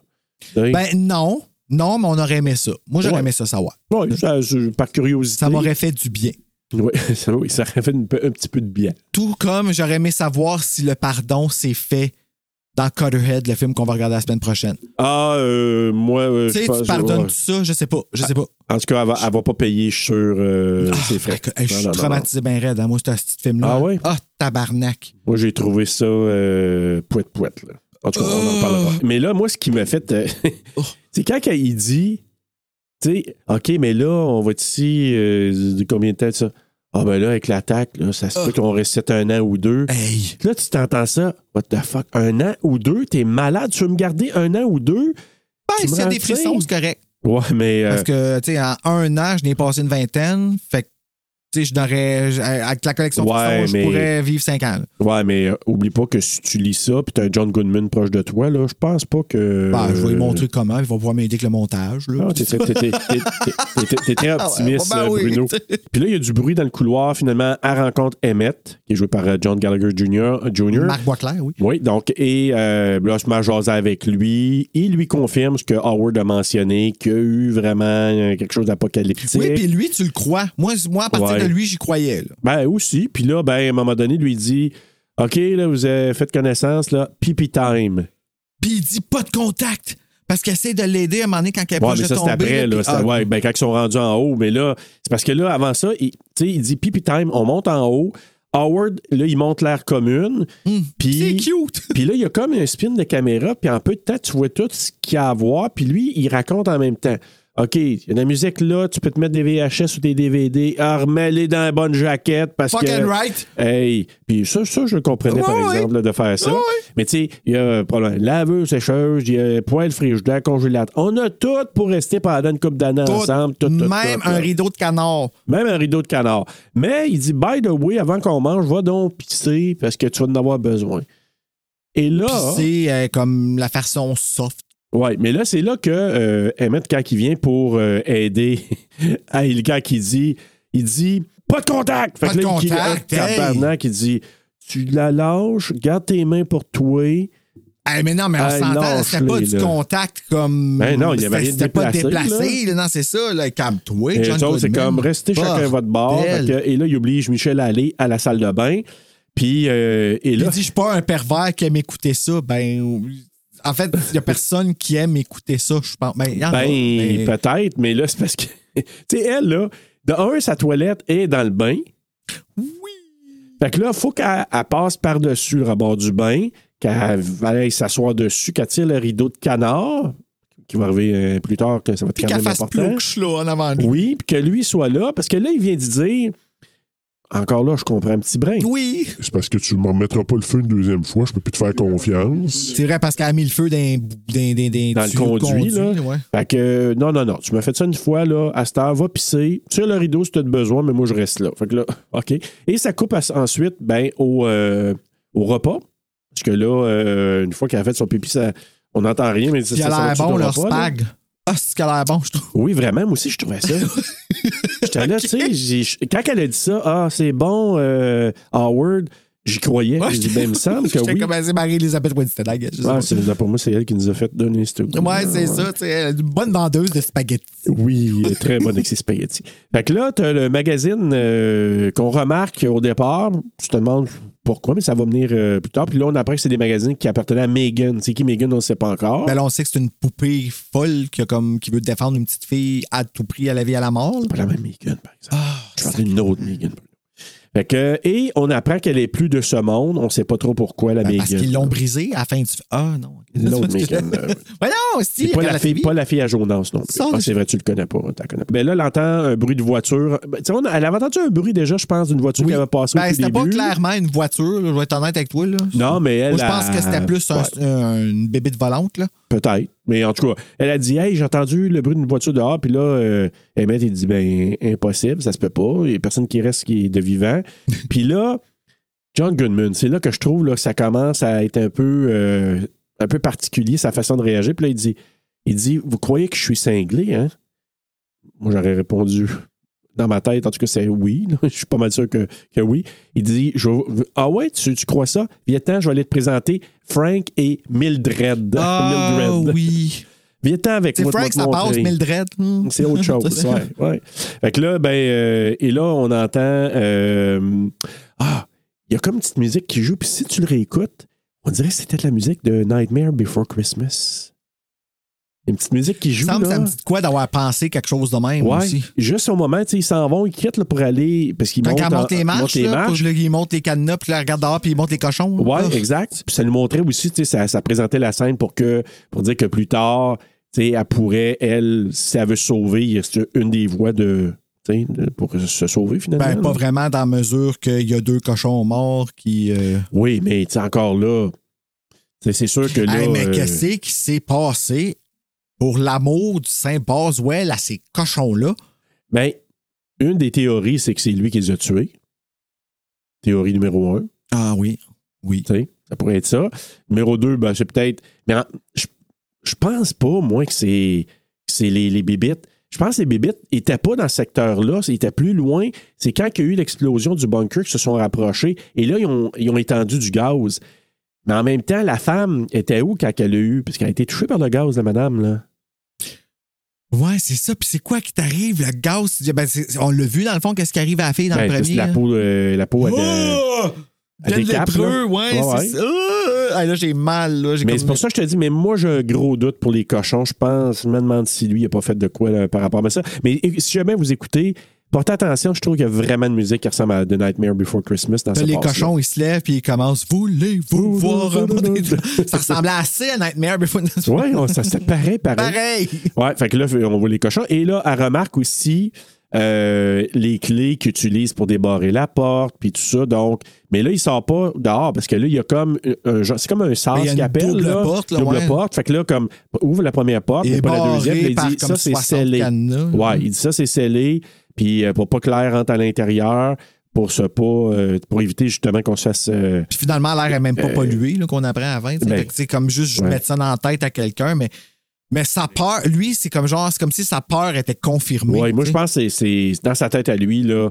A: Tu sais?
B: Ben non, non, mais on aurait aimé ça. Moi, j'aurais
A: Ouais.
B: aimé ça savoir.
A: Ouais, ça- ça- par curiosité.
B: Ben, Ça m'aurait fait du bien.
A: Ouais, ça, oui, ça aurait fait une pe- un petit peu de bien.
B: Tout comme j'aurais aimé savoir si le pardon s'est fait dans Cutterhead, le film qu'on va regarder la semaine prochaine.
A: Ah, euh, moi, euh, je Ah,
B: Tu sais,
A: pense-
B: tu pardonnes
A: ouais.
B: tout ça, je sais pas, je sais pas.
A: En tout cas, elle va, elle va pas payer sur euh, ses frais.
B: Écoute, Ah, hey, je
A: Non,
B: suis
A: non, non, non.
B: traumatisé bien raide, hein, moi, ce petit film-là.
A: Ah ouais?
B: Ah, tabarnak.
A: Moi, j'ai trouvé ça euh, pouet pouet. Là. En tout cas, on en
B: Oh!
A: parlera. Mais là, moi, ce qui m'a fait. euh, c'est quand il dit. Tu sais, OK, mais là, on va être ici euh, de combien de temps, ça? Ah, ben là, avec l'attaque, là, ça se peut qu'on restait un an ou deux.
B: Oh! Hey!
A: Là, tu t'entends ça. What the fuck? Un an ou deux? T'es malade? Tu veux me garder un an ou deux? Tu
B: Ben,
A: me
B: s'il y a des
A: rappelles?
B: frissons, c'est correct.
A: Ouais, mais. euh,
B: Parce que, tu sais, en un an, je n'ai passé une vingtaine. Fait que, tu sais, je n'aurais. je- euh, Avec la collection de
A: Ouais,
B: frissons, je
A: mais-
B: pourrais vivre cinq ans. là.
A: ouais, mais euh, oublie pas que si tu lis ça, puis t'as un John Goodman proche de toi, là, je pense pas que.
B: Ben, je vais lui
A: euh,
B: montrer comment. Il va pouvoir m'aider avec le montage. là.
A: Ah, T'es très- t'es- t'es- t'es- t'es- t'es- t'es très
B: Ah ouais,
A: optimiste,
B: bah
A: euh,
B: oui.
A: Bruno. Puis là, il y a du bruit dans le couloir. Finalement, elle rencontre Emmett, qui est joué par euh, John Gallagher Jr. euh, Jr.
B: Marc Boisclair, oui.
A: Oui, donc, et euh, là, je me jasais avec lui. Il lui confirme ce que Howard a mentionné, qu'il y a eu vraiment euh, quelque chose d'apocalyptique.
B: Oui, puis lui, tu le crois. Moi, moi à partir
A: Ouais.
B: de lui, j'y croyais. là.
A: Ben, aussi. Puis là, ben, à un moment donné, lui dit OK, là, vous avez fait connaissance, là, pipi time.
B: Puis il dit pas de contact. Parce qu'il essaie de l'aider à un moment donné quand elle est
A: Ouais,
B: proche
A: mais
B: de
A: ça, c'est
B: tomber,
A: après, là.
B: puis-
A: C'est-
B: ah,
A: ouais, ben, quand ils sont rendus en haut. Mais là, c'est parce que là, avant ça, il, tu sais, il dit pipi time, on monte en haut. Howard, là, il monte l'air commune.
B: Hmm. C'est
A: Puis
B: cute.
A: puis là, il y a comme un spin de caméra, puis en peu de temps, tu vois tout ce qu'il y a à voir, puis lui, il raconte en même temps. OK, il y a de la musique là, tu peux te mettre des VHS ou des DVD, ah, remets-les dans la bonne jaquette parce que.
B: Fucking right.
A: Hey, puis ça, ça, je le comprenais par
B: Ouais, ouais.
A: exemple là, de faire ça.
B: Ouais,
A: Mais tu sais, il y a problème, laveuse, sécheuse, il y a poêle, frigidaire, congélateur. On a tout pour rester pendant une couple d'années
B: Tout,
A: ensemble. Tout, tout,
B: même
A: tout,
B: un
A: là.
B: rideau de canard.
A: Même un rideau de canard. Mais il dit, by the way, avant qu'on mange, va donc pisser parce que tu vas en avoir besoin. Et là.
B: Puis c'est euh, comme la façon soft.
A: Oui, mais là, c'est là que euh, Emmett, quand il vient pour euh, aider, ah, il- quand il dit, il dit Pas de contact! Fait
B: Pas
A: que
B: de
A: là, il-
B: contact,
A: Il,
B: hey!
A: tabarnak, il dit Tu la lâches, garde tes mains pour toi.
B: Hey, mais non, mais on
A: Hey,
B: s'entend, c'était pas
A: lâche-les,
B: du
A: là.
B: contact comme.
A: Ben non, il y avait rien de
B: C'était pas
A: déplacé,
B: déplacé, là. Non, c'est ça, là. Calme-toi,
A: Et
B: John
A: les autres, c'est
B: Goodman. Ah.
A: comme restez chacun à votre bord. Fait
B: Bordel.
A: que- et là, il oblige Michel à aller à la salle de bain. Puis, euh, et
B: Il
A: là,
B: dit, je suis pas un pervers qui aime écouter ça. Ben, en fait, il y a personne qui aime écouter ça, je pense. Ben, il y en a,
A: ben,
B: mais-
A: peut-être, mais là, c'est parce que, tu sais, elle, là, de un, sa toilette est dans le bain. Fait que là, faut qu'elle elle passe par-dessus le rebord du bain, qu'elle aille s'asseoir dessus, qu'elle tire le rideau de canard, qui va arriver euh, plus tard, que ça va être
B: Puis
A: quand
B: qu'elle
A: même
B: fasse
A: important.
B: plouche, là, en avant de lui.
A: Oui, puis que lui soit là, parce que là, il vient de dire, encore là, je comprends un petit brin.
B: Oui.
F: C'est parce que tu m'en remettras pas le feu une deuxième fois, je peux plus te faire confiance.
B: C'est vrai, parce qu'elle a mis le feu dans, dans, dans,
A: Dans le
B: tuyaux de
A: conduit, là.
B: ouais.
A: Fait que, euh, non, non, non, tu m'as fait ça une fois, là, à cette heure, va pisser, tire le rideau si t'as de besoin, mais moi, je reste là. Fait que là, OK. Et ça coupe à- ensuite, ben, au, euh, au repas. Parce que là, euh, une fois qu'elle a fait son pipi, ça, on n'entend rien, mais ça,
B: Puis
A: ça,
B: il a
A: ça va
B: l'air
A: tout au
B: bon, leur
A: repas, là.
B: spag. Ah, c'est qu'elle a l'air bon, je trouve.
A: Oui, vraiment, moi aussi, je trouvais ça. J'étais là, tu sais, j'ai- j'- quand elle a dit ça, ah, c'est bon, euh, Howard, j'y croyais.
B: Ouais,
A: J'ai dit, ben, il me semble que
B: J'étais
A: oui.
B: comme, c'est Marie-Elisabeth Winstead, I guess, je sais
A: Ah,
B: pas.
A: c'est- pour moi, c'est elle qui nous a fait donner ce Ah. goût.
B: Ouais, c'est ça, tu sais, elle est une bonne vendeuse de spaghettis.
A: Oui, très bon avec ses spaghettis. Fait que là, tu as le magazine euh, qu'on remarque au départ. Tu te demandes pourquoi, mais ça va venir euh, plus tard. Puis là, on apprend que c'est des magazines qui appartenaient à Megan. C'est qui Megan, on ne sait pas encore.
B: Ben là, on sait que c'est une poupée folle qui, a comme, qui veut défendre une petite fille à tout prix à la vie à la mort. là.
A: pas la même Megan, par exemple.
B: Ah,
A: Je parlais d'une autre Megan. Fait que, et on apprend qu'elle est plus de ce monde. On ne sait pas trop pourquoi, la
B: Ben,
A: Megan.
B: parce qu'ils l'ont brisée à la fin du. Ah non.
A: L'autre Megan. euh,
B: Ouais, non, si.
A: C'est pas
B: regarde
A: la, fille,
B: TV.
A: pas la fille à jaunance non plus.
B: Sors de
A: Ah, c'est vrai, tu le connais pas. t'en connais pas. Ben là, elle entend un bruit de voiture. Ben, tu sais, on a- elle avait entendu un bruit déjà, je pense, d'une voiture
B: Oui.
A: qui avait passé au
B: Ben,
A: tout
B: c'était pas
A: début.
B: clairement une voiture, là, je vais être honnête avec toi. Là.
A: Non, mais elle.
B: Moi, je pense
A: elle-
B: que c'était plus un-
A: Ouais,
B: un- une bébé de volante. Là.
A: Peut-être. Mais en tout cas, elle a dit Hey, j'ai entendu le bruit d'une voiture dehors. Puis là, euh, Emmett, il dit Ben, impossible, ça se peut pas. Il n'y a personne qui reste qui est de vivant. puis là, John Goodman, c'est là que je trouve là, que ça commence à être un peu, euh, un peu particulier, sa façon de réagir. Puis là, il dit, il dit Vous croyez que je suis cinglé, hein Moi, j'aurais répondu dans ma tête, en tout cas, c'est oui. là. je suis pas mal sûr que, que oui. Il dit je vais- Ah ouais, tu, tu crois ça Viens-t'en, je vais aller te présenter Frank et Mildred. Mildred.
B: Ah oui.
A: Viens-t'en avec
B: C'est
A: moi. je vais
B: Frank,
A: te
B: ça passe,
A: montrer.
B: Mildred. hmm.
A: C'est autre chose. ouais, ouais. Fait que là, ben, euh, et là, on entend. euh, ah, il y a comme une petite musique qui joue, puis si tu le réécoutes, on dirait que c'était de la musique de Nightmare Before Christmas. Une petite musique qui
B: Il
A: joue.
B: me semble que
A: là.
B: ça me dit de quoi d'avoir pensé quelque chose de même
A: Ouais.
B: aussi.
A: Juste au moment, tu sais, ils s'en vont, ils quittent là, pour aller. Parce qu'ils
B: Quand
A: montent,
B: elle monte
A: en-
B: les
A: montent
B: marches,
A: les
B: là,
A: marches.
B: puis là, il monte les cadenas, puis là, il regarde dehors, puis il monte les cochons. là.
A: Ouais,
B: Ah.
A: exact. Puis ça nous montrait aussi, tu sais, ça, ça présentait la scène pour que pour dire que plus tard, tu sais, elle pourrait, elle, si elle veut se sauver, c'est une des voies de, tu sais, de- pour se sauver finalement.
B: Ben, pas
A: là.
B: vraiment dans la mesure qu'il y a deux cochons morts qui. euh,
A: Oui, mais tu sais, encore là, tu sais, c'est sûr que là.
B: Hey, mais
A: euh,
B: qu'est-ce qui s'est passé pour l'amour du Saint Boswell à ces cochons-là?
A: ben, une des théories, c'est que c'est lui qui les a tués. Théorie numéro un.
B: Ah oui. Oui.
A: Tu sais, ça pourrait être ça. Numéro 2, ben, c'est peut-être. Mais en- je, je pense pas, moi, que c'est que c'est les, les bébites. Je pense que les bébites n'étaient pas dans ce secteur-là, ils étaient plus loin. C'est quand il y a eu l'explosion du bunker qu'ils se sont rapprochés. Et là, ils ont, ils ont étendu du gaz. Mais en même temps, la femme était où quand elle a eu? Parce qu'elle a été touchée par le gaz, la madame, là.
B: Ouais, c'est ça. Puis c'est quoi qui t'arrive, le gaz? Tu dis, ben, c'est- on l'a vu dans le fond, qu'est-ce qui arrive à la fille dans
A: Ben,
B: le
A: parce que
B: premier?
A: la
B: là?
A: peau, euh, la peau elle, euh,
B: Oh!
A: à
B: Plein
A: des
B: de
A: capes,
B: lépreux, ouais,
A: Ouais,
B: c'est
A: ouais.
B: ça. Ah! Ah, là, j'ai mal, là. J'ai
A: Mais
B: comme-
A: c'est pour ça que je te dis, mais moi, j'ai un gros doute pour les cochons. Je pense, je me demande si lui, il n'a pas fait de quoi là, par rapport à ça. Mais é- si jamais vous écoutez, portez attention, je trouve qu'il y a vraiment de musique qui ressemble à The Nightmare Before Christmas dans
B: Là,
A: ce
B: les
A: passe-là.
B: cochons, ils se lèvent puis ils commencent Voulez-vous voir remonter Ça ressemblait assez à Nightmare Before
A: Ouais, on- ça, c'était pareil, pareil.
B: Pareil!
A: Ouais, fait que là, on voit les cochons. Et là, elle remarque aussi euh, les clés qu'ils utilisent pour débarrer la porte, puis tout ça. Donc, mais là, il sort pas dehors parce que là, il y a comme euh, un, genre- c'est comme un
B: Mais il y a
A: sas
B: une
A: qui appelle.
B: double
A: là,
B: porte, là,
A: double
B: ouais.
A: porte. Fait que là, comme ouvre la première porte,
B: Et
A: Ah, mais pas la
B: barré
A: deuxième. puis
B: par
A: il dit
B: comme
A: ça, c'est
B: 60
A: scellé.
B: cadenas, là.
A: Ouais, il dit ça, c'est scellé. Puis euh, pour pas que l'air rentre à l'intérieur, pour ce pas, euh, pour éviter justement qu'on se fasse. euh,
B: Puis finalement, l'air est même pas pollué là, qu'on apprend avant. tu sais.
A: ben,
B: Fait que C'est comme juste je
A: ouais.
B: mettre ça dans la tête à quelqu'un, mais, mais sa peur, lui, c'est comme genre, c'est comme si sa peur était confirmée.
A: ouais, moi,
B: tu
A: je
B: sais.
A: pense que c'est- c'est dans sa tête à lui, là.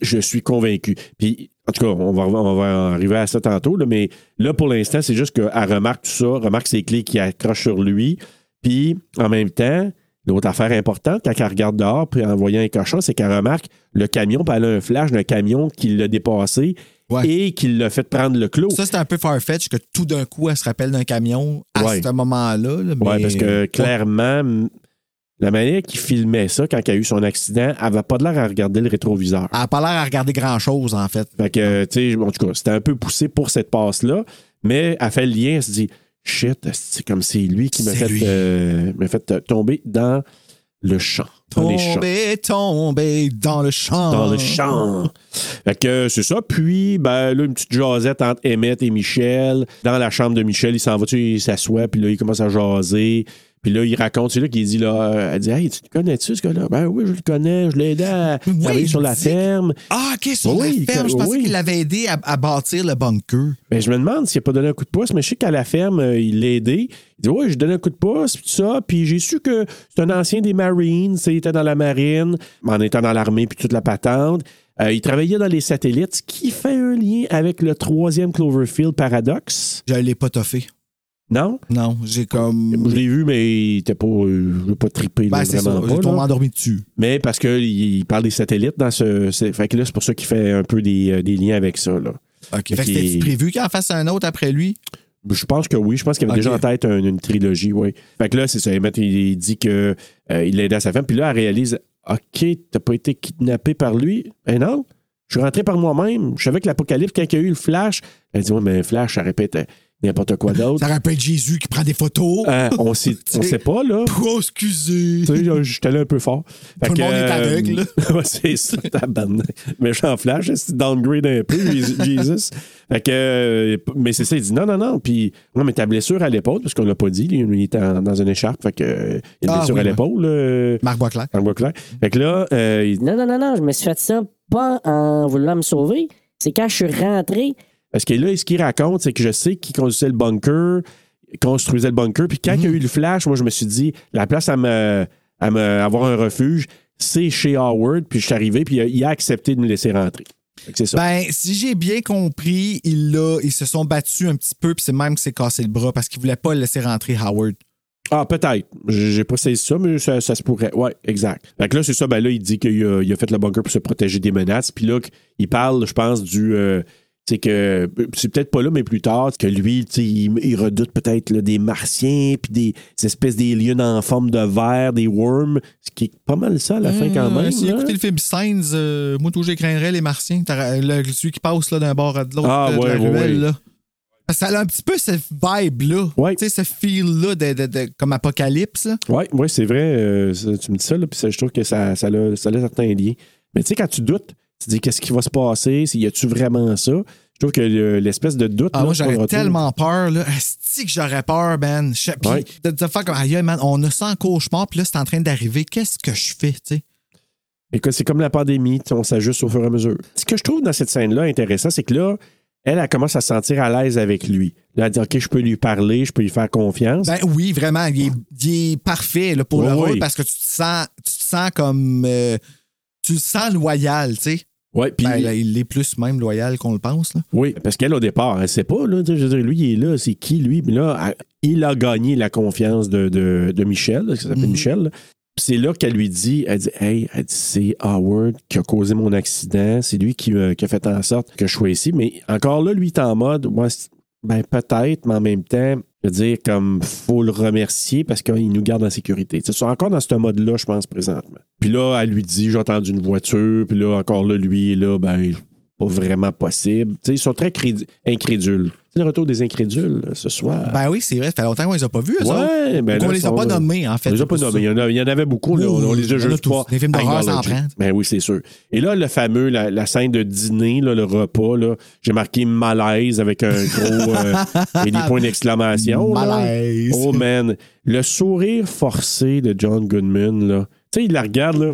A: Je suis convaincu. Puis, en tout cas, on va, on va arriver à ça tantôt, là, mais là, pour l'instant, c'est juste qu'elle remarque tout ça, remarque ses clés qui accrochent sur lui. Puis, en même temps, l'autre affaire importante, quand elle regarde dehors, puis en voyant un cochon, c'est qu'elle remarque le camion, puis elle a un flash d'un camion qui l'a dépassé
B: Ouais.
A: et qui l'a fait prendre le clos.
B: Ça, c'est un peu farfetch que tout d'un coup, elle se rappelle d'un camion à
A: Ouais.
B: ce moment-là. là,
A: Oui,
B: mais-
A: parce que clairement, m- la manière qu'il filmait ça quand il y a eu son accident, elle n'avait pas de l'air à regarder le rétroviseur.
B: Elle n'a pas l'air à regarder grand-chose, en fait.
A: Fait que, tu sais, en tout cas, c'était un peu poussé pour cette passe-là, mais elle fait le lien, elle se dit Shit, c'est comme c'est lui qui m'a
B: C'est
A: fait,
B: lui.
A: euh, m'a fait euh, tomber dans le champ. Dans
B: Oh,
A: les champs.
B: Tomber, tomber dans le champ.
A: Dans le champ. Fait que euh, c'est ça. Puis, ben là, une petite jasette entre Emmett et Michel. Dans la chambre de Michel, il s'en va, tu sais, il s'assoit, puis là, il commence à jaser. Puis là, il raconte, c'est là qu'il dit, là, euh, elle dit, hey, tu le connais-tu, ce gars-là? Ben oui, je le connais, je l'ai aidé à
B: Oui,
A: travailler sur
B: il
A: la
B: dit-
A: ferme.
B: Ah, OK, sur
A: Oui,
B: la ferme. Je pensais
A: oui.
B: qu'il l'avait aidé à, à bâtir le bunker.
A: Ben, je me demande s'il n'a pas donné un coup de pouce, mais je sais qu'à la ferme, euh, il l'a aidé. Il dit Ouais, j'ai donné un coup de pouce, puis tout ça. Puis j'ai su que c'est un ancien des Marines. tu sais, Il était dans la marine, mais en étant dans l'armée, puis toute la patente. Euh, il travaillait dans les satellites, ce qui fait un lien avec le troisième Cloverfield paradoxe.
B: Je ne l'ai pas toffé.
A: Non?
B: Non, j'ai comme.
A: Je l'ai vu, mais il était pas, euh, je l'ai pas trippé. là,
B: Ben, c'est ça.
A: vraiment
B: J'ai
A: pas,
B: tombé
A: là.
B: endormi dessus.
A: Mais parce qu'il parle des satellites dans ce. c'est- Fait que là, c'est pour ça qu'il fait un peu des, euh, des liens avec ça. Là.
B: OK. Fait que
A: Qui-
B: c'était prévu qu'il en fasse un autre après lui?
A: Je pense que oui. Je pense qu'il avait
B: Ok.
A: déjà en tête un- une, trilogie, oui. Fait que là, c'est ça. Emmett, il dit que euh, il l'aidait à sa femme. Puis là, elle réalise OK, t'as pas été kidnappé par lui. Ben non. Je suis rentré par moi-même. Je savais que l'apocalypse, quand il y a eu le flash, elle dit Ouais, mais un flash, ça répète euh, n'importe quoi d'autre.
B: Ça rappelle Jésus qui prend des photos.
A: Euh, on sait on sait pas, là.
B: Oh, excusez.
A: Tu sais, là, j'étais là un peu fort. Fait
B: Tout le
A: que, euh,
B: monde est aveugle,
A: ouais, c'est ça, tabarnak. Mais j'en flash, c'est downgrade un peu, Jésus- Jesus. Fait que, euh, mais c'est ça, il dit non, non, non. Puis, non, mais ta blessure à l'épaule, parce qu'on l'a pas dit, il est en- dans une écharpe, fait que, euh, il y a une
B: Ah,
A: blessure
B: oui,
A: à
B: oui.
A: l'épaule, euh,
B: Marc Boisclair.
A: on le voit clair. Fait que là, euh, il dit,
D: Non, non, non, non, je me suis fait ça pas en voulant me sauver. C'est quand je suis rentré,
A: Parce que là, ce qu'il raconte, c'est que je sais qu'il construisait le bunker, construisait le bunker. Puis quand il y a eu le flash, moi, je me suis dit, la place à me, à me avoir un refuge, c'est chez Howard. Puis je suis arrivé, puis il a, il a accepté de me laisser rentrer. Fait que C'est ça.
B: Ben, si j'ai bien compris, il l'a- ils se sont battus un petit peu, puis c'est même que s'est cassé le bras parce qu'il voulait pas le laisser rentrer Howard.
A: ah, peut-être. J- J'ai pas saisi ça, mais ça, ça se pourrait. Ouais, exact. Fait que là, c'est ça. Ben là, il dit qu'il a, il a fait le bunker pour se protéger des menaces. Puis là, il parle, je pense, du. euh, c'est que c'est peut-être pas là, mais plus tard, que lui, tu sais, il, il redoute peut-être là, des martiens, puis des, des espèces d'aliens en forme de verre, des worms, ce qui est pas mal ça à la fin quand
B: Euh,
A: même.
B: Si
A: là.
B: écoutez le film Sainz, euh, moi, tout j'écraignerais les Martiens. T'as- le- celui qui passe là, d'un bord à de l'autre,
A: Ah,
B: là, de
A: ouais,
B: la
A: ouais,
B: ruelle,
A: ouais.
B: là. Parce que ça a un petit peu ce vibe-là.
A: Ouais.
B: Tu sais, ce feel-là de, de- de- comme apocalypse. là.
A: Ouais, ouais, c'est vrai. euh, ça, tu me dis ça, là, puis ça, je trouve que ça, ça, a, ça a certains liens. Mais tu sais, quand tu doutes, tu dis qu'est-ce qui va se passer, s'il y a-tu vraiment ça? Je trouve que le- l'espèce de doute.
B: Ah,
A: là,
B: moi,
A: c'est pas de
B: j'aurais
A: retour.
B: tellement peur. là. Asti que j'aurais peur, man. Je- Puis
A: Ouais.
B: de, de faire comme, aïe, man, on a 100 cauchemars, puis là, c'est en train d'arriver. Qu'est-ce que je fais, tu sais?
A: Écoute, c'est comme la pandémie, tu sais, on s'ajuste au fur et à mesure. Ce que je trouve dans cette scène-là intéressant, c'est que là, elle, elle commence à se sentir à l'aise avec lui. Là, elle dit OK, je peux lui parler, je peux lui faire confiance.
B: Ben oui, vraiment. Il est, il est parfait là, pour
A: Oui,
B: le rôle
A: oui.
B: parce que tu te sens, tu te sens comme. euh, tu le sens loyal, tu sais.
A: ouais, puis
B: Ben, là, il est plus même loyal qu'on le pense. Là.
A: oui, parce qu'elle, au départ, elle sait pas, là, tu sais, je veux dire, lui, il est là, c'est qui lui? Mais là, elle- il a gagné la confiance de, de, de Michel, là, ça s'appelle
B: Mhm.
A: Michel. là. Puis C'est là qu'elle lui dit, elle dit, hey, elle dit, c'est Howard qui a causé mon accident, c'est lui qui, euh, qui a fait en sorte que je sois ici. Mais encore là, lui, il est en mode, ouais, c'est- ben peut-être, mais en même temps, je veux dire, comme, faut le remercier parce qu'il nous garde en sécurité. Tu sais, Ils sont encore dans ce mode-là, je pense, présentement. Puis là, elle lui dit, j'ai entendu une voiture, puis là, encore là, lui, là, ben, pas vraiment possible. Tu sais, ils sont très crédi- incrédules. C'est le retour des incrédules là, ce soir.
B: Ben oui, c'est vrai. Ça fait longtemps qu'on les a pas vus, eux autres.
A: ouais, ben
B: Donc, on
A: là,
B: les a
A: ça
B: pas
A: va.
B: nommés, en fait.
A: On les a pas
B: C'est
A: nommés. Il y, en a- il y en avait beaucoup. là.
B: Oui,
A: on, on les
B: il y
A: a
B: en a
A: juste
B: tous.
A: trois.
B: Les films d'horreur, ça en
A: Technology.
B: prend.
A: Ben oui, c'est sûr. Et là, le fameux, la, la scène de dîner, là, le repas, là, j'ai marqué malaise avec un gros. euh, et des points d'exclamation. là.
B: Malaise.
A: Oh man. Le sourire forcé de John Goodman, là. Tu sais, il la regarde, là.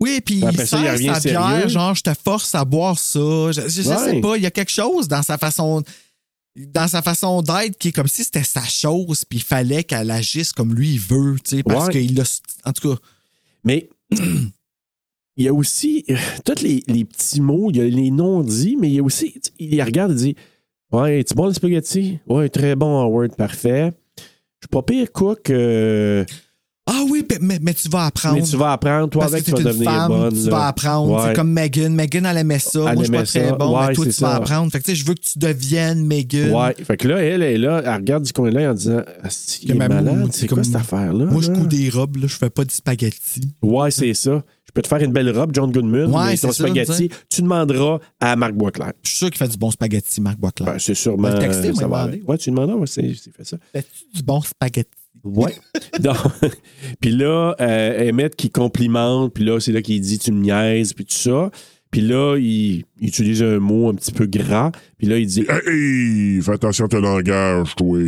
B: Oui, puis il
A: Après ça, il
B: sert
A: revient
B: sa bière,
A: sérieux.
B: genre, je te force à boire ça. Je, je- je
A: Ouais.
B: sais pas, il y a quelque chose dans sa façon dans sa façon d'être qui est comme si c'était sa chose, puis il fallait qu'elle agisse comme lui, il veut, tu sais, parce
A: Ouais.
B: qu'il l'a... En tout cas,
A: Mais il y a aussi euh, tous les, les petits mots, il y a les noms dits, mais il y a aussi, tu sais, il les regarde et dit Ouais, tu bon le spaghetti Ouais, très bon Howard, parfait. Je suis pas pire cook, euh,
B: Ah oui, mais- mais, mais tu vas apprendre.
A: mais tu vas apprendre, toi
B: Parce
A: avec,
B: que
A: tu vas
B: t'es une
A: devenir
B: femme,
A: bonne. là.
B: Tu vas apprendre.
A: Ouais.
B: C'est comme Megan. Megan, elle aimait ça.
A: Elle
B: Moi, je suis pas
A: aimait ça.
B: très bon. mais
A: Ouais,
B: toi,
A: c'est
B: tu vas
A: ça.
B: apprendre. Fait que, tu sais, je veux que tu deviennes Megan.
A: Ouais, fait que là, elle est là, elle regarde du coin là en disant Asti, il
B: Que
A: est
B: ma
A: malade,
B: moue,
A: c'est
B: c'est
A: quoi
B: comme-
A: cette affaire-là
B: Moi, je
A: là?
B: couds des robes, là. Je fais pas du spaghetti.
A: Ouais, c'est ça. Je peux te faire une belle robe, John Goodman,
B: Ouais,
A: mais ton
B: c'est ça,
A: spaghetti, tu demanderas à Marc Boisclair.
B: Je suis sûr qu'il fait du bon spaghetti, Marc Boisclair.
A: Ben, c'est sûrement.
B: On va le texter,
A: euh,
B: on va
A: ça
B: lui
A: va
B: demander.
A: avec. Ouais, tu lui demandes, ouais, c'est c'est fait ça.
B: Fais-tu du bon spaghetti?
A: Ouais. Donc, puis là, euh, Emmett qui complimente, puis là, c'est là qu'il dit tu me niaises, puis tout ça. Puis là, il, il utilise un mot un petit peu gras, puis là, il dit
F: Hey, hey, fais attention à ton langage, toi.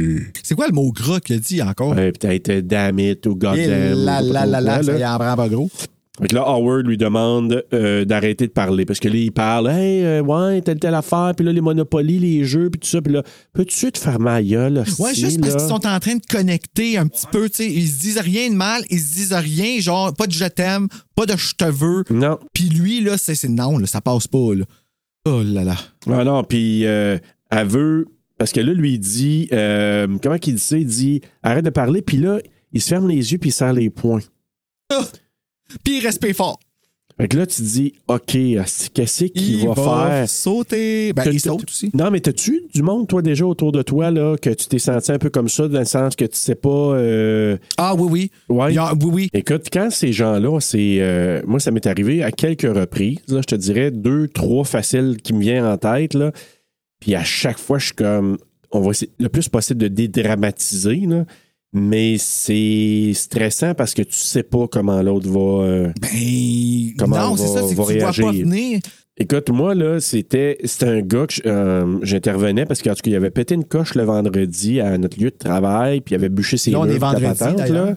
B: C'est quoi le mot gras qu'il a dit encore?
A: Ouais, peut-être damn it ou
B: Eh
A: goddamn. ou
B: là,
A: je sais ah, pas trop
B: là, là, là,
A: quoi,
B: ça
A: là.
B: y en prend pas gros.
A: Fait que là, Howard lui demande euh, d'arrêter de parler parce que là, il parle Hey, euh, ouais, telle, telle affaire, puis là, les monopolies, les jeux, puis tout ça, puis là, peux-tu te faire ma gueule?
B: Ouais,
A: hostie,
B: juste parce
A: là?
B: qu'ils sont en train de connecter un petit peu, tu sais. Ils se disent rien de mal, ils se disent rien, genre, pas de je t'aime, pas de je te veux.
A: Non.
B: Puis lui, là, c'est c'est- non, là, ça passe pas, là. Oh là là.
A: Ah non, puis euh, elle veut. Parce que là, lui, il dit. euh, comment qu'il dit ça? Il dit arrête de parler, puis là, il se ferme les yeux, puis il serre les poings.
B: Puis respect fort.
A: Fait que là, tu dis OK, asti, qu'est-ce qu'il va, faire?
B: sauter. Ben,
A: T'as-
B: il
A: t'as-
B: saute aussi.
A: Non, mais t'as-tu du monde, toi, déjà autour de toi, là, que tu t'es senti un peu comme ça, dans le sens que tu sais pas. euh,
B: Ah oui, oui.
A: ouais.
B: Il y a- oui, oui.
A: Écoute, quand ces gens-là, c'est. euh, moi, ça m'est arrivé à quelques reprises. Là, je te dirais deux, trois faciles qui me viennent en tête. Là. Puis à chaque fois, je suis comme. On va essayer le plus possible de dédramatiser. là. Mais c'est stressant parce que tu sais pas comment l'autre va. euh,
B: Ben,
A: Comment
B: non,
A: on
B: c'est
A: va-
B: ça, c'est
A: va
B: que tu vois
A: réagir?
B: pas venir.
A: Écoute, moi, là, c'était c'était un gars que je- euh, j'intervenais parce qu'en tout cas, il avait pété une coche le vendredi à notre lieu de travail, puis il avait bûché ses
B: Là, on
A: murs,
B: est
A: toute la
B: vendredi,
A: patente, là.
B: d'ailleurs.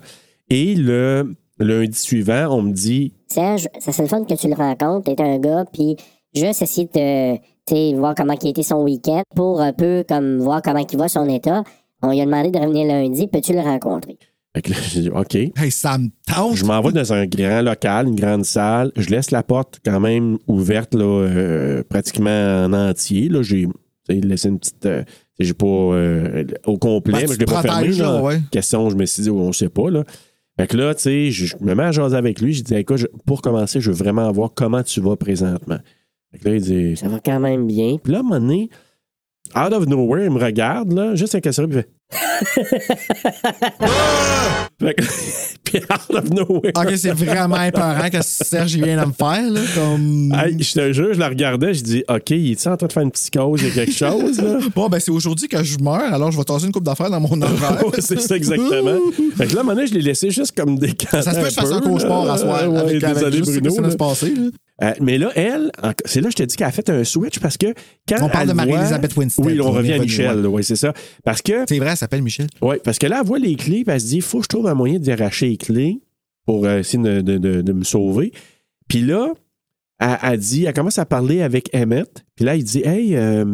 A: Et le lundi suivant, on me dit
D: Serge, ça serait le fun que tu le rencontres. T'es un gars, puis juste essayer de tu sais, voir comment il a été son week-end pour un peu comme voir comment il va son état. On lui a demandé de revenir lundi. Peux-tu le rencontrer?
A: Fait que là, j'ai dit OK.
B: Hey, ça me tente.
A: Je m'en vais dans un grand local, une grande salle. Je laisse la porte quand même ouverte, là, euh, pratiquement en entier. Là, j'ai tu sais, laissé une petite. euh, j'ai pas euh, au complet,
B: Ben,
A: mais
B: tu
A: je l'ai
B: te
A: pas fermé.
B: protèges, là,
A: là.
B: ouais.
A: Question, je me suis dit, on sait pas. Là. Fait que là, tu sais, je, je me mets à jaser avec lui. J'ai dit, écoute, je- pour commencer, je veux vraiment voir comment tu vas présentement. Fait que là, il dit,
D: Ça va quand même bien.
A: puis là, à un moment donné, out of nowhere, il me regarde, là, juste un casserole, puis il fait. Fait que- puis out of nowhere.
B: Ok, c'est vraiment épeurant que Serge il vient de me faire, là. Comme.
A: Hey, je te jure, je la regardais, je dis, OK, il est en train de faire une psychose, il y a quelque chose, là?
B: Bon, ben, c'est aujourd'hui que je meurs, alors je vais tasser une coupe d'affaires dans mon horaire.
A: Ouais, c'est ça, exactement. Fait que là, à un moment donné, je l'ai laissé juste comme des
B: Ça se peut que je fasse un cauchemar à soir avec, avec
A: désolé,
B: juste ce que
A: Bruno.
B: ça va
A: là.
B: se passer. là.
A: Euh, mais là, elle, en- c'est là que je te dis qu'elle a fait un switch parce que quand.
B: On parle
A: elle
B: de Marie-Elisabeth
A: voit-
B: Winstead,
A: Oui, là, on
B: là,
A: revient à
B: bienvenue,
A: Michel,
B: ouais.
A: oui, c'est ça. Parce que
B: C'est vrai, elle s'appelle Michel.
A: Oui, parce que là, elle voit les clés, puis elle se dit, faut que je trouve un moyen de déracher les clés pour euh, essayer de, de- de- de me sauver. Puis là, elle, elle dit, elle commence à parler avec Emmett. Puis là, il dit, hey, euh,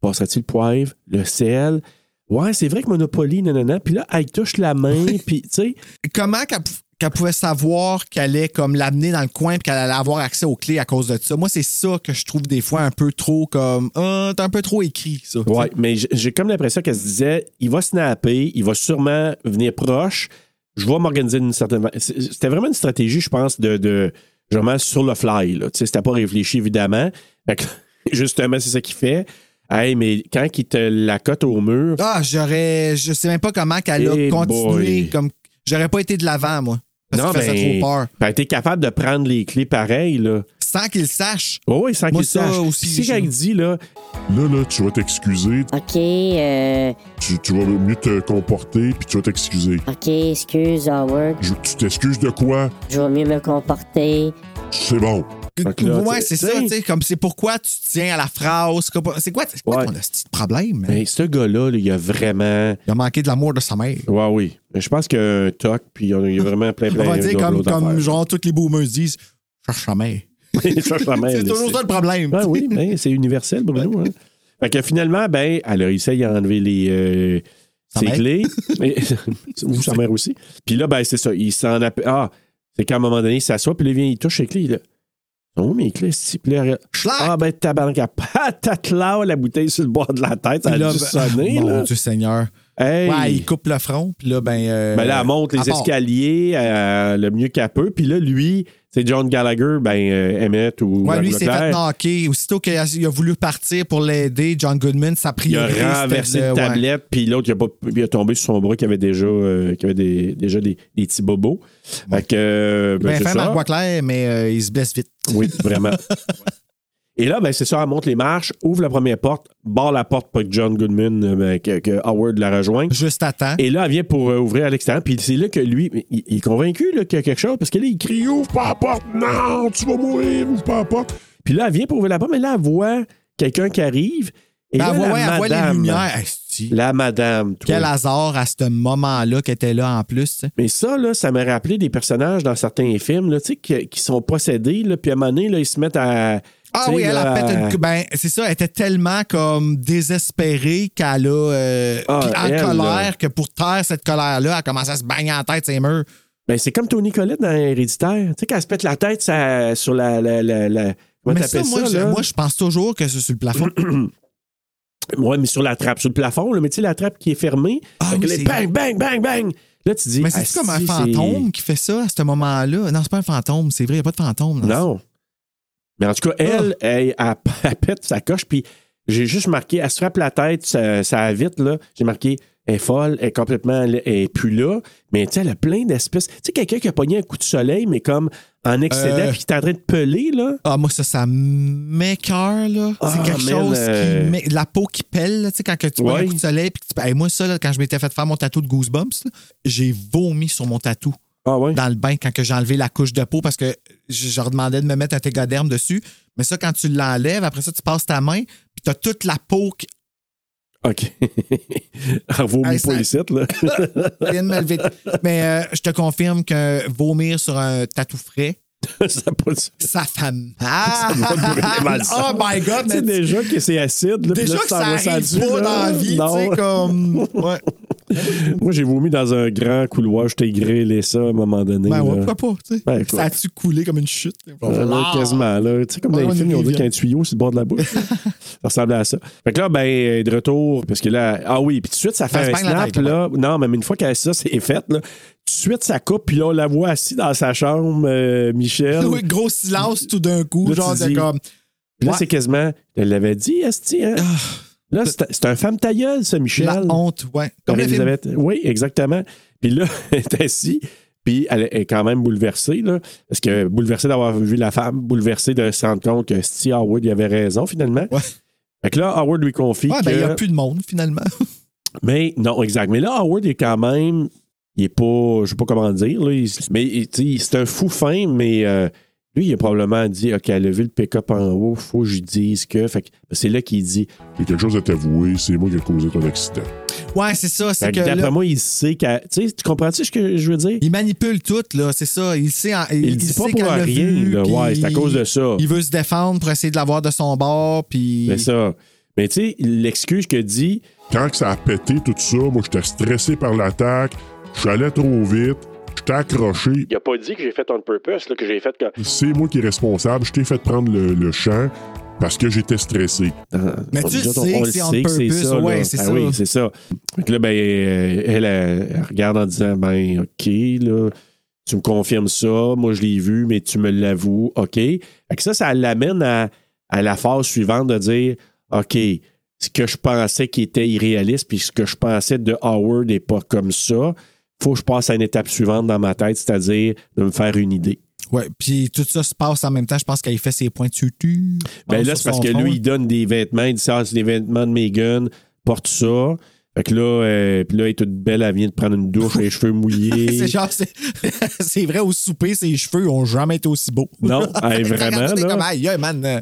A: passerait-il le poivre, le sel? Ouais, c'est vrai que Monopoly, nanana. Puis là, elle touche la main, puis tu sais,
B: Comment qu'elle pou- qu'elle pouvait savoir qu'elle allait comme l'amener dans le coin et qu'elle allait avoir accès aux clés à cause de ça? Moi, c'est ça que je trouve des fois un peu trop comme. Ah, t'es un peu trop écrit, ça.
A: Ouais, mais j- j'ai comme l'impression qu'elle se disait il va snapper, il va sûrement venir proche, je vais m'organiser d'une certaine manière. C'était vraiment une stratégie, je pense, de. de vraiment sur le fly, là. Tu sais, c'était pas réfléchi, évidemment. Fait que, justement, c'est ça qu'il fait. Hey, mais quand il te la cote au mur,
B: Ah, j'aurais. Je sais même pas comment qu'elle a
A: Eh
B: continué.
A: boy.
B: Comme, j'aurais pas été de l'avant, moi. Parce
A: non,
B: que ça faisait
A: mais.
B: trop peur.
A: Ben, t'es capable de prendre les clés pareil, là.
B: Sans qu'il sache.
A: Oui, oui, sans
B: Moi,
A: qu'il
B: ça
A: sache.
B: aussi,
A: Puis si
B: je-
A: quelqu'un dit, là,
F: Là, là, tu vas t'excuser,
D: OK, euh,
F: tu, tu vas mieux te comporter, puis tu vas t'excuser.
D: OK, excuse, Howard.
F: Je- tu t'excuses de quoi?
D: Je vais mieux me comporter.
F: C'est bon.
A: Fait que là,
B: ouais,
A: tu-
B: c'est ça,
A: tu sais.
B: tu sais. Comme c'est pourquoi tu tiens à la phrase. comme- C'est quoi, c'est quoi
A: Ouais.
B: ton petit problème?
A: ben, ce gars-là, là, il a vraiment.
B: Il a manqué de l'amour de sa mère.
A: Ouais, oui. Je pense qu'il y a un toc, puis il y a- Ben, il y a vraiment plein, plein
B: On va dire
A: d'autres-
B: comme,
A: d'autres
B: comme
A: affaires.
B: genre tous les boomers disent cherche sa mère.
A: Il cherche la même,
B: C'est
A: là,
B: toujours ça le problème.
A: Ah oui, ben, c'est universel, Bruno. hein. Fait que finalement, ben, elle a essayé à enlever les, euh,
B: Sa
A: ses
B: mère.
A: clés. Et- ou sa mère aussi. Puis là, ben, c'est ça. Il s'en appe- Ah, c'est qu'à un moment donné, il s'assoit, puis là, il vient, il touche ses clés. là. Oh, mes clés, s'il te plaît.
B: Schlac!
A: Ah, ben, tabarnak, à patate là, la bouteille sur le bord de la tête, ça a
B: Puis là,
A: dû
B: ben-
A: sonner,
B: Mon
A: là.
B: Dieu Seigneur.
A: Hey!
B: Ouais, il coupe le front, puis là, ben. euh,
A: Ben là, elle monte les
B: elle part.
A: escaliers euh, le mieux qu'elle peut. Puis là, lui, c'est John Gallagher, ben, euh, Emmett ou
B: Ouais, lui, il s'est
A: Leclerc.
B: fait knocker. Aussitôt qu'il a, il a voulu partir pour l'aider, John Goodman, sa
A: Il a
B: priorité.
A: renversé
B: c'était
A: une
B: de- ouais.
A: tablette, puis l'autre, il, a pas- il a tombé sur son bras qui avait déjà, euh, qui avait des, déjà des, des petits bobos. Fait que, euh, ben,
B: Ben,
A: c'est
B: fin,
A: ça.
B: Marc Boisclair, mais euh, il se blesse vite.
A: Oui, vraiment. Et là, ben, c'est ça, elle monte les marches, ouvre la première porte, barre la porte pour que John Goodman, euh, ben, que, que Howard la rejoigne.
B: Juste à temps.
A: Et là, elle vient pour euh, ouvrir à l'extérieur. Puis c'est là que lui, il, il est convaincu là, qu'il y a quelque chose. Parce que là, il crie Ouvre pas la porte, non, tu vas mourir, ouvre pas la porte. Puis là, elle vient pour ouvrir la porte, mais là, elle voit quelqu'un qui arrive. Et
B: Ben,
A: là,
B: elle
A: la
B: voit- ouais, elle
A: madame,
B: voit les lumières. Asti.
A: La madame, toi.
B: Quel hasard à ce moment-là qu'elle était là en plus. tu sais.
A: Mais ça, là, ça m'a rappelé des personnages dans certains films là, tu sais, qui, qui sont possédés. Là, puis à un moment donné, là, ils se mettent à.
B: Ah
A: tu sais,
B: oui, elle
A: là,
B: a
A: à-
B: pété une cou- Ben, c'est ça, elle était tellement comme désespérée qu'elle a. euh,
A: Ah,
B: puis en
A: elle,
B: colère,
A: là.
B: que pour taire cette colère-là, elle a commencé à se bagner en tête ses murs.
A: Ben, c'est comme Tony Collette dans Héréditaire. Tu sais, quand elle se pète la tête ça, sur la. la, la, la- comment
B: Mais
A: t'appelles
B: ça, moi,
A: ça,
B: je,
A: là?
B: moi, je pense toujours que c'est sur le plafond.
A: Ouais, mais sur la trappe, sur le plafond, là, mais tu sais, la trappe qui est fermée.
B: Ah
A: Fait que
B: oui,
A: là,
B: c'est-
A: bang, bang, bang, bang. Là, tu dis.
B: Mais c'est
A: ah,
B: comme un
A: si,
B: fantôme qui fait ça à ce moment-là. Non, c'est pas un fantôme, c'est vrai, il n'y a pas de fantôme.
A: c'est- Non. Mais en tout cas,
B: Ah.
A: elle, elle, elle, elle pète sa coche, puis j'ai juste marqué, elle se frappe la tête, ça, ça va vite, là. J'ai marqué, elle est folle, elle est complètement, elle est plus là, mais tu sais, elle a plein d'espèces. Tu sais, quelqu'un qui a pogné un coup de soleil, mais comme en excédent,
B: Euh.
A: puis qui est en train de peler, là.
B: Ah, moi, ça, ça m'écœure, là.
A: Ah,
B: c'est quelque
A: man,
B: chose
A: euh,
B: qui. m'é- La peau qui pèle, là, tu sais, quand que tu prends
A: Ouais.
B: un coup de soleil. Puis que tu... Hey, moi, ça, là, quand je m'étais fait faire mon tatou de Goosebumps, là, j'ai vomi sur mon tatou
A: Ah ouais?
B: dans le bain quand que j'ai enlevé la couche de peau parce que je, je leur demandais de me mettre un tégoderme dessus. Mais ça, quand tu l'enlèves, après ça, tu passes ta main, puis t'as toute la peau qui.
A: OK. Elle vaut pas
B: Hey, ça-
A: ici, là.
B: Je viens de me lever. Mais euh, je te confirme que vomir sur un tatou frais,
A: Ça a pas de sens.
B: ça fait mal.
A: mal le
B: oh
A: sang.
B: my God,
A: Tu sais,
B: mais
A: déjà que c'est acide. Là, puis
B: Déjà
A: là,
B: que
A: tu
B: ça
A: t'envoies
B: arrive
A: dessus,
B: pas
A: là.
B: dans la vie, tu
A: Non.
B: sais, comme. Ouais.
A: Moi, j'ai vomi dans un grand couloir. J'étais grillé ça à un moment donné.
B: Ben ouais,
A: là.
B: pourquoi pas, tu sais.
A: Ben, quoi.
B: ça a-tu coulé comme une chute?
A: Euh, là, quasiment, là. Tu sais, comme dans
B: Ouais,
A: les
B: Ah, on
A: films,
B: est
A: ils ont dit
B: bien.
A: qu'un tuyau sur le bord de la bouche. là. ça ressemblait à ça. Fait que là, ben, euh, de retour, parce que là, ah oui, puis tout de suite, ça fait
B: Elle se
A: un
B: bang la
A: snap,
B: tête,
A: là. Non, mais une fois qu'elle ça, c'est fait, là. Tout de suite, ça coupe, puis là, on la voit assise dans sa chambre, euh, Michel.
B: Ah Oui, gros silence tout d'un coup,
A: Là, tu
B: genre de
A: dis-
B: comme.
A: Puis là,
B: Ouais.
A: c'est quasiment, elle l'avait dit, Esti, hein? Là, c'est c'est un femme tailleul, ça, Michel.
B: Ah.
A: Ben,
B: La honte, ouais. Comme les films.
A: Marie-Elisabeth. Oui, exactement. Puis là, elle est assise, puis elle est quand même bouleversée, là, parce que bouleversée d'avoir vu la femme, bouleversée de se rendre compte que Steve Howard il avait raison, finalement.
B: Ouais.
A: Fait que là, Howard lui confie
B: Ouais,
A: que...
B: ben, il n'y a plus de monde, finalement.
A: Mais non, exact. Mais là, Howard est quand même... Il est pas... Je sais pas comment dire, là. il- mais il- tu sais, c'est un fou fin, mais... euh, lui, il a probablement dit, OK, elle a vu le pick-up en haut, faut que je lui dise que. Fait que c'est là qu'il dit.
F: Il y a quelque chose à t'avouer, c'est moi qui ai causé ton accident.
B: Ouais, c'est ça.
A: Fait
B: C'est
A: que
B: que. là,
A: Ben, D'après moi, il sait qu'elle. Tu sais, tu comprends-tu ce que je veux dire?
B: il manipule tout, là, c'est ça. Il sait. en-
A: Il, le dit
B: sait
A: pas
B: qu'elle
A: pour
B: l'a
A: rien.
B: vu,
A: là.
B: puis
A: Ouais, c'est à cause de ça.
B: Il veut se défendre pour essayer de l'avoir de son bord, puis.
A: C'est ça. Mais tu sais, l'excuse que dit,
F: Quand que ça a pété tout ça, moi, j'étais stressé par l'attaque, je suis allé trop vite, j'étais accroché.
A: il a pas dit que j'ai fait on purpose, là, que j'ai fait que.
F: C'est moi qui est responsable, je t'ai fait prendre le, le champ parce que j'étais stressé.
B: Mais tu
A: Nous autres,
B: sais
A: on
B: que
A: le
B: c'est on
A: sait que c'est
B: purpose,
A: ça. là.
B: ouais, c'est
A: Ah
B: ça.
A: Oui, c'est ça. Fait que là, ben, euh, elle, elle, elle regarde en disant, ben, OK, là, tu me confirmes ça, moi je l'ai vu, mais tu me l'avoues, OK. Fait que ça, ça l'amène à, à la phase suivante de dire, OK, ce que je pensais qui était irréaliste, puis ce que je pensais de Howard n'est pas comme ça. Faut que je passe à une étape suivante dans ma tête, c'est-à-dire de me faire une idée.
B: Ouais, puis tout ça se passe en même temps. Je pense qu'il fait ses points tutus.
A: Ben là, c'est parce que lui, il donne des vêtements. Il dit ça, c'est des vêtements de Megan, porte ça. Fait que là, euh, puis là, elle est toute belle, elle vient de prendre une douche, les cheveux
B: C'est
A: mouillés.
B: genre, c'est c'est vrai, au souper, ses cheveux ont jamais été aussi beaux.
A: Non, hey, vraiment,
B: Regardez comme,
A: là.
B: aïe, aïe, man. euh,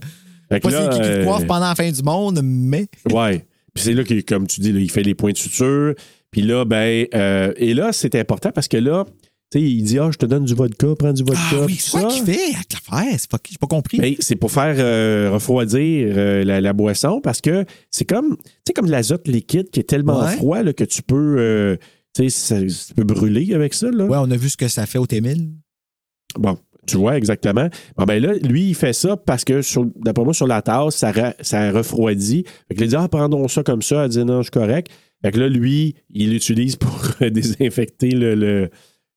A: Fait que
B: Pas c'est
A: là,
B: qui qui te
A: euh,
B: coiffe pendant la fin du monde, mais.
A: ouais. Puis c'est là que, comme tu dis, là, il fait les points de suture. Puis là, ben, euh, et là, c'est important parce que là, tu sais, il dit, ah, je te donne du vodka, prends du vodka. tout
B: c'est Ah quoi
A: ça.
B: qu'il fait avec l'affaire? C'est fucké, j'ai pas compris.
A: Ben, c'est pour faire euh, refroidir euh, la, la boisson parce que c'est comme, tu sais, comme de l'azote liquide qui est tellement
B: Ouais.
A: froid là, que tu peux, euh, tu sais, ça- tu peux brûler avec ça. Là.
B: ouais, on a vu ce que ça fait au Témil.
A: Bon, Tu vois, exactement. Bon, ben là, lui, il fait ça parce que, sur- d'après moi, sur la tasse, ça, ra- ça refroidit. Fait que là, il dit, ah, prendons ça comme ça. Elle dit, non, je suis correct. Fait que là, lui, il l'utilise pour désinfecter le, le-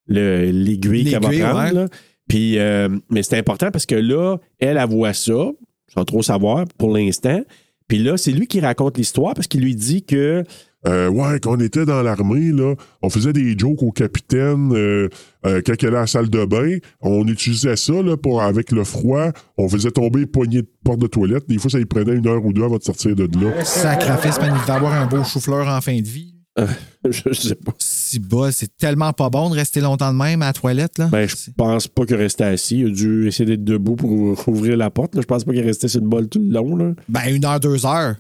A: le- l'aiguille qu'elle va
B: L'aiguille,
A: prendre.
B: ouais.
A: là. Puis, euh, mais c'est important parce que là, elle, elle voit ça, sans trop savoir pour l'instant. Puis là, c'est lui qui raconte l'histoire parce qu'il lui dit que
F: Euh, ouais, quand on était dans l'armée, là, on faisait des jokes au capitaine euh, euh, quand il allait à la salle de bain. On utilisait ça là, pour, avec le froid. On faisait tomber une poignée de porte de toilette. Des fois, ça y prenait une heure ou deux avant de sortir de là.
B: Sacrifice, man, il devait avoir un beau chou-fleur en fin de vie.
A: je sais pas.
B: Si bas, c'est tellement pas bon de rester longtemps de même à la toilette, là.
A: Ben, je pense pas qu'il restait assis. Il a dû essayer d'être debout pour ouvrir la porte. là. Je pense pas qu'il restait sur le bol tout le long. Là.
B: Ben, une heure, deux heures.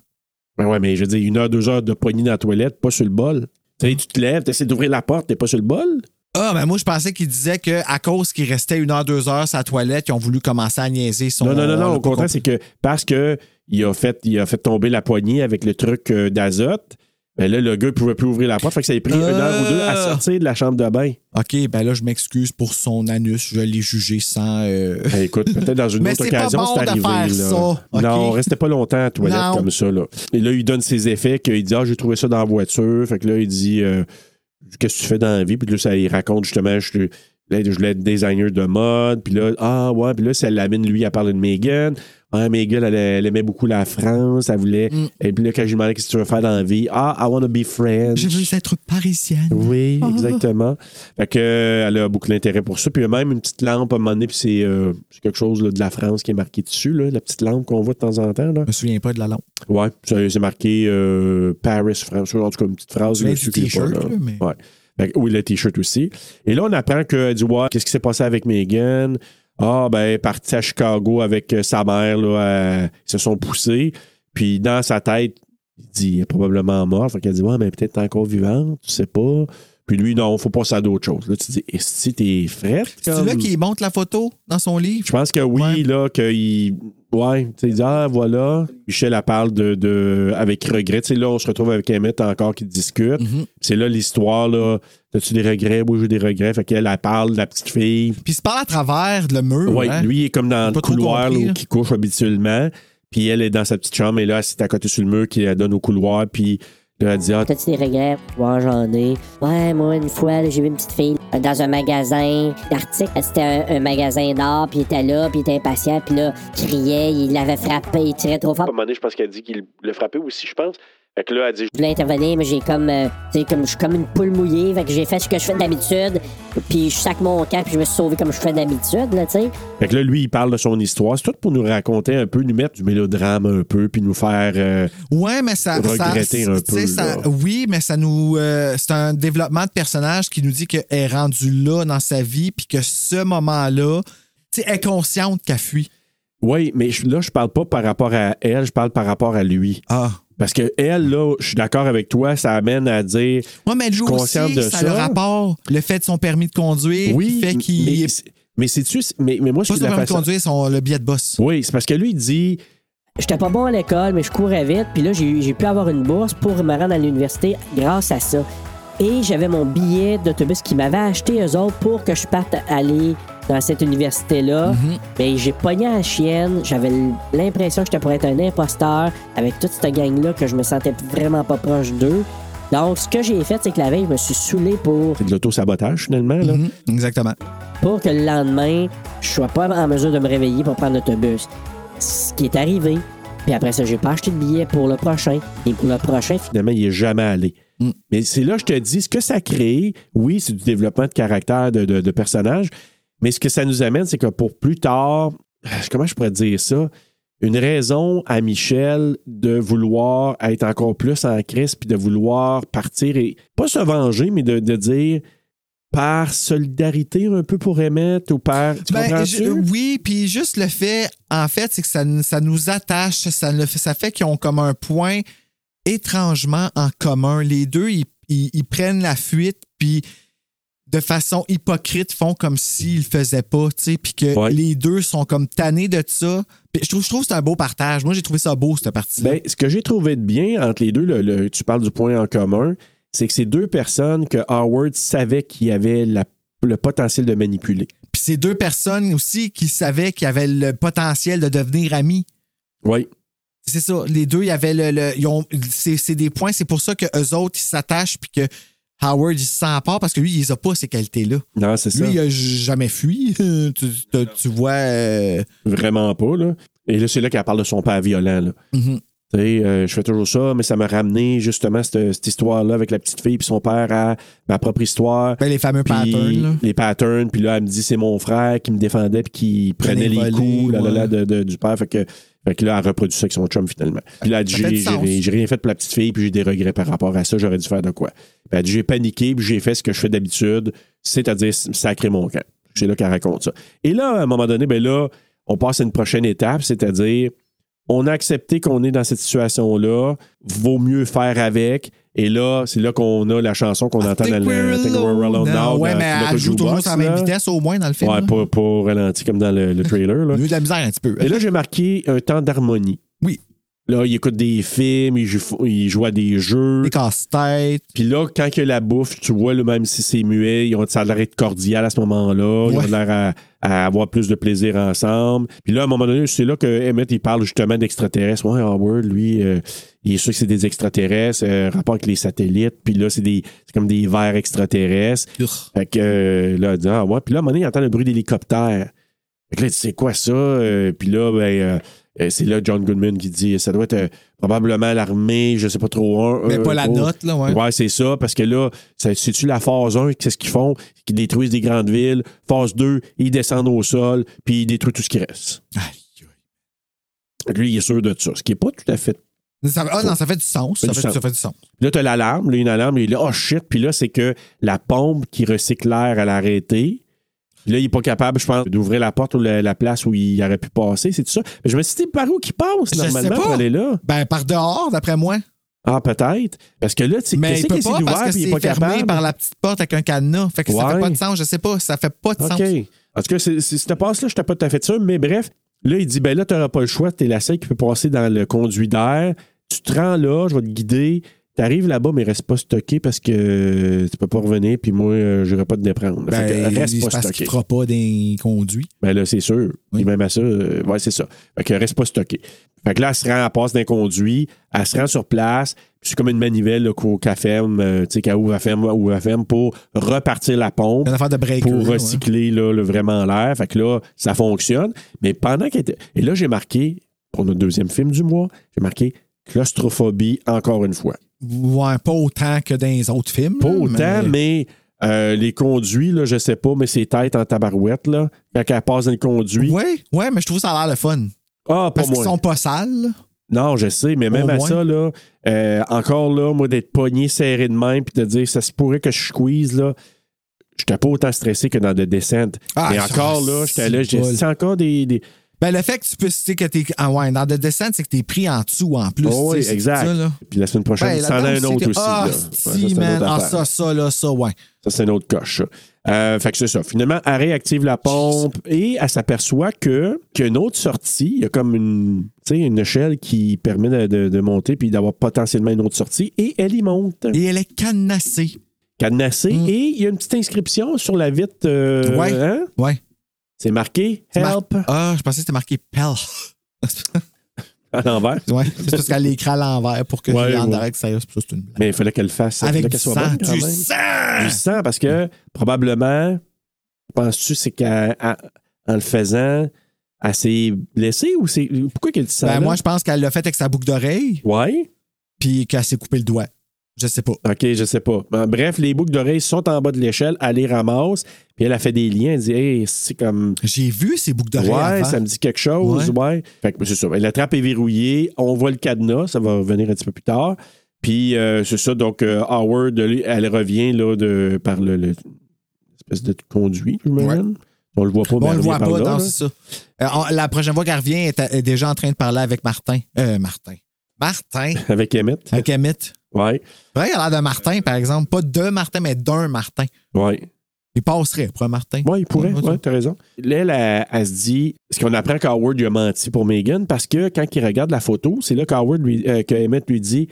A: Ben ouais, mais je veux dire, une heure, deux heures de poignée dans la toilette, pas sur le bol. Tu sais, tu te lèves, tu essaies d'ouvrir la porte, t'es pas sur le bol.
B: Ah, ben moi, je pensais qu'il disait qu'à cause qu'il restait une heure, deux heures sa toilette, ils ont voulu commencer à niaiser son.
A: Non, non, non, non.
B: on l'a
A: Au
B: pas
A: contraire, c'est que parce que il a, fait, il a fait tomber la poignée avec le truc euh, d'azote, ben là, le gars, il pouvait plus ouvrir la porte. Fait que ça a pris une heure ou deux à
B: Ah!
A: sortir de la chambre de bain.
B: compris. OK, ben là, je m'excuse pour son anus. Je l'ai jugé sans. euh,
A: Ben, écoute, peut-être dans une
B: Mais
A: autre
B: c'est pas
A: occasion,
B: bon
A: c'est
B: de
A: arrivé.
B: faire
A: là.
B: ça, ok?
A: Non, on restait pas longtemps à la toilette
B: Non.
A: comme ça. Là. Et là, il donne ses effets, qu'il dit Ah, j'ai trouvé ça dans la voiture. Fait que là, il dit euh, Qu'est-ce que tu fais dans la vie Puis là, ça, il raconte justement Je, suis- là, je voulais être designer de mode. Puis là, ah ouais. Puis là, ça l'amène, lui, à parler de Megan. Ah, Megan, elle, elle aimait beaucoup la France. Elle voulait.
B: Mm.
A: Et puis là, quand je lui demandais Qu'est-ce que tu veux faire dans la vie Ah, I want to be French.
B: Je veux être parisienne.
A: Oui, exactement. Fait que, euh, elle a beaucoup d'intérêt pour ça. Puis il y a même une petite lampe à un moment donné, puis c'est euh, c'est quelque chose là, de la France qui est marqué dessus, là, la petite lampe qu'on voit de temps en temps. Là.
B: Je me souviens pas de la lampe.
A: Ouais, ça- c'est marqué euh, Paris, France, en tout cas une petite phrase.
B: Tu mets
A: dessus
B: du
A: qui est pas
B: t-shirt,
A: là.
B: là, mais-
A: Ouais. Fait que, oui, le t-shirt aussi. Et là, on apprend que du ouais, qu'est-ce qui s'est passé avec Megan? Ah, ben, elle est partie à Chicago avec euh, sa mère, là, à- ils se sont poussés. Puis dans sa tête, il dit, elle est probablement morte. Fait qu'elle dit, ouais, mais peut-être t'es encore vivante, tu sais pas. Puis lui, non, faut passer à d'autres choses. Là, tu dis, est-ce si t'es frette?
B: C'est là
A: comme-
B: qu'il montre la photo dans son livre.
A: je pense que oui,
B: Ouais.
A: là, qu'il. Ouais, tu sais, il dit, ah, voilà. Michel, elle parle de, de- avec regret. Tu sais, là, on se retrouve avec Emmett encore qui discute.
B: Mm-hmm.
A: C'est là l'histoire, là. T'as-tu des regrets? Oui, j'ai des regrets. Fait qu'elle, elle parle de la petite fille.
B: Puis il se parle à travers le mur.
A: Ouais,
B: hein.
A: lui, il est comme dans le
B: Pas trop
A: couloir,
B: compris,
A: là, où
B: là.
A: qui couche habituellement. Puis elle est dans sa petite chambre. Et là, elle s'est à côté sur le mur qui la donne au couloir. Puis là, elle dit, ah,
D: T'as-tu des regrets? Ouais, j'en ai. Ouais, moi, une fois, là, j'ai vu une petite fille euh, dans un magasin d'articles. C'était un, un magasin d'art, puis il était là, puis il était impatient, puis là, il criait, il l'avait frappé, il tirait trop
A: à un
D: fort.
A: moment donné, je pense qu'elle dit qu'il le frappait aussi, je pense. Fait que là, elle dit,
D: Je voulais intervenir, mais j'ai comme, euh, tu sais, comme, je suis comme une poule mouillée, fait que j'ai fait ce que je fais d'habitude, puis je sac mon camp, puis je me suis sauvé comme je fais d'habitude, là, tu sais.
A: Fait que là, lui, il parle de son histoire. C'est tout pour nous raconter un peu, nous mettre du mélodrame un peu, puis nous faire. euh,
B: Ouais, mais ça. ça-
A: Regretter un
B: tu sais,
A: peu,
B: ça-
A: là.
B: oui, mais ça nous. euh, c'est un développement de personnage qui nous dit qu'elle est rendue là dans sa vie, puis que ce moment-là, tu sais, elle est consciente qu'elle fuit.
A: Oui, mais je- là, je parle pas par rapport à elle, je parle par rapport à lui.
B: Ah.
A: Parce que elle, là, je suis d'accord avec toi, ça amène à dire.
B: Ouais, mais Joe aussi,
A: Consciente de
B: ça, a
A: ça.
B: le rapport, le fait de son permis de conduire,
A: Oui,
B: qui fait qu'il
A: mais,
B: est
A: c'est- mais c'est-tu. Mais, mais moi, je suis
B: pas son
A: la
B: permis de
A: façon-
B: conduire, son, le billet de boss.
A: Oui, c'est parce que lui, il dit.
D: J'étais pas bon à l'école, mais je courais vite. Puis là, j'ai j'ai pu avoir une bourse pour me rendre à l'université grâce à ça. Et j'avais mon billet d'autobus qu'ils m'avaient acheté eux autres pour que je parte aller dans cette université-là. Mais j'ai pogné à la chienne. J'avais l- l'impression que j'étais pour être un imposteur avec toute cette gang-là que je me sentais vraiment pas proche d'eux. Donc, ce que j'ai fait, c'est que la veille, je me suis saoulé pour
A: C'est de l'auto-sabotage, finalement, là.
B: Mhm, exactement.
D: pour que le lendemain, je sois pas en mesure de me réveiller pour prendre l'autobus. Ce qui est arrivé. Puis après ça, j'ai pas acheté de billet pour le prochain. Et pour le prochain,
A: Finalement, il est jamais allé.
B: Mm.
A: Mais c'est là, je te dis, ce que ça crée, oui, c'est du développement de caractère de, de- de personnage, mais ce que ça nous amène, c'est que pour plus tard, comment je pourrais dire ça? Une raison à Michel de vouloir être encore plus en crise puis de vouloir partir et pas se venger, mais de, de dire par solidarité un peu pour Emmett ou par. Tu
B: Ben,
A: comprends
B: je- oui, puis juste le fait, en fait, c'est que ça, n- ça nous attache, ça, le fait- ça fait qu'ils ont comme un point étrangement en commun. Les deux, ils, ils- ils prennent la fuite, puis de façon hypocrite, font comme s'ils le faisaient pas, tu sais, puis que
A: Ouais.
B: les deux sont comme tannés de ça. Puis je trouve, je trouve que c'est un beau partage. Moi, j'ai trouvé ça beau, cette partie-là.
A: Ben, ce que j'ai trouvé de bien entre les deux, le- le- tu parles du point en commun, c'est que c'est deux personnes que Howard savait qu'il y avait la- le potentiel de manipuler.
B: Puis c'est deux personnes aussi qui savaient qu'ils avaient le potentiel de devenir amis.
A: Oui.
B: C'est ça. Les deux, il y avait le. le- ils ont- c'est, c'est des points. C'est pour ça que eux autres, ils s'attachent puis que Howard, il se sent à part parce que lui, il les a pas ces qualités-là.
A: Non, c'est ça.
B: Lui, il a jamais fui. tu, tu- tu vois. euh,
A: Vraiment pas, là. Et là, c'est là qu'elle parle de son père violent, là.
B: Mhm.
A: Tu sais, euh, je fais toujours ça, mais ça m'a ramené justement cette, cette histoire-là avec la petite fille puis son père à ma propre histoire.
B: ben, les fameux
A: Puis
B: patterns. là.
A: les patterns, puis là, elle me dit c'est mon frère qui me défendait puis qui prenait
B: Prenait
A: les
B: volé,
A: coups là, là, là,
B: ouais.
A: de- de- du père. Fait que, fait que là, elle a reproduit ça avec son chum finalement. Puis là, elle dit
B: Ça fait
A: j'ai
B: du sens.
A: j'ai- j'ai rien fait pour la petite fille, puis j'ai des regrets par rapport à ça, j'aurais dû faire de quoi. Puis elle dit j'ai paniqué, puis j'ai fait ce que je fais d'habitude, c'est-à-dire sacrer mon camp. C'est là qu'elle raconte ça. Et là, à un moment donné, ben là, on passe à une prochaine étape, c'est-à-dire on a accepté qu'on est dans cette situation-là, vaut mieux faire avec. Et là, c'est là qu'on a la chanson qu'on
B: I
A: entend
B: Ah, think
A: dans le
B: we're
A: I think we're
B: alone
A: alone
B: now.
A: now
B: Ouais,
A: dans-
B: mais
A: dans
B: elle
A: le
B: joue toujours
A: jukebox,
B: à la même
A: là.
B: vitesse au moins dans le film.
A: Ouais,
B: là.
A: pas, pas ralenti comme dans le, le trailer. Là.
B: Il y a eu de la misère un petit peu.
A: Et là, j'ai marqué un temps d'harmonie.
B: Oui.
A: Là, il écoute des films, il joue, il joue à des jeux.
B: Les casse-têtes.
A: Puis là, quand il y a la bouffe, tu vois, là, même si c'est muet, ils ont, ça a l'air d'être cordial à ce moment-là. Ils ont
B: Ouais.
A: l'air à, à avoir plus de plaisir ensemble. Puis là, à un moment donné, c'est là que Emmett, il parle justement d'extraterrestres. Ouais, Howard, lui, euh, il est sûr que c'est des extraterrestres, euh, rapport avec les satellites. Puis là, c'est des- c'est comme des vers extraterrestres. Fait que euh, là, il dit, ah ouais. Puis là, à un moment donné, il entend le bruit d'hélicoptère. Fait que là, il dit, c'est quoi ça? Euh, puis là, ben, euh, euh, c'est là John Goodman qui dit, ça doit être euh, probablement l'armée, je sais pas trop. un-
B: Mais
A: euh,
B: pas la
A: trop.
B: note, là, ouais.
A: Ouais, c'est ça, parce que là, ça- c'est-tu la phase 1, qu'est-ce qu'ils font? Ils détruisent des grandes villes. Phase 2, ils descendent au sol, puis ils détruisent tout ce qui reste.
B: Aïe,
A: Fait que Lui, il est sûr de ça, ce qui n'est pas tout à fait.
B: aïe. Ça, ah non, ça fait du sens.
A: Ça fait
B: Ça
A: du
B: fait,
A: sens.
B: ça fait du sens.
A: Là, t'as l'alarme, là, une alarme, il est là, oh shit, puis là, c'est que la pompe qui recycle l'air, elle a arrêté. Puis là, il n'est pas capable, je pense, d'ouvrir la porte ou la, la place où il aurait pu passer, c'est tout ça. Mais je me suis dit, par où qu'il passe,
B: Je sais
A: normalement, pour
B: pas.
A: aller là?
B: Ben, par dehors, d'après moi.
A: Ah, peut-être. Parce que là, tu sais,
B: Mais
A: qu'est-ce
B: il
A: qu'il
B: peut
A: essaie
B: pas
A: d'ouvrir,
B: parce que
A: puis il n'est
B: c'est
A: pas
B: fermé
A: capable.
B: par la petite porte avec un cadenas. Fait que ça
A: Ouais.
B: fait pas de sens, je sais pas. Ça fait pas de sens.
A: OK. En tout cas, c'est- c'est- cette passe-là, je n'étais pas tout à fait sûr, mais bref, là, il dit ben là, tu n'auras pas le choix, tu es la seule qui peut passer dans le conduit d'air. Tu te rends là, je vais te guider. Tu arrives là-bas, mais reste pas stocké parce que euh, tu peux pas revenir, puis moi, je n'irai pas te déprendre. Fait que
B: Ben,
A: reste
B: c'est
A: pas
B: parce qu'il
A: stocké.
B: fera pas des conduits.
A: Ben là, c'est sûr.
B: Oui.
A: Et même à ça, euh, ouais, c'est ça. Fait que reste pas stocké. Fait que là, elle se rend, elle passe d'un conduit, elle se rend sur place, puis c'est comme une manivelle là, qu'au- qu'elle ferme, euh, tu sais, qu'elle ouvre, elle ferme, ouvre, elle ferme pour repartir la pompe
B: Une affaire de breaker.
A: pour
B: là, ouais.
A: recycler là, le vraiment l'air. Fait que là, ça fonctionne. Mais pendant qu'elle était. Et là, j'ai marqué, pour notre deuxième film du mois, j'ai marqué claustrophobie encore une fois.
B: hein. Ouais, pas autant que dans les autres films.
A: Pas
B: là,
A: autant, mais. euh, les conduits, là, je sais pas, mais c'est tête en tabarouette, là. Quand elle passe dans le conduit.
B: Ouais, ouais, mais je trouve ça a l'air le fun.
A: Ah, pas
B: Parce qu'ils
A: moi.
B: sont pas sales.
A: Non, je sais, mais même
B: Au
A: à
B: moins.
A: ça, là, euh, encore là, moi, d'être pogné, serré de main, puis de dire, ça se pourrait que je squeeze, là. J'étais pas autant stressé que dans The Descent.
B: Ah,
A: mais
B: ça,
A: encore là, j'étais là, j'ai
B: c'est
A: c'est encore des- des,
B: Ben, le fait que tu peux, tu sais, que t'es. Ah ouais, dans The Descent, c'est que t'es pris en dessous en plus.
A: Oh
B: tu
A: oui,
B: sais, c'est
A: exact.
B: ça, là.
A: Puis la semaine prochaine,
B: Ben,
A: il s'en a un
B: là-dedans
A: autre aussi.
B: Ah,
A: là. Ouais, ça,
B: si,
A: c'est une
B: man.
A: autre
B: Ah,
A: affaire.
B: ça, ça, là, ça, ouais.
A: Ça, c'est une autre coche. ça. Euh, fait que c'est ça. Finalement, elle réactive la pompe et elle s'aperçoit que qu'il y a une autre sortie. Il y a comme une, tu sais, une échelle qui permet de, de- de monter puis d'avoir potentiellement une autre sortie. Et elle y monte.
B: Et elle est canassée.
A: Cadenassée.
B: Mm.
A: Et il y a une petite inscription sur la vitre. euh,
B: Ouais.
A: hein?
B: Ouais.
A: C'est marqué
B: C'est mar-
A: Help
B: Ah, je pensais que c'était marqué Pell.
A: à l'envers.
B: ouais, c'est parce qu'elle l'écrit à l'envers pour que
A: Ouais,
B: ouais, en
A: ouais.
B: direct, sérieux, c'est juste une blague.
A: Mais il fallait qu'elle le fasse. Il fallait
B: Avec du
A: qu'elle soit
B: sang.
A: bonne quand
B: Du
A: même.
B: sang!
A: du sang parce que probablement, penses-tu, c'est qu'en en- en le faisant, elle s'est blessée ou c'est. Pourquoi qu'elle dit ça?
B: Ben,
A: là?
B: moi, je pense qu'elle l'a fait avec sa boucle d'oreille,
A: Ouais,
B: puis qu'elle s'est coupé le doigt. Je sais pas.
A: ok, je sais pas. Ben, bref, les boucles d'oreilles sont en bas de l'échelle, elle les ramasse, puis elle a fait des liens, elle dit, hey, c'est comme.
B: J'ai vu ces boucles d'oreille.
A: Ouais,
B: avant.
A: ça me dit quelque chose, ouais. Fait que c'est ça. Ben, La trappe est verrouillée, on voit le cadenas, ça va revenir un petit peu plus tard. Puis euh, c'est ça, donc euh, Howard, lui, elle revient là, de, par le, le- espèce de conduit, j'imagine. On le voit pas, mais
B: Bon, on
A: elle
B: le
A: revient
B: voit
A: par
B: pas,
A: là,
B: non,
A: là.
B: c'est ça. Euh, on- la prochaine fois qu'elle revient, elle est- elle est déjà en train de parler avec Martin. Euh, Martin. Martin.
A: Avec Emmett.
B: Avec Amit.
A: Ouais.
B: Ouais, il a l'air de Martin, par exemple. Pas de Martin, mais d'un Martin.
A: Ouais.
B: Il passerait pour un Martin.
A: Ouais, il pourrait.
B: Ouais,
A: Ouais,
B: ouais,
A: t'as raison. Là, elle, elle, elle se dit. Ce qu'on apprend qu'Howard lui a menti pour Megan parce que quand il regarde la photo, c'est là qu'Howard lui, euh, que Emmett lui dit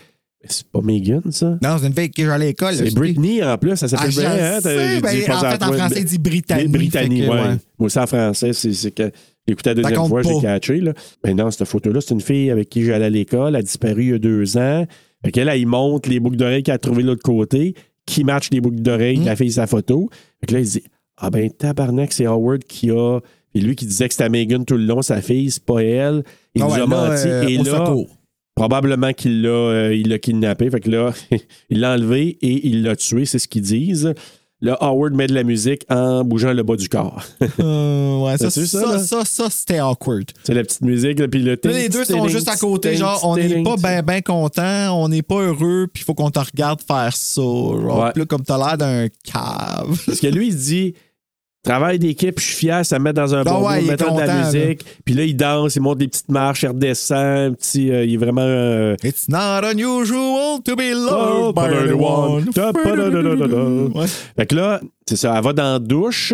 A: C'est pas Megan, ça?
B: Non, c'est une fille qui est à l'école. là,
A: C'est Britney en plus, ça s'appelle
B: Ah, je
A: Britney. hein, t'as-
B: sais,
A: j'ai
B: ben,
A: dit pas
B: en
A: ça
B: fait,
A: à
B: en
A: toi,
B: français,
A: mais-
B: il dit Brittany,
A: mais Brittany,
B: fait que,
A: ouais.
B: ouais.
A: Moi aussi en français, c'est c'est que. Écoutez, la deuxième
B: compte
A: fois, j'ai
B: pas.
A: catché. Là. Ben non, cette photo-là, c'est une fille avec qui j'allais à l'école. Elle a disparu il y a deux ans. Fait qu'elle, elle, il monte les boucles d'oreilles qu'elle a trouvées de l'autre côté, qui match les boucles d'oreilles
B: Mm.
A: de la fille sa photo. Fait que là, il dit Ah ben, tabarnak, c'est Howard qui a. Et lui qui disait que c'était Megan tout le long, sa fille, c'est pas elle. Il
B: Ah
A: nous
B: ouais,
A: a
B: là,
A: menti.
B: euh,
A: et
B: au
A: là,
B: secours.
A: Probablement qu'il l'a euh, il l'a kidnappé. Fait que là, il l'a enlevé et il l'a tué, c'est ce qu'ils disent. Là, Howard met de la musique en bougeant le bas du corps.
B: Euh, ouais, ça,
A: T'as vu
B: ça,
A: ça,
B: ça,
A: là?
B: ça, c'était awkward.
A: c'est la petite musique, là, puis le
B: Là, les deux sont juste à côté, genre, on n'est pas ben, ben content, on n'est pas heureux, puis il faut qu'on te regarde faire ça. genre.
A: Ouais.
B: Puis là, comme t'as l'air d'un cave.
A: Parce que lui, il dit travail d'équipe, je suis fier, ça me met dans un
B: Ah
A: bon
B: ouais,
A: mood,
B: il est
A: mettant de la
B: content, là.
A: musique. Puis là, il danse, il monte des petites marches, il redescend, un petit, euh, il est vraiment. euh,
B: It's not unusual to be loved by anyone. Ouais.
A: Fait que là, c'est ça, elle va dans la douche.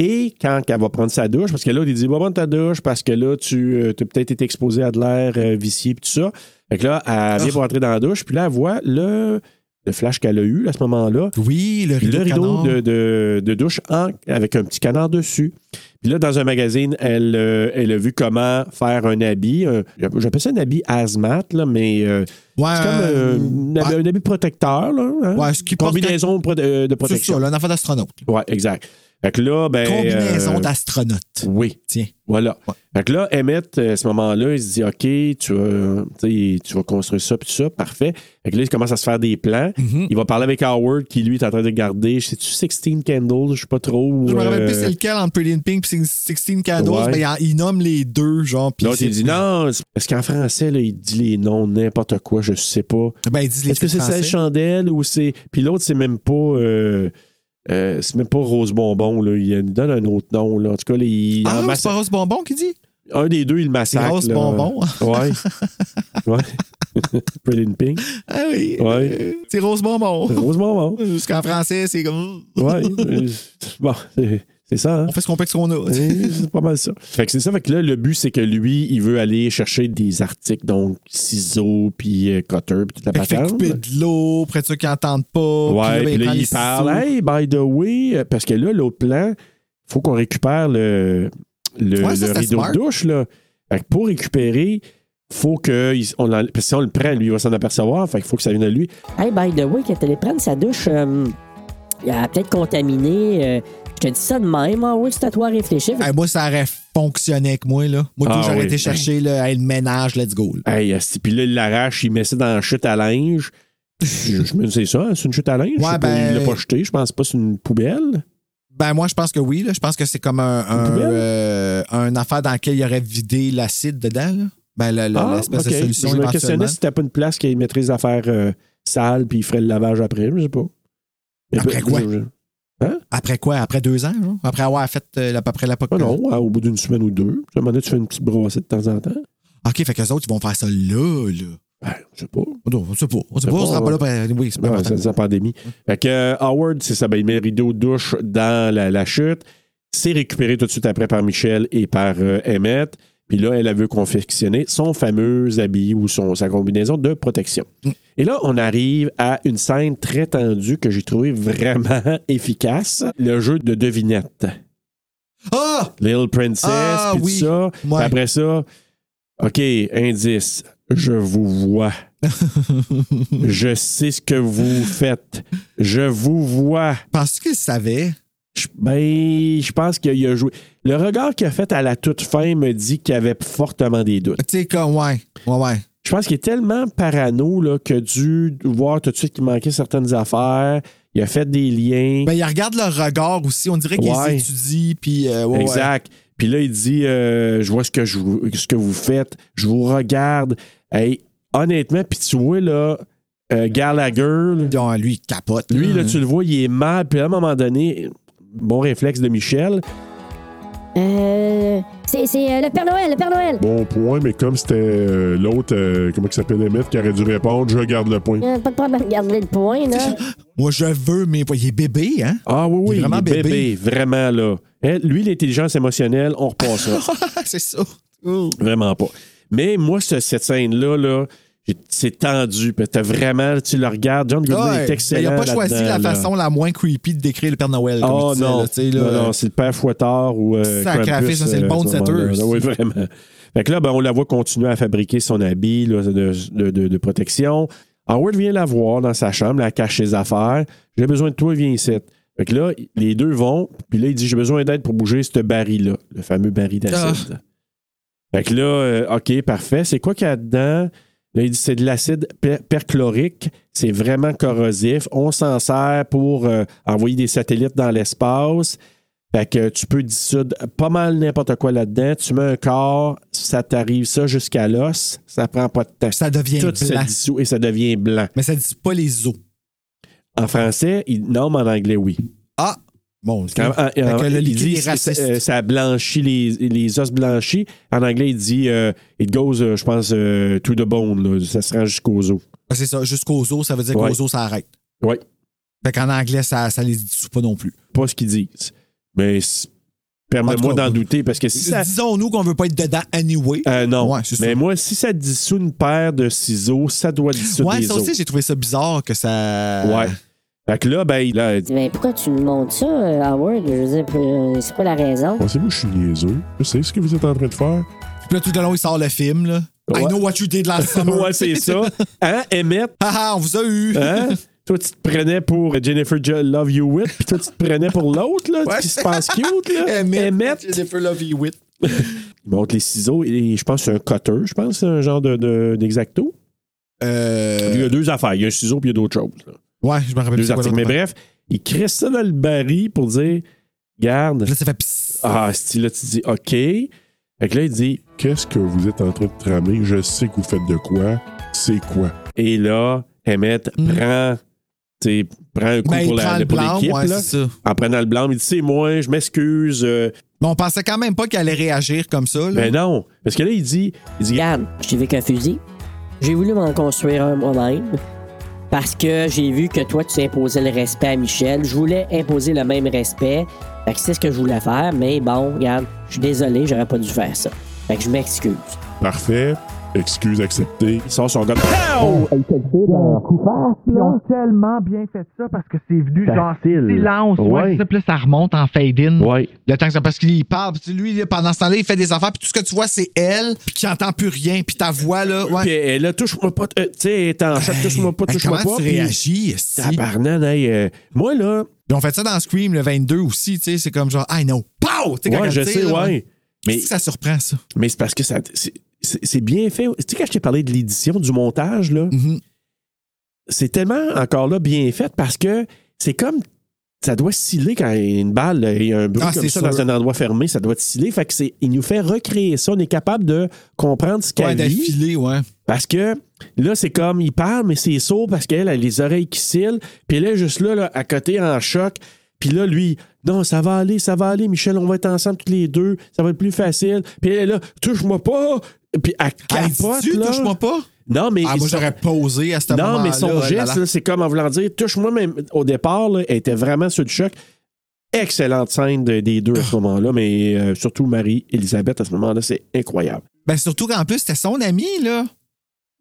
A: Et quand elle va prendre sa douche, parce que là, il dit Va prendre ta douche parce que là, tu as peut-être été exposé à de l'air euh, vicié et tout ça. Fait que là, elle vient pour entrer dans la douche, puis là, elle voit le, le flash qu'elle a eu à ce moment-là.
B: Oui, le rideau,
A: Le
B: de
A: rideau
B: canard.
A: de, de- de douche en- avec un petit canard dessus. Puis là, dans un magazine, elle, euh, elle a vu comment faire un habit. un- J'appelle ça un habit hazmat, là, mais euh,
B: Ouais,
A: c'est comme euh,
B: euh,
A: un, habit,
B: ouais,
A: un habit protecteur. Là, hein?
B: Ouais, ce qui porte-
A: Combinaison pro- euh, de
B: c'est
A: protection.
B: ça, là, un enfant d'astronaute.
A: Ouais, exact. Fait que là, ben.
B: Combinaison
A: euh,
B: d'astronaute.
A: Oui,
B: Tiens.
A: voilà.
B: Ouais.
A: Fait que là, Emmett, euh, à ce moment-là, il se dit OK, tu, vas- tu sais, tu vas construire ça, puis tout ça, parfait. Fait que là, il commence à se faire des plans.
B: Mhm.
A: Il va parler avec Howard, qui lui est en train de regarder. C'est-tu 16 Candles Je sais pas trop.
B: Je me rappelle plus
A: euh,
B: c'est lequel entre Pretty in Pink et 16 Candles,
A: Ouais.
B: mais ben, il en- il nomme les deux, genre. puis
A: L'autre,
B: c'est-
A: il dit non, c'est- parce qu'en français, là, il dit les noms, n'importe quoi, je sais pas.
B: Ben, ils disent les
A: Est-ce que
B: titres
A: c'est
B: français.
A: 16 chandelles ou c'est. Puis l'autre, c'est même pas. euh, euh, c'est même pas Rose Bonbon, là. Il donne un autre nom, là. En tout cas, là, il
B: Ah,
A: en
B: non,
A: masse-
B: c'est pas Rose Bonbon qui dit?
A: Un des deux, il
B: C'est
A: massacre.
B: Rose
A: là.
B: Bonbon. hein?
A: Ouais. ouais. Pretty in Pink.
B: Ah oui.
A: Ouais.
B: C'est Rose Bonbon.
A: Rose Bonbon.
B: Parce qu'en français, c'est comme.
A: Ouais. Euh, bon, c'est- c'est ça, hein?
B: On fait ce qu'on peut avec ce qu'on a.
A: Euh, c'est pas mal ça. Fait que c'est ça. Fait que là, le but, c'est que lui, il veut aller chercher des articles, donc ciseaux, puis euh, cutter, puis toute la
B: Fait qu'il fait
A: patente.
B: couper de l'eau près de ceux qui n'entendent pas.
A: Ouais,
B: ben,
A: puis là,
B: prend
A: il
B: les
A: parle.
B: ciseaux.
A: Hey, by the way, euh, parce que là, l'autre plan, faut qu'on récupère le, le,
B: Ouais, ça,
A: le
B: c'était
A: rideau
B: smart.
A: de douche. Là. Fait que pour récupérer, faut que. il- on l'en- parce que si on le prend, lui, il va s'en apercevoir. Fait qu'il faut que ça vienne à lui.
D: Hey, by the way, quand elle prendre sa douche, euh, elle a peut-être contaminé. euh, je te dis ça de même, ah oui, c'est à toi à réfléchir.
B: Hey, moi, ça aurait fonctionné avec moi, là. Moi,
A: Ah
B: tout, j'aurais
A: oui.
B: été chercher là, hey, le ménage, let's go. là.
A: Hey, asti, puis là, il l'arrache, il met ça dans la chute à linge. Je, je me dis, c'est ça, hein, c'est une chute à linge. Je
B: Ouais,
A: sais pas,
B: ben-
A: Il l'a pas jeté, je pense pas, c'est une poubelle.
B: Ben, moi, je pense que oui, là. Je pense que c'est comme un, un,
A: poubelle?
B: euh, un affaire dans laquelle il aurait vidé l'acide dedans, là. Ben, le- le-
A: Ah,
B: l'espèce
A: ok. Je
B: de solution
A: me
B: éventuellement.
A: questionnais si t'as pas une place qui mettrait les affaires euh, sales puis il ferait le lavage après, je sais pas. Mais
B: Après
A: peu-
B: quoi?
A: je-
B: Après quoi? Après deux ans, genre? Après avoir fait euh, à peu près l'époque.
A: Ah non, ouais, au bout d'une semaine ou deux. À un moment donné, tu fais une petite brossée de temps en temps.
B: OK, fait que les autres, ils vont faire ça là, là.
A: Ben, je sais pas.
B: Non, on sait pas. On
A: C'est
B: sait pas, on
A: pas,
B: sera pas là. ben, oui, c'est pas
A: Ouais,
B: important.
A: c'est c'est la pandémie. Fait que euh, Howard, c'est ça, ben, il met le rideau de douche dans la, la chute. C'est récupéré tout de suite après par Michel et par euh, Emmett. Puis là, elle a vu confectionner son fameux habit ou son, sa combinaison de protection. Et là, on arrive à une scène très tendue que j'ai trouvée vraiment efficace. Le jeu de devinettes.
B: Ah!
A: Little Princess,
B: Ah,
A: puis tout
B: oui.
A: ça. Puis
B: Ouais.
A: Après ça, OK, indice, je vous vois. je sais ce que vous faites. Je vous vois.
B: Penses-tu qu'ils savaient?
A: Je- ben, je pense qu'il a joué. Le regard qu'il a fait à la toute fin me dit qu'il avait fortement des doutes.
B: Tu sais, comme, ouais. Ouais, ouais.
A: Je pense qu'il est tellement parano là, que dû voir tout de suite qu'il manquait certaines affaires. Il a fait des liens.
B: Ben, ils regardent leur regard aussi. On dirait qu'ils
A: Ouais.
B: étudient, puis. euh, ouais, ouais.
A: exact. Puis là, il dit euh, Je vois ce que, je, vous- ce que vous faites, je vous regarde. Hey, honnêtement, puis tu vois, là, euh, Gallagher, là,
B: Puis, on- lui, il capote.
A: lui, là,
B: Hum.
A: tu le vois, il est mal. Puis à un moment donné, bon réflexe de Michel.
D: Euh, c'est c'est, euh, le Père Noël, le Père Noël.
F: Bon point, mais comme c'était euh, l'autre, euh, comment il s'appelle, Emmett, qui aurait dû répondre, je garde le point.
D: Euh, pas de problème, garde-le le point, là.
B: Moi, je veux mes. Il est bébé, hein?
A: Ah oui, oui,
B: Il est vraiment
A: il est bébé.
B: bébé.
A: vraiment là. Hein, lui, l'intelligence émotionnelle, on repassera.
B: c'est ça. Ouh.
A: vraiment pas. Mais moi, ce- cette scène-là, là, J'ai- C'est tendu. puis T'as vraiment, tu le regardes. John Goodman
B: Ouais,
A: est
B: mais
A: excellent.
B: il a pas choisi
A: là-dedans,
B: la
A: là.
B: façon la moins creepy de décrire le Père Noël. Comme
A: Oh
B: je disais,
A: non,
B: là, tu sais, là,
A: non, non, c'est le père Fouettard ou euh,
B: Sacrafis,
A: Krampus,
B: ça, c'est le
A: euh,
B: bon de
A: ce moment-là,
B: setteuse.
A: là. Oui, vraiment. Fait que là, ben, on la voit continuer à fabriquer son habit là, de, de- de- de protection. Howard vient la voir dans sa chambre, la cache ses affaires. J'ai besoin de toi, viens ici. Fait que là, les deux vont, puis là, il dit J'ai besoin d'aide pour bouger ce baril-là, le fameux baril
B: Ah.
A: d'acide. Fait que là, euh, OK, parfait. C'est quoi qu'il y a dedans? Là, il dit c'est de l'acide per- perchlorique, c'est vraiment corrosif. On s'en sert pour euh, envoyer des satellites dans l'espace. Fait que tu peux dissoudre pas mal n'importe quoi là-dedans. Tu mets un corps, ça t'arrive ça jusqu'à l'os, ça prend pas de temps.
B: Ça devient
A: Tout se
B: blanc.
A: dissout et ça devient blanc.
B: Mais ça dit pas les os.
A: En français, il, non, mais en anglais, oui.
B: Ah! Bon, c'est
A: En- en-
B: Fait que
A: en-
B: le
A: ah, il
B: liquide
A: dit
B: est
A: ça,
B: raciste.
A: euh, ça blanchit les, les os blanchis. En anglais, il dit euh, it goes, euh, je pense, euh, to the bone. là. Ça se rend jusqu'aux os.
B: c'est ça, jusqu'aux os, ça veut dire
A: Ouais.
B: qu'aux os, ça arrête.
A: Oui.
B: Fait qu'en anglais, ça, ça les dissout pas non plus.
A: pas ce qu'ils disent. Mais s-
B: En
A: permets-moi
B: tout cas,
A: d'en douter parce que si ça.
B: Disons-nous qu'on veut pas être dedans anyway.
A: Euh, non.
B: Ouais, c'est
A: mais
B: ça.
A: moi, si ça dissout une paire de ciseaux, ça doit dissoudre
B: ouais,
A: les
B: ça
A: autres.
B: aussi, Euh. j'ai trouvé ça bizarre que ça.
A: Ouais. Fait que là, ben, il a-
D: Mais pourquoi tu me montres ça, euh, Howard? Je veux dire, pour- euh, c'est quoi la raison?
F: Pensez-vous que je suis niaiseux? Je sais ce que vous êtes en train de faire.
B: Puis là, tout le long, il sort le film, là. I
A: Ouais.
B: know what you did last summer.
A: ouais, c'est ça. Hein, Emmett?
B: Haha, on vous a eu.
A: Hein? Toi, tu te prenais pour Jennifer Jo- Love Hewitt, puis toi, tu te prenais pour l'autre, là, qui se passe cute, là. Emmett.
B: Jennifer Love Hewitt.
A: Il montre les ciseaux et je pense que c'est un cutter, je pense, c'est un genre de- de- d'exacto.
B: Euh,
A: il y a deux affaires. Il y a un ciseau, puis il y a d'autres choses. là.
B: Ouais, je me rappelle plus.
A: Deux
B: c'est quoi
A: articles. Mais
B: l'autre.
A: bref, il crée ça dans le baril pour dire, garde,
B: Là, ça fait psst.
A: Ah, si là, tu dis OK. Fait que là, il dit
F: Qu'est-ce que vous êtes en train de tramer? Je sais que vous faites de quoi. C'est quoi?
A: Et là, Emmett
B: Mm.
A: prend, tu sais, prend un coup
B: Mais Ben, il
A: pour
B: prend
A: la-
B: le
A: pour
B: blanc,
A: l'équipe.
B: ouais,
A: là.
B: c'est ça.
A: en prenant le blanc, il dit C'est moi, je m'excuse. euh,
B: Mais on pensait quand même pas qu'elle allait réagir comme ça. Là.
A: ben non. Parce que là, il dit, il dit
I: Regarde, je t'ai vu qu'un fusil. J'ai voulu m'en construire un moi-même parce que j'ai vu que toi, tu imposais le respect à Michel. Je voulais imposer le même respect. Fait que c'est ce que je voulais faire, mais bon, regarde, je suis désolé, j'aurais pas dû faire ça. Fait que je m'excuse.
F: Parfait. Excuse acceptée.
A: Il sort son gun.
J: Ils ont tellement bien fait ça parce que c'est venu genre silence. Ouais.
A: Ben, Ouais.
J: c'est ça, puis là, ça remonte en fade-in.
A: Ouais.
B: Le temps que ça. Parce qu'il parle. puis Lui, là, pendant ce temps-là, il fait des affaires. Puis tout ce que tu vois, c'est elle. Puis qui entend plus rien. Puis ta voix, là. Ouais.
A: Puis elle, là, touche-moi pas. euh, Tu sais, elle est en choc, touche-moi pas,
B: Hey,
A: touche-moi
B: comment
A: pas.
B: tu
A: Puis-
B: réagis, esti?
A: Tabarnan, hey, euh, moi, là,
B: Ils ont fait ça dans Scream le 22 aussi, tu sais, c'est comme genre I know. Pow! Tu sais, quand
A: ouais,
B: elle
A: je
B: tire,
A: sais,
B: là,
A: ouais. Mais
B: c'est que ça surprend ça.
A: Mais c'est parce que ça, c'est- c'est c'est bien fait. Tu sais, quand je t'ai parlé de l'édition, du montage, là,
B: Mhm.
A: c'est tellement encore là bien fait parce que c'est comme. Ça doit sciller quand il y a une balle là, et un bruit
B: Ah,
A: comme
B: c'est
A: ça
B: sûr.
A: dans un endroit fermé, ça doit sciller. Fait que c'est, il nous fait recréer ça. On est capable de comprendre ce
B: Ouais,
A: qu'elle vit.
B: d'affilée, ouais.
A: Parce que là, c'est comme, il parle, mais c'est sourd parce qu'elle a les oreilles qui scillent. Puis elle est juste là, là, à côté, en choc. Puis là, lui, non, ça va aller, ça va aller, Michel, on va être ensemble tous les deux, ça va être plus facile. Puis elle est là, touche-moi pas. Puis elle
B: Hey,
A: capote,
B: dis-tu,
A: là.
B: Ah, touche-moi pas.
A: Non, mais.
B: Ah, moi
A: son-
B: j'aurais posé à ce moment-là.
A: non, mais son
B: là, là,
A: geste,
B: là.
A: là, c'est comme en voulant dire, touche-moi, même au départ, là, elle était vraiment sur le choc. Excellente scène de- des deux à ce moment-là, mais euh, surtout Marie-Élisabeth à ce moment-là, c'est incroyable.
B: Ben surtout qu'en plus, c'était son ami, là.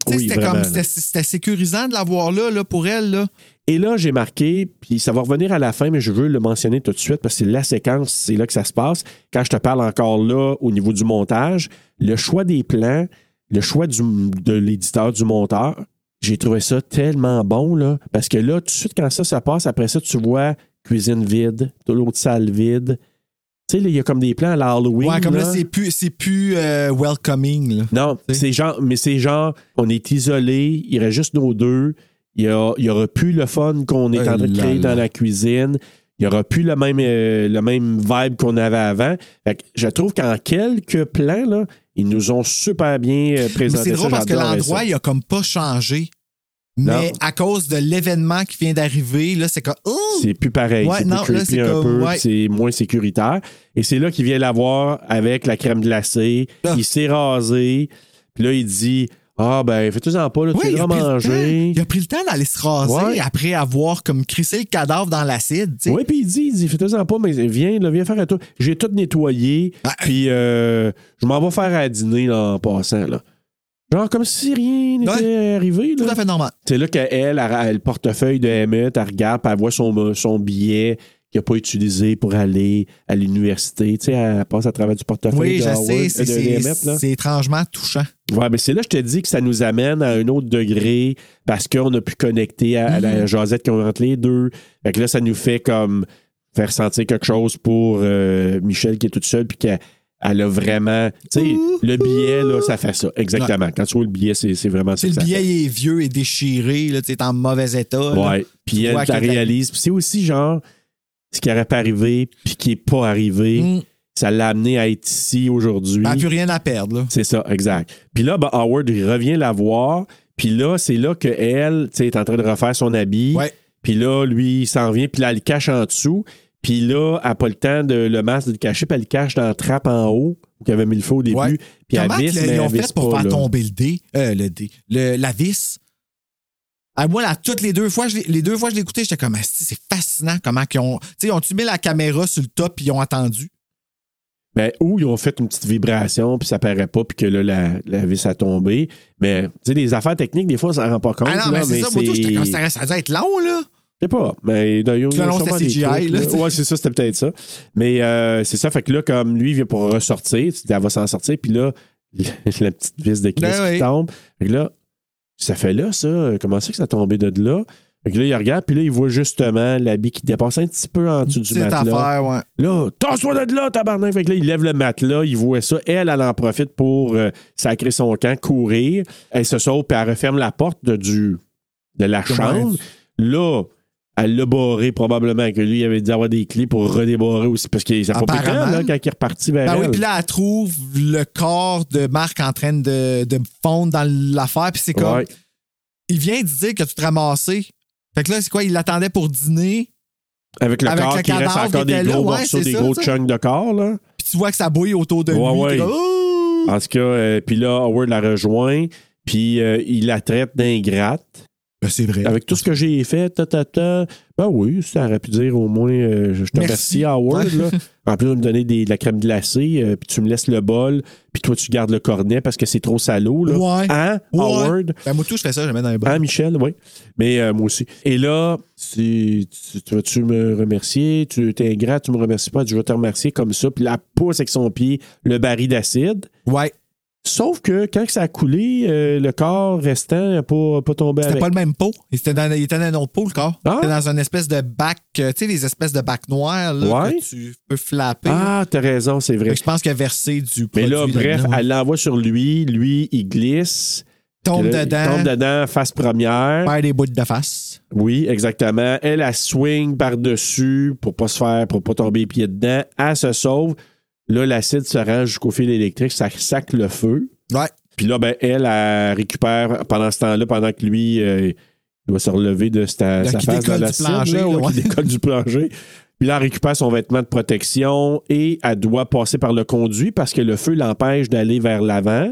B: Tu sais,
A: Oui,
B: c'était
A: vraiment,
B: comme
A: là.
B: c'était, c'était sécurisant de l'avoir là, là, pour elle, là.
A: Et là, j'ai marqué, puis ça va revenir à la fin, mais je veux le mentionner tout de suite parce que c'est la séquence, c'est là que ça se passe. Quand je te parle encore là au niveau du montage, le choix des plans, le choix du- de l'éditeur, du monteur, j'ai trouvé ça tellement bon, là. Parce que là, tout de suite, quand ça, ça passe, après ça, tu vois cuisine vide, toute l'autre salle vide. Tu sais, là, il y a comme des plans à la Halloween.
B: ouais, comme là,
A: là.
B: c'est plus, c'est plus euh, welcoming, là.
A: Non,
B: Tu sais.
A: c'est genre, mais c'est genre, on est isolé, il reste juste nos deux, il y, a- il y aura plus le fun qu'on est
B: Euh,
A: en train de
B: là,
A: créer
B: là.
A: dans la cuisine, il y aura plus le même, euh, le même vibe qu'on avait avant. Fait que je trouve qu'en quelques plans, là, ils nous ont super bien euh,
B: Mais
A: présenté.
B: c'est drôle
A: ça,
B: parce que
A: j'adorais
B: l'endroit,
A: ça.
B: il a comme pas changé. Mais
A: Non.
B: à cause de l'événement qui vient d'arriver, là, c'est comme. Oh!
A: C'est plus pareil,
B: Ouais,
A: c'est plus
B: non, là,
A: creepy
B: c'est
A: un
B: comme-
A: peu,
B: ouais.
A: c'est moins sécuritaire. Et c'est là qu'il vient la voir avec la crème glacée,
B: Ah.
A: il s'est rasé, puis là, il dit Ah, ben, fais-tu-en pas, là, tu
B: Ouais, il,
A: vas
B: a pris le temps,
A: manger.
B: il a pris le temps d'aller se raser
A: Ouais.
B: après avoir comme crissé le cadavre dans l'acide. tu sais.
A: Oui, puis il dit, il dit, fais-toi-en pas, mais viens, là, viens faire à toi. J'ai tout nettoyé,
B: Ah.
A: puis euh, je m'en vais faire à dîner là, en passant. Là. Genre comme si rien n'était arrivé.
B: Tout
A: là.
B: à fait normal.
A: C'est là qu'elle, elle, elle, le portefeuille de Emmett, elle regarde, puis elle voit son, son billet qu'il n'a pas utilisé pour aller à l'université. Tu sais, elle passe à travers du portefeuille
B: Oui,
A: de
B: je
A: Howard-
B: sais,
A: euh,
B: c'est-
A: de Emmett, là.
B: c'est c'est étrangement touchant.
A: Ouais, mais c'est là que je te dis que ça nous amène à un autre degré parce qu'on a pu connecter à, à
B: Mhm.
A: la Josette qu'on rentre les deux. Fait que là, ça nous fait comme faire sentir quelque chose pour euh, Michel qui est toute seule puis qu'elle elle a vraiment. Tu sais, le billet, là, ça fait ça. Exactement. Quand tu vois le billet, c'est c'est vraiment
B: Tu
A: ça
B: sais,
A: que
B: le
A: ça
B: billet il est vieux et déchiré, là, tu es en mauvais état. là.
A: Ouais. Puis elle,
B: vois
A: la
B: que t'as-
A: réalise. Puis c'est aussi genre ce qui n'aurait pas arrivé, puis qui n'est pas arrivé.
B: Mm. Ben,
A: Ça l'a amené à être ici aujourd'hui.
B: Elle n'a plus rien à perdre. là.
A: C'est ça, exact. Puis là, ben, Howard il revient la voir. Puis là, c'est là qu'elle est en train de refaire son habit.
B: Ouais.
A: Puis là, lui, il s'en vient. Puis là, elle le cache en dessous. Puis là, elle n'a pas le temps de le masque de le cacher. Puis elle le cache dans la trappe en haut, où il avait mis le feu au début.
B: Ouais.
A: Puis elle
B: Comment
A: visse,
B: que le-
A: mais
B: ils ont
A: elle visse
B: fait pour
A: pas,
B: faire
A: là.
B: tomber le dé, euh, le dé, le- la vis? Ah, moi, là, toutes les deux fois, je l'ai- les deux fois que je l'écoutais, j'étais comme, Asti, c'est fascinant comment qu'ils ont. Tu sais, ils ont-tu mis la caméra sur le top et ils ont attendu?
A: Ben, ou ils ont fait une petite vibration, puis ça paraît pas, puis que là, la, la vis a tombé. Mais, tu sais, les affaires techniques, des fois, on s'en rend pas compte.
B: ah non,
A: là,
B: mais c'est ça, moi, tout, j'étais comme, ça ça doit être long, là.
A: Je sais pas, mais il y a- il y a
B: Tout le long,
A: sûrement
B: c'était
A: des
B: CGI,
A: trucs,
B: là.
A: là. Ouais, c'est ça, c'était peut-être ça. Mais euh, c'est ça, fait que là, comme lui, il vient pour ressortir, tu dis, elle va s'en sortir, puis là, la petite vis de Chris
B: Ben
A: qui
B: oui.
A: tombe. Fait que là, ça fait là, ça. Comment c'est que ça a tombé de là? Fait que là, il regarde, puis là, il voit justement l'habit qui dépasse un petit peu en dessous du
B: Petite
A: matelas.
B: affaire, ouais.
A: Là, tasse-toi de là, tabarnak! Fait que là, il lève le matelas, il voit ça. Elle, elle en profite pour euh, sacrer son camp, courir. Elle se sauve, puis elle referme la porte de, du, de la chambre. Là, elle l'a barré probablement, que lui, il avait dû avoir des clés pour redébarrer aussi, parce qu'il s'est pas pris le temps,
B: Apparemment.
A: là, quand il est reparti vers
B: Ben oui,
A: elle.
B: puis là, elle trouve le corps de Marc en train de, de fondre dans l'affaire, puis c'est comme,
A: Ouais.
B: il vient de dire que tu te ramassais. Fait que là, c'est quoi? Il l'attendait pour dîner,
A: Avec le
B: Avec
A: corps
B: le
A: qui reste
B: cadavre
A: encore
B: qui
A: des
B: était
A: gros
B: là, ouais,
A: morceaux,
B: c'est
A: des
B: ça,
A: gros
B: tu sais.
A: chunks de corps, là.
B: puis tu vois que ça bouille autour de
A: Ouais,
B: lui.
A: ouais.
B: t'es comme, oh! Ouh!
A: En tout cas, euh, puis là, Howard la rejoint, puis euh, il la traite d'ingrate.
B: Ben, c'est vrai.
A: Avec tout ce que j'ai fait, ta, ta, ta, ben oui, ça aurait pu dire au moins euh, je te remercie,
B: Merci.
A: Howard. là. En plus, de me donner des- de la crème glacée, euh, puis tu me laisses le bol, puis toi, tu gardes le cornet parce que c'est trop salaud. Là.
B: Ouais.
A: Hein,
B: Ouais.
A: Howard?
B: Ben, moi, tout, je fais ça, je le mets dans les bas.
A: Hein, Michel? Oui. Mais euh, moi aussi. Et là, si- tu, tu vas-tu me remercier? Tu t'es ingrat, tu me remercies pas, je vais te remercier comme ça. Puis la pousse avec son pied, le baril d'acide.
B: Ouais,
A: Sauf que quand ça a coulé, euh, le corps restant n'a pas, pas tombé
B: c'était
A: avec.
B: pas le même pot. Il était dans, il était dans un autre pot, le corps.
A: Ah.
B: Il était dans une espèce de bac, euh, tu sais, les espèces de bac noirs là,
A: Ouais.
B: que tu peux flapper.
A: Ah, t'as raison, c'est vrai.
B: Fait que je pense qu'il a versé du
A: Mais
B: produit.
A: là, bref,
B: dedans, ouais.
A: elle l'envoie sur lui. Lui, il glisse.
B: tombe
A: Puis là,
B: dedans,
A: Il tombe dedans, face première.
B: perd des bouts de face.
A: Oui, exactement. Elle, elle swing par-dessus pour pas se faire, pour pas tomber les pieds dedans. Elle se sauve. Là, l'acide se rend jusqu'au fil électrique. Ça sac le feu.
B: Ouais.
A: Puis là, ben, elle, elle récupère pendant ce temps-là, pendant que lui, euh, il doit se relever de sa,
B: Là,
A: sa
B: qui
A: face dans
B: décolle du
A: l'acide,
B: plancher,
A: là,
B: là,
A: ouais, qui
B: ouais.
A: décolle du plancher. Puis là, elle récupère son vêtement de protection et elle doit passer par le conduit parce que le feu l'empêche d'aller vers l'avant.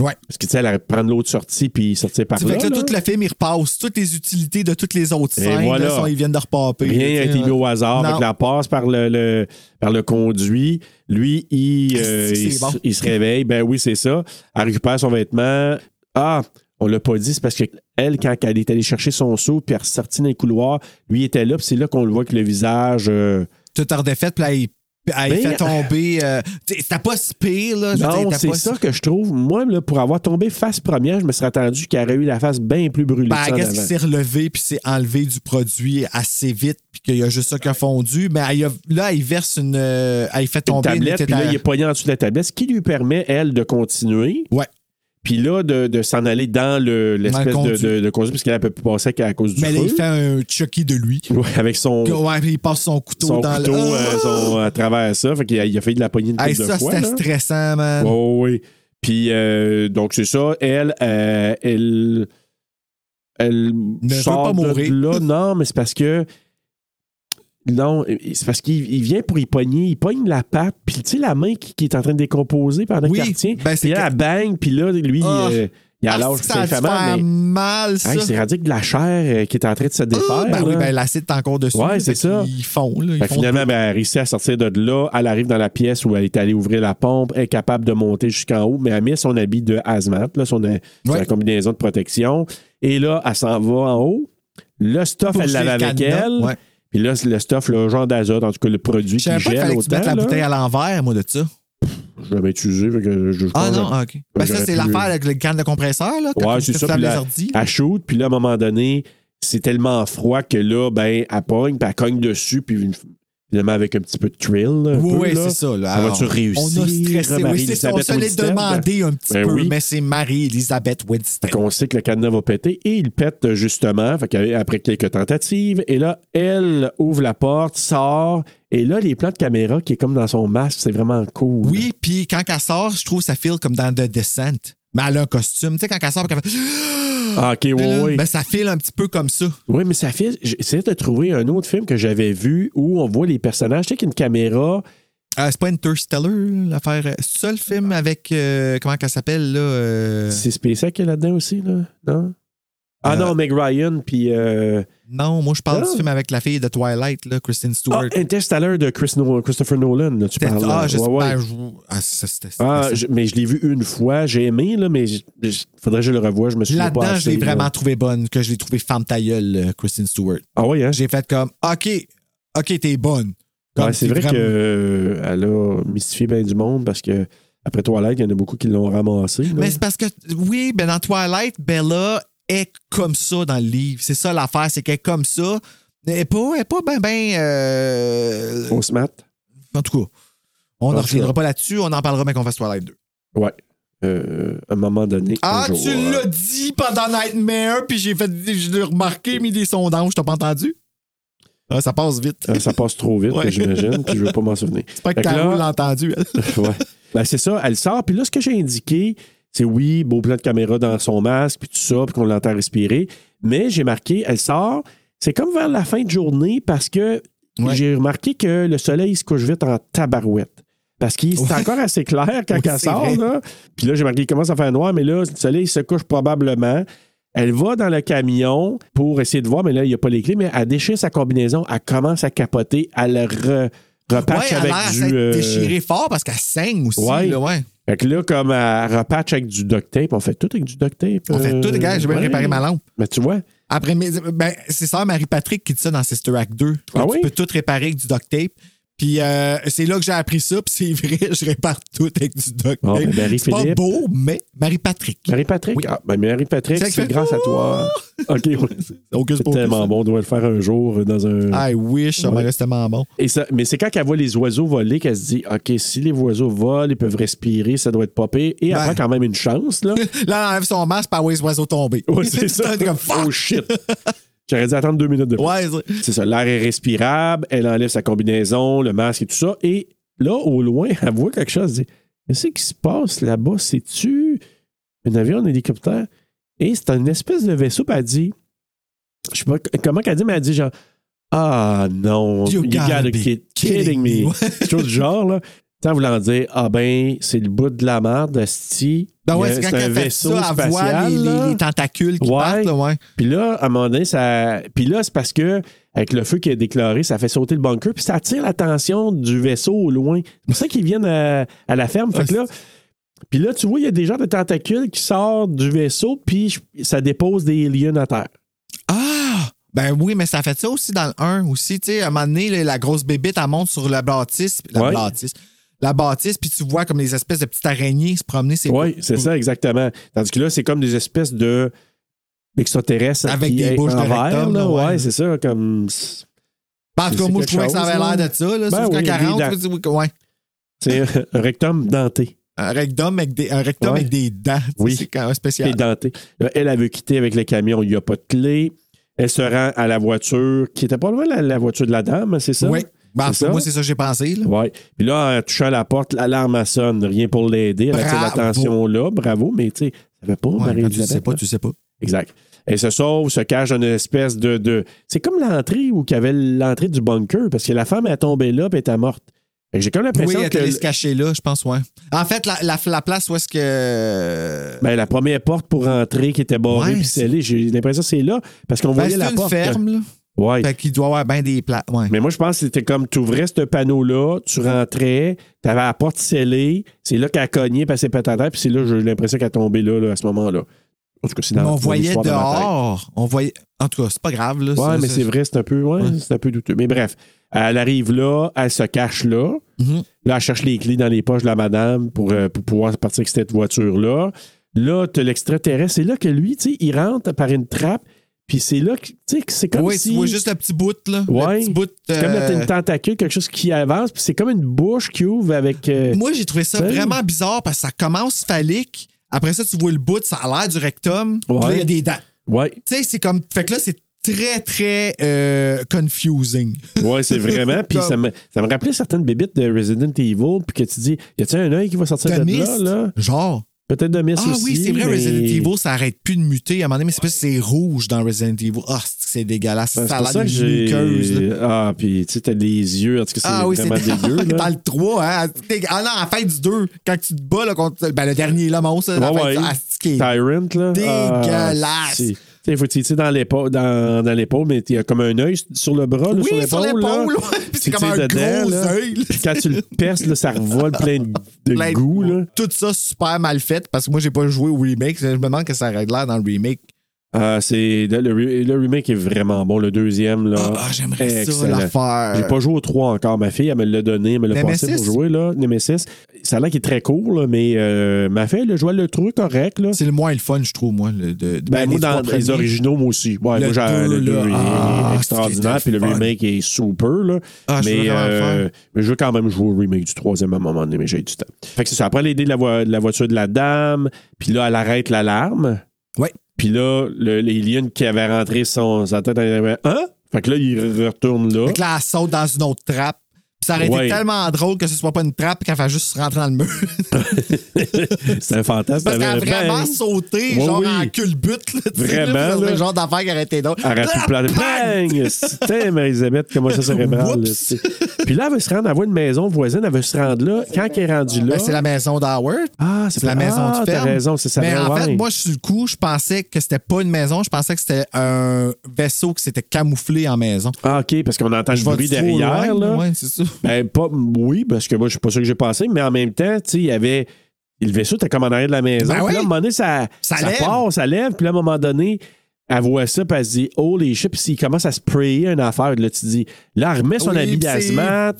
B: Ouais.
A: Parce que, tu sais, elle prendre l'autre sortie puis sortir par
B: Tu
A: là.
B: fait que là,
A: là.
B: tout le film, il repasse. Toutes les utilités de toutes les autres
A: Et
B: scènes, là,
A: voilà.
B: sont- ils viennent de repapper.
A: Rien n'a
B: là, tu sais,
A: été mis au hasard.
B: euh, Non.
A: Fait que la passe par le, le- par le conduit. Lui, il, euh,
B: Ah, C'est
A: il, se-
B: bon.
A: il se réveille. Ben oui, c'est ça. Elle récupère son vêtement. Ah, on l'a pas dit. C'est parce que elle, quand elle est allée chercher son seau, puis elle est ressortie dans les couloirs, lui était là. Puis c'est là qu'on le voit que le visage. euh,
B: Tout en défaite, puis là, il, il
A: Mais-
B: fait tomber. euh, tu sais, C'était pas si pire, là. Ah, je
A: Ben,
B: veux
A: Non,
B: dire, c'était
A: c'est
B: pas si-
A: ça que je trouve. Moi, là, pour avoir tombé face première, je me serais attendu qu'elle aurait eu la face bien plus brûlée. que ça en
B: Ben, qu'est-ce
A: avant.
B: qui s'est relevé puis s'est enlevé du produit assez vite puis qu'il y a juste ça qui a fondu. Mais elle y a- là, il verse une. euh, Elle y fait
A: une
B: tomber une
A: tablette,
B: tête
A: puis là,
B: à-
A: il est poigné en dessous de la tablette, ce qui lui permet, elle, de continuer.
B: Ouais.
A: Puis là, de, de s'en aller dans le- l'espèce
B: Dans le
A: de,
B: conduit.
A: de, de conduit, parce qu'elle ne peut plus passer qu'à cause du
B: Mais là,
A: feu.
B: il fait un Chucky de lui.
A: Ouais, avec son,
B: Ouais, puis il passe son couteau
A: son
B: dans
A: couteau
B: le. Ah!
A: euh, son- à travers ça. Fait qu'il a, il a fait de la poignée une
B: Hey,
A: couple de
B: ça,
A: fois.
B: c'était
A: là.
B: stressant, man.
A: Oh, oui. Puis, euh, donc, c'est ça. Elle, euh, elle. Elle
B: veut
A: sort
B: pas
A: de
B: mourir.
A: là. Non, mais c'est parce que. Non, c'est parce qu'il il vient pour y pogner. Il pogne la patte, puis tu sais, la main qui, qui est en train de décomposer pendant
B: Oui,
A: qu'il la retient.
B: ben, c'est
A: puis là,
B: que-
A: elle bang, puis là, lui,
B: Ah.
A: euh, il, Il y a
B: Ah,
A: l'âge
B: c'est que ça a dû
A: infamant,
B: faire
A: mais
B: mal, ça.
A: Hey, c'est radique de la chair euh, qui est en train de se défaire.
B: Ah, ben oui,
A: là.
B: ben l'acide est encore dessus.
A: Ouais,
B: là,
A: c'est
B: fait
A: ça.
B: Ils font, là. Ils
A: Fait que
B: font
A: finalement, ben, elle réussit à sortir de là. Elle arrive dans la pièce où elle est allée ouvrir la pompe, incapable de monter jusqu'en haut, mais elle met son habit de hazmat, là, son,
B: Ouais.
A: sa combinaison de protection. Et là, elle s'en va en haut. Le stuff,
B: Pour
A: elle l'avait
B: le
A: avec
B: cadenas,
A: elle.
B: ouais.
A: Puis là, le stuff, le genre d'azote, en tout cas, le produit qui
B: Je savais pas qu'il
A: gèle
B: fallait que tu
A: autant.
B: mettes la
A: là.
B: bouteille à l'envers, moi, de ça.
A: Je l'avais utilisé. Fait que je, je
B: Ah
A: pense
B: non,
A: que-
B: ah, OK. Ben ça,
A: j'aurais
B: c'est
A: pu-
B: l'affaire avec le canne de compresseur, là. Quand
A: Ouais,
B: tu
A: c'est ça.
B: fermes
A: Puis
B: les
A: là,
B: ordi.
A: elle shoot, puis là, à un moment donné, c'est tellement froid que là, ben, elle pogne, puis elle cogne dessus, puis une- finalement, avec un petit peu de thrill. là, un
B: Oui,
A: peu,
B: oui,
A: là.
B: c'est ça. Là.
A: Elle
B: Alors,
A: va-tu réussir,
B: On a stressé. Oui, c'est ça. On
A: Marie-Élisabeth
B: se l'est
A: Winstead?
B: demandé un petit
A: Ben
B: peu,
A: oui.
B: mais c'est Marie-Elisabeth Winston.
A: Qu'on sait que le cadenas va péter et il pète euh, justement, fait qu'après- après quelques tentatives. Et là, elle ouvre la porte, sort, et là, les plans de caméra qui est comme dans son masque, c'est vraiment cool.
B: Oui, puis quand elle sort, je trouve ça file comme dans The Descent. Mais elle a un costume. Tu sais, quand elle sort, qu'elle fait.
A: Ah, ok, oui, oui.
B: Ben, ça file un petit peu comme ça.
A: Oui, mais ça fait. J'essayais de trouver un autre film que j'avais vu où on voit les personnages, tu sais, qu'une caméra.
B: Euh, c'est pas Interstellar, l'affaire. euh, C'est ça le film avec. euh, comment qu'elle s'appelle, là euh,
A: C'est SpaceX qui est là-dedans aussi, là? Non? Ah
B: Euh,
A: non, Meg Ryan, puis. euh,
B: Non, moi, je parle
A: Ah.
B: du film avec la fille de Twilight, là, Kristen Stewart.
A: Ah, Interstellar de Chris No- Christopher Nolan, là, tu
B: C'était-
A: parles. là.
B: ah, je sais
A: Ouais, ouais.
B: pas, je- Ah, ça, c'était-
A: Ah,
B: c'était-
A: je- mais je l'ai vu une fois, j'ai aimé, là, mais j- j- faudrait que je le revoie, je me suis pas
B: Là-dedans, je
A: assez,
B: l'ai
A: là.
B: vraiment trouvée bonne, que je l'ai trouvée femme ta gueule, euh, Kristen Stewart.
A: Ah oui, hein?
B: J'ai fait comme, OK, OK, t'es bonne. Comme
A: Ouais, c'est vrai
B: vraiment-
A: qu'elle a mystifié bien du monde parce que après Toilette, il y en a beaucoup qui l'ont ramassé. là.
B: Mais c'est parce que, oui, ben dans Twilight, Bella est comme ça dans le livre. C'est ça l'affaire, c'est qu'elle est comme ça. Elle est pas, elle est pas ben, ben. euh,
A: On se mate.
B: En tout cas, on
A: En
B: ne
A: tout
B: reviendra
A: cas.
B: pas là-dessus, on en parlera, mais qu'on fasse Twilight 2.
A: Ouais. Euh, à un moment donné.
B: Ah,
A: un jour,
B: tu
A: euh,
B: l'as dit pendant Nightmare, puis j'ai fait, je l'ai remarqué, mis des sondages, t'as pas entendu? Ah, ça passe vite.
A: euh, Ça passe trop vite,
B: Ouais.
A: j'imagine, puis je veux pas m'en souvenir.
B: C'est pas que
A: Fait que
B: Caro
A: là-
B: l'a entendu. elle.
A: Ouais. Ben, c'est ça, elle sort. Puis là, ce que j'ai indiqué, c'est oui, beau plan de caméra dans son masque, puis tout ça, puis qu'on l'entend respirer. Mais j'ai marqué, elle sort. C'est comme vers la fin de journée parce que
B: Ouais.
A: j'ai remarqué que le soleil se couche vite en tabarouette. Parce qu'il c'est
B: Ouais.
A: encore assez clair quand
B: Oui,
A: elle
B: c'est
A: sort.
B: vrai.
A: Là. Puis là, j'ai marqué, il commence à faire noir, mais là, le soleil se couche probablement. Elle va dans le camion pour essayer de voir, mais là, il n'y a pas les clés, mais elle déchire sa combinaison, elle commence à capoter, elle re, repatche
B: ouais, elle
A: avec
B: a
A: du...
B: l'air
A: euh,
B: déchirée fort parce qu'elle saigne aussi.
A: Ouais.
B: là, ouais.
A: fait que là, comme euh, elle repatch avec du duct tape, on fait tout avec du duct tape.
B: On fait
A: euh,
B: tout, les gars, j'ai bien
A: ouais.
B: réparé ma lampe.
A: Mais tu vois,
B: Après, mes- ben, c'est sœur Marie-Patrick qui dit ça dans Sister Act 2.
A: Ah
B: tu
A: oui?
B: peux tout réparer avec du duct tape. Puis euh, c'est là que j'ai appris ça, puis c'est vrai, je répare tout avec du duct
A: Bon,
B: tape.
A: ben, Marie-Philippe.
B: c'est pas beau, mais Marie-Patrick.
A: Marie-Patrick.
B: Oui.
A: Ah, ben Marie-Patrick,
B: C'est
A: c'est
B: que-
A: grâce à toi. OK, oui.
B: Donc,
A: C'est tellement bon. On doit le faire un jour euh, dans un.
B: I wish, ça
A: Ouais.
B: m'aurait tellement bon.
A: Et ça, mais c'est quand elle voit les oiseaux voler qu'elle se dit OK, si les oiseaux volent, ils peuvent respirer, ça doit être popé. Et elle
B: Ben.
A: prend quand même une chance, là.
B: Là, elle enlève son masque, puis elle voit les oiseaux tomber.
A: Ouais, c'est ça.
B: comme, fuck!
A: Oh shit. J'aurais dû attendre deux minutes de plus.
B: Ouais, c'est-
A: C'est ça, l'air est respirable, elle enlève sa combinaison, le masque et tout ça. Et là, au loin, elle voit quelque chose. Elle dit Qu'est-ce qui se passe là-bas C'est-tu un avion, un hélicoptère Et c'est une espèce de vaisseau, puis elle dit Je sais pas comment qu'elle dit, mais elle dit genre Ah non,
B: You gotta be
A: kid- kidding me.
B: Ouais.
A: Quelque chose du genre, là. Sans voulant dire Ah ben, c'est le bout de la merde, si.
B: Ben ouais, c'est quand elle fait ça, elle voit les, les- les tentacules qui
A: Ouais.
B: partent, là, ouais.
A: puis là, à un moment donné, ça. Puis là, c'est parce que, avec le feu qui est déclaré, ça fait sauter le bunker, puis ça attire l'attention du vaisseau au loin. C'est pour ça qu'ils viennent à, à la ferme. Fait que là.
B: Ah,
A: Puis là, tu vois, il y a des genres de tentacules qui sortent du vaisseau, puis je- ça dépose des aliens à terre.
B: Ah! Ben oui, mais ça fait ça aussi dans le 1 aussi. Tu sais, à un moment donné, là, la grosse bébite, elle monte sur la bâtisse. La
A: Ouais.
B: bâtisse. La bâtisse, puis tu vois comme les espèces de petites araignées se promener. c'est
A: Oui, c'est ça, exactement. Tandis que là, c'est comme des espèces de. extraterrestres
B: Avec
A: qui
B: des
A: est
B: bouches de
A: en verre,
B: rectum,
A: là.
B: là,
A: Ouais,
B: ouais.
A: c'est ça, comme.
B: Ben, en tout
A: C'est
B: cas, moi, je
A: quelque
B: trouvais que ça avait
A: chose, là.
B: l'air de ça.
A: Ben
B: Là, sauf
A: oui,
B: qu'en
A: des
B: 40,
A: dents.
B: tu dis, oui, que- ouais.
A: C'est un rectum denté.
B: Un rectum avec des, un rectum
A: Ouais.
B: avec des dents. tu sais,
A: Oui.
B: C'est quand même
A: Et
B: spécial.
A: Dante. Là, elle avait quitté avec le camion, il n'y a pas de clé. Elle se rend à la voiture, qui était pas loin, la, la voiture de la dame, c'est ça?
B: Oui. Ben,
A: C'est
B: en tout cas,
A: ça?
B: moi, c'est ça que j'ai pensé. Là.
A: Oui. Puis là, en touchant à la porte, l'alarme elle sonne, rien pour l'aider. Elle attire
B: Bravo.
A: l'attention là, bravo, mais tu sais, ça ne pas,
B: Ouais, quand tu
A: Marie-Élisabeth,
B: sais pas,
A: là.
B: tu sais pas.
A: hein. Exact. Elle se sauve, se cache dans une espèce de. de- C'est comme l'entrée où qu'il y avait l'entrée du bunker, parce que la femme est tombée là, puis elle était morte. Fait que J'ai comme
B: Oui,
A: l'impression
B: elle
A: que.
B: allait se cacher là, je pense, ouais. En fait, la, la, la place où est-ce que.
A: Ben, la première porte pour entrer qui était barrée
B: Ouais,
A: puis scellée, j'ai l'impression que c'est là. Parce qu'on
B: Ben,
A: voyait
B: c'est
A: la
B: une
A: porte.
B: ferme, là.
A: Ouais.
B: Fait qu'il doit avoir bien des plats. Ouais.
A: Mais moi, je pense que c'était comme tu ouvrais ce panneau-là, tu rentrais, tu avais la porte scellée, c'est là qu'elle a cogné, passé patata, puis c'est là, j'ai l'impression qu'elle a tombé là, là, à ce moment-là. En tout cas, c'est dans
B: Mais on
A: mon
B: voyait
A: histoire dans ma tête.
B: dehors. On voyait. En tout cas, c'est pas grave, là.
A: Ouais,
B: Ça,
A: mais
B: ça-
A: c'est vrai, c'est un peu, ouais,
B: Ouais.
A: c'est un peu douteux. Mais bref, elle arrive là, elle se cache là.
B: Mhm.
A: Là, elle cherche les clés dans les poches de la madame pour, euh, pour pouvoir partir avec cette voiture-là. Là, t'as l'extraterrestre. C'est là que lui, tu sais, il rentre par une trappe. Puis c'est là que, tu sais, que c'est comme
B: Oui,
A: si...
B: tu vois juste le petit bout, là.
A: Ouais.
B: Le petit bout.
A: C'est comme
B: euh,
A: là, t'as une tentacule, quelque chose qui avance. Puis c'est comme une bouche qui ouvre avec... euh,
B: Moi, j'ai trouvé ça
A: Salut.
B: vraiment bizarre parce que ça commence phallique. Après ça, tu vois le bout, ça a l'air du rectum. Puis là,
A: Ouais.
B: il y a des dents.
A: Ouais,
B: Tu sais, c'est comme. Fait que là, c'est très, très euh, confusing.
A: ouais c'est vraiment. Puis ça me, ça me rappelait certaines bébites de Resident Evil. Puis que tu dis, y a-t-il un œil qui va sortir de là,
B: Mist,
A: là?
B: Genre.
A: Peut-être de Miss
B: Ah
A: aussi.
B: oui, c'est vrai,
A: mais-
B: Resident Evil, ça arrête plus de muter à un moment donné, mais c'est parce que c'est rouge dans Resident Evil. Ah, c'est- c'est dégueulasse.
A: Ben,
B: ça
A: c'est
B: a
A: pour
B: l'air
A: ça que
B: d'une muqueuse, là.
A: j'ai. Ah, puis tu sais, t'as les yeux. En tout cas, c'est
B: Ah oui, c'est
A: vraiment dégueu. là.
B: dans le 3, hein. T'es- Ah non, à la fin du 2, quand tu te bats là, contre ben, le dernier, là, monstre, là, à la
A: Ouais,
B: fin du-
A: ouais.
B: ah, c'est qui est-
A: Tyrant, là. Ah,
B: Dégueulasse.
A: Il faut tirer dans l'épaule, dans, dans l'épaule, mais il y a comme un œil sur le bras, là,
B: Oui, sur l'épaule,
A: là.
B: ouais. Puis
A: Tu
B: c'est comme
A: tires
B: un
A: dedans,
B: gros
A: là.
B: œil, là.
A: Puis quand tu le perces, là, ça revole plein de, de
B: plein de-
A: goût, là.
B: Tout ça super mal fait parce que moi, j'ai pas joué au remake. Je me demande que ça aurait l'air dans le remake.
A: Ah, c'est, le, re- le remake est vraiment bon. Le deuxième, là.
B: Ah, ah, j'aimerais ça
A: excellent.
B: la faire.
A: J'ai pas joué au 3 encore. Ma fille, elle me l'a donné, elle me l'a passé pour
B: Nemesis?
A: jouer, là. Nemesis. Ça a l'air qu'il est très court, là, mais euh, ma fille, elle jouait le truc correct, là.
B: C'est le moins le fun, je trouve, moi. Le, de, de-
A: Ben, moi,
B: les
A: dans
B: trois
A: les
B: premiers.
A: originaux, moi aussi. Ouais,
B: Le
A: moi, j'ai-
B: deux,
A: le 2
B: là,
A: est
B: ah,
A: est
B: c'était
A: extraordinaire, puis le
B: fun.
A: remake est super, là.
B: Ah, je veux
A: mais, euh,
B: vraiment le faire.
A: mais je veux quand même jouer au remake du troisième à un moment donné, mais j'ai du temps. Fait que c'est ça. Après, l'idée de la, voi- de la voiture de la dame, puis là, elle arrête l'alarme.
B: Ouais.
A: Puis là, le- l'alien qui avait rentré son, sa tête, elle avait, hein? Fait que là, il retourne là.
B: Fait que là, elle saute dans une autre trappe. Puis ça aurait
A: Oh. Ouais.
B: été tellement drôle que ce soit pas une trappe qu'elle fasse juste rentrer dans le mur.
A: C'est un fantasme.
B: Parce qu'elle a
A: Elle avait-
B: vraiment
A: bang!
B: sauté,
A: Ben, Ouais,
B: genre
A: oui.
B: en culbute. Là, tu sais, là,
A: Vraiment,
B: ça serait
A: là.
B: le genre d'affaire qui aurait été drôle.
A: Elle aurait pu Ben,
B: Ah,
A: planter.
B: bang!
A: Bang! C'était Marie-Elisabeth, comment ça cérébrale. là, tu sais. Puis là, elle veut se rendre, elle voit une maison voisine, elle veut se rendre là. Quand elle est rendue là.
B: Ben, c'est la maison d'Howard.
A: Ah, c'est
B: C'est la
A: pas-
B: maison
A: ah,
B: de ferme.
A: T'as raison, c'est ça.
B: Mais en
A: ouais.
B: fait, moi, sur le coup, je pensais que c'était pas une maison, je pensais que c'était un vaisseau qui s'était camouflé en maison.
A: Ah, OK, parce qu'on entend le
B: Je vais
A: bruit
B: trop
A: derrière.
B: loin,
A: là.
B: ouais, c'est ça.
A: Ben, pas, oui, parce que moi, je suis pas sûr que j'ai passé, mais en même temps, tu sais, il y avait. Le vaisseau était comme en arrière de la maison.
B: Ben
A: puis là,
B: oui.
A: à un moment donné, ça,
B: Ça lève.
A: part, ça lève. Puis là, à un moment donné, elle voit ça, puis elle se dit, oh, les chips, il commence à sprayer une affaire. Là, tu te dis, là, elle remet son
B: Oui,
A: habit
B: puis
A: d'asthme,
B: c'est vert.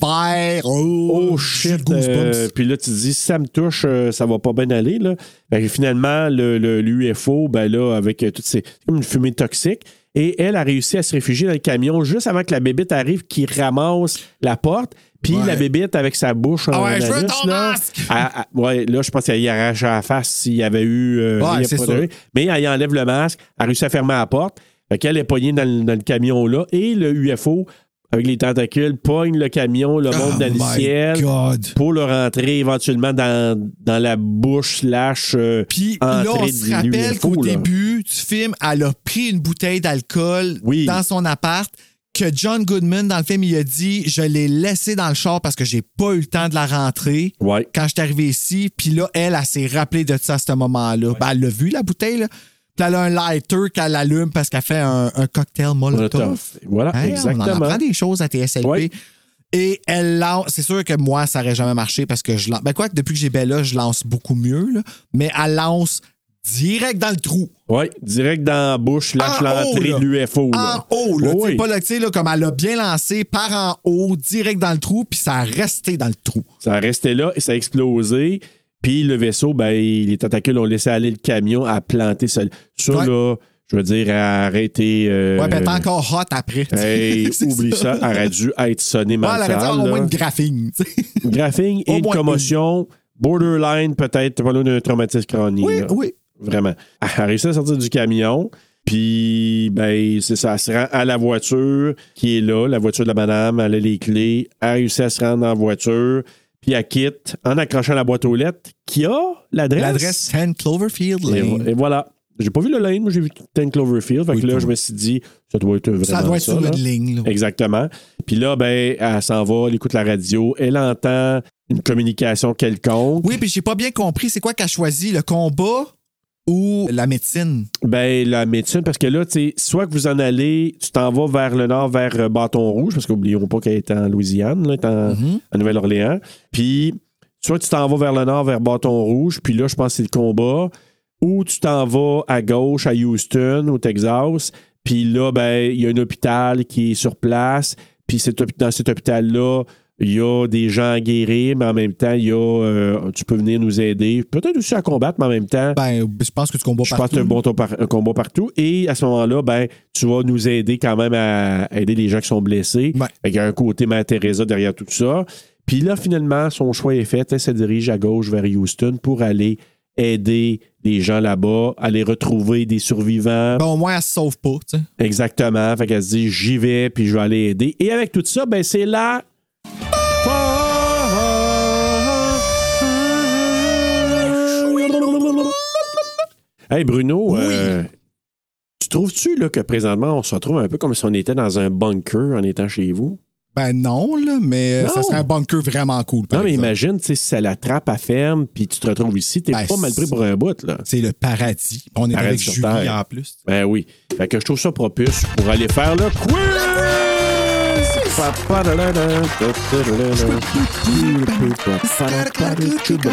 B: Oh,
A: Oh
B: j'ai le
A: shit!
B: goosebumps.
A: euh, puis là, tu te dis, si ça me touche, euh, ça va pas bien aller. Là. Fait que finalement, le, le- l'UFO, ben là, avec euh, toutes ces. C'est comme une fumée toxique. Et elle a réussi à se réfugier dans le camion juste avant que la bébite arrive, qui ramasse la porte. Puis
B: Ouais.
A: la bébite avec sa bouche
B: Ah
A: en
B: ouais, je veux
A: anus,
B: ton
A: là,
B: masque!
A: elle- elle- ouais, là, je pense qu'elle y arrache à la face s'il y avait eu. euh,
B: Ouais,
A: rien
B: c'est
A: produit.
B: sûr.
A: Mais elle y enlève le masque, elle a réussi à fermer la porte. Fait qu'elle est poignée dans le, dans le camion là. Et le UFO, avec les tentacules, pogne le camion, le monte dans le
B: Ah, Oh my
A: ciel
B: God.
A: pour le rentrer éventuellement dans, dans la bouche slash euh,
B: Puis là, on
A: entrée
B: se
A: du
B: rappelle
A: UFO,
B: qu'au
A: là.
B: début du film, elle a pris une bouteille d'alcool
A: Oui.
B: dans son appart. Que John Goodman, dans le film, il a dit Je l'ai laissée dans le char parce que j'ai pas eu le temps de la rentrer
A: Ouais.
B: quand je suis arrivé ici. Puis là, elle, elle, s'est rappelée de ça à ce moment-là. Ben, elle l'a vu, la bouteille. Là. Puis elle a un lighter qu'elle allume parce qu'elle fait un, un cocktail molotov.
A: Molotov. Voilà,
B: Hein, On en
A: Ah, exactement.
B: apprend des choses à TSLP.
A: Ouais.
B: Et elle lance. C'est sûr que moi, ça n'aurait jamais marché parce que je lance. Ben quoi que depuis que j'ai Bella, je lance beaucoup mieux, là. mais elle lance direct dans le trou.
A: Ouais, direct dans la bouche slash
B: En
A: l'entrée
B: haut, là.
A: de l'UFO.
B: En haut, là.
A: Ouais,
B: Tu sais,
A: ouais.
B: pas là, tu sais, là, comme elle a bien lancé par en haut, direct dans le trou, puis ça a resté dans le trou.
A: Ça a resté là et ça a explosé. Puis le vaisseau, ben, il- les tentacules ont laissé aller le camion à planter seul. Ça,
B: Ouais.
A: là, je veux dire, à arrêter. euh,
B: Ouais, puis elle est encore hot après.
A: hey,
B: C'est
A: oublie ça. elle aurait dû être sonné
B: Ouais, elle aurait
A: mental.
B: dû avoir au moins
A: là.
B: une graphine. tu sais.
A: Graphing
B: Au
A: et une
B: moins une.
A: commotion, borderline peut-être, pas loin d'un traumatisme crânien.
B: Oui,
A: là.
B: oui.
A: Vraiment. Elle a réussi à sortir du camion. Puis, ben, c'est ça. Elle se rend à la voiture qui est là, la voiture de la madame. Elle a les clés. Elle a réussi à se rendre en voiture. Puis, elle quitte en accrochant la boîte aux lettres qui a l'adresse.
B: L'adresse 10 Cloverfield
A: Et,
B: Lane.
A: vo- et voilà. J'ai pas vu le Lane, moi j'ai vu Ten Cloverfield. Fait que
B: Oui,
A: là,
B: toi.
A: je me suis dit, ça doit être vraiment
B: Ça doit être sur
A: là.
B: une ligne. là.
A: Exactement. Puis là, ben, elle s'en va, elle écoute la radio, elle entend une communication quelconque.
B: Oui, puis j'ai pas bien compris c'est quoi qu'elle a choisi, le combat ou la médecine.
A: Ben, la médecine, parce que là, tu sais, soit que vous en allez, tu t'en vas vers le nord, vers euh, Bâton Rouge, parce qu'oublions pas qu'elle est en Louisiane, là, elle est en,
B: Mhm.
A: en Nouvelle-Orléans. Puis, soit tu t'en vas vers le nord, vers Bâton Rouge, puis là, je pense que c'est le combat, ou tu t'en vas à gauche, à Houston, au Texas, puis là, ben, il y a un hôpital qui est sur place, puis cet hôpi- dans cet hôpital-là, il y a des gens à guérir, mais en même temps, il y a, euh, tu peux venir nous aider, peut-être aussi à combattre, mais en même temps,
B: Ben, je pense que tu combats
A: je pense que c'est un bon tour par- un combat partout. Et à ce moment-là, ben, tu vas nous aider quand même à aider les gens qui sont blessés.
B: Ouais.
A: Fait qu'il y a un côté Mère Teresa derrière tout ça. Puis là, finalement, son choix est fait. Elle se dirige à gauche vers Houston pour aller aider les gens là-bas, aller retrouver des survivants.
B: Ben, au moins, elle se sauve pas, tu sais.
A: Exactement. Fait qu'elle se dit, j'y vais, puis je vais aller aider. Et avec tout ça, ben, c'est là. Hey Bruno, euh, tu trouves-tu là, que présentement on se retrouve un peu comme si on était dans un bunker en étant chez vous?
B: Ben non, là, mais euh,
A: Non.
B: ça serait un bunker vraiment cool. par
A: non, mais
B: exemple.
A: imagine, tu sais, si ça la trappe à ferme, puis tu te retrouves ici, t'es
B: Ben,
A: pas mal pris pour un bout, là.
B: C'est le paradis. On est
A: Paradis
B: avec
A: sur
B: Julie
A: Terre.
B: en plus.
A: Ben oui. Fait que je trouve ça propice pour aller faire le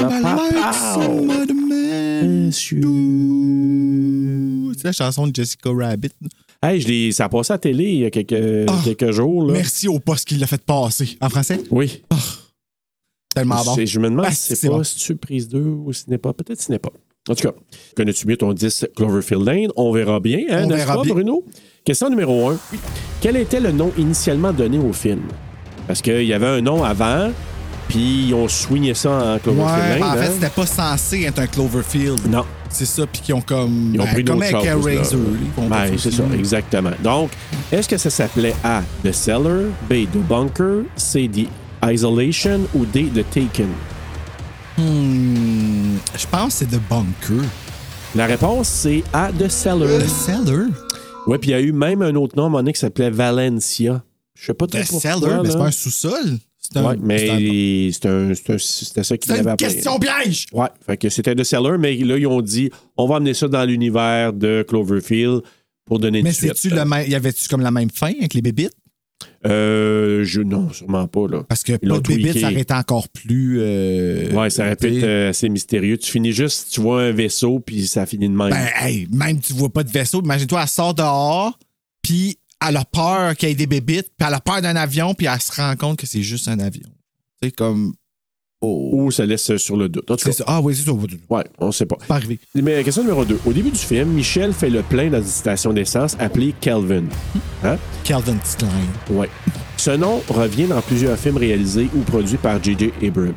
A: quiz.
B: C'est la chanson de Jessica Rabbit.
A: Hey, je l'ai- ça a passé à la télé il y a quelques,
B: Ah,
A: quelques jours. Là.
B: Merci au poste qui l'a fait passer. En français?
A: Oui.
B: Tellement bon.
A: C'est- Je me demande
B: Ah,
A: si c'est
B: c'est
A: pas
B: bon.
A: si tu prise 2 ou si ce n'est pas. Peut-être ce n'est pas. En tout cas, connais-tu mieux ton 10 Cloverfield Lane? On verra bien, hein,
B: On
A: n'est-ce
B: verra
A: pas,
B: bien.
A: Bruno? Question numéro 1. Quel était le nom initialement donné au film? Parce qu'il y avait un nom avant, puis ils ont soigné ça en Cloverfield
B: Ouais,
A: Lane.
B: ben, en
A: hein?
B: fait, c'était pas censé être un Cloverfield.
A: Non.
B: C'est ça, puis qui ont comme.
A: Ils ont
B: ben,
A: pris
B: comme
A: d'autres
B: avec
A: choses. là.
B: Eraser, là, ils vont
A: Ben,
B: faire
A: c'est
B: aussi.
A: ça, exactement. Donc, est-ce que ça s'appelait A, The Cellar, B, The Bunker, C, The Isolation ou D, The Taken?
B: Hmm, je pense que c'est The Bunker.
A: La réponse, c'est A, The Cellar.
B: The Cellar?
A: Ouais, puis il y a eu même un autre nom, à un moment donné, qui s'appelait Valencia. Je sais pas trop
B: The
A: pourquoi.
B: Cellar? Mais c'est
A: là.
B: pas un sous-sol? C'est un.
A: Ouais,
B: c'est un-
A: mais c'est un- c'est un- c'était ça qu'il
B: C'est
A: avait
B: une
A: appelé.
B: question piège!
A: Ouais, fait que c'était The Cellar, mais là, ils ont dit, on va amener ça dans l'univers de Cloverfield pour donner une
B: Mais
A: suite.
B: c'est-tu le même. Y avait-tu comme la même fin avec les bébites?
A: Euh, je, non, sûrement pas, là.
B: Parce que
A: Ils
B: pas
A: l'ont
B: de bébites,
A: tweaké.
B: ça aurait été encore plus. euh,
A: Ouais, ça répète euh, assez mystérieux. Tu finis juste, tu vois un vaisseau, puis ça finit de même.
B: Ben, hey, même tu vois pas de vaisseau, imagine-toi, elle sort dehors, puis elle a peur qu'il y ait des bébites, puis elle a peur d'un avion, puis elle se rend compte que c'est juste un avion. Tu sais, comme.
A: Ou ça laisse sur le doute. En tout
B: oh. c'est
A: cas,
B: ça. Ah oui, c'est ça. C'est
A: ouais, on sait pas.
B: pas arrivé.
A: Mais question numéro 2. Au début du film, Michel fait le plein dans une station d'essence appelée Kelvin. Hein?
B: Calvin Klein.
A: Ouais. Ce nom revient dans plusieurs films réalisés ou produits par J.J. Abrams.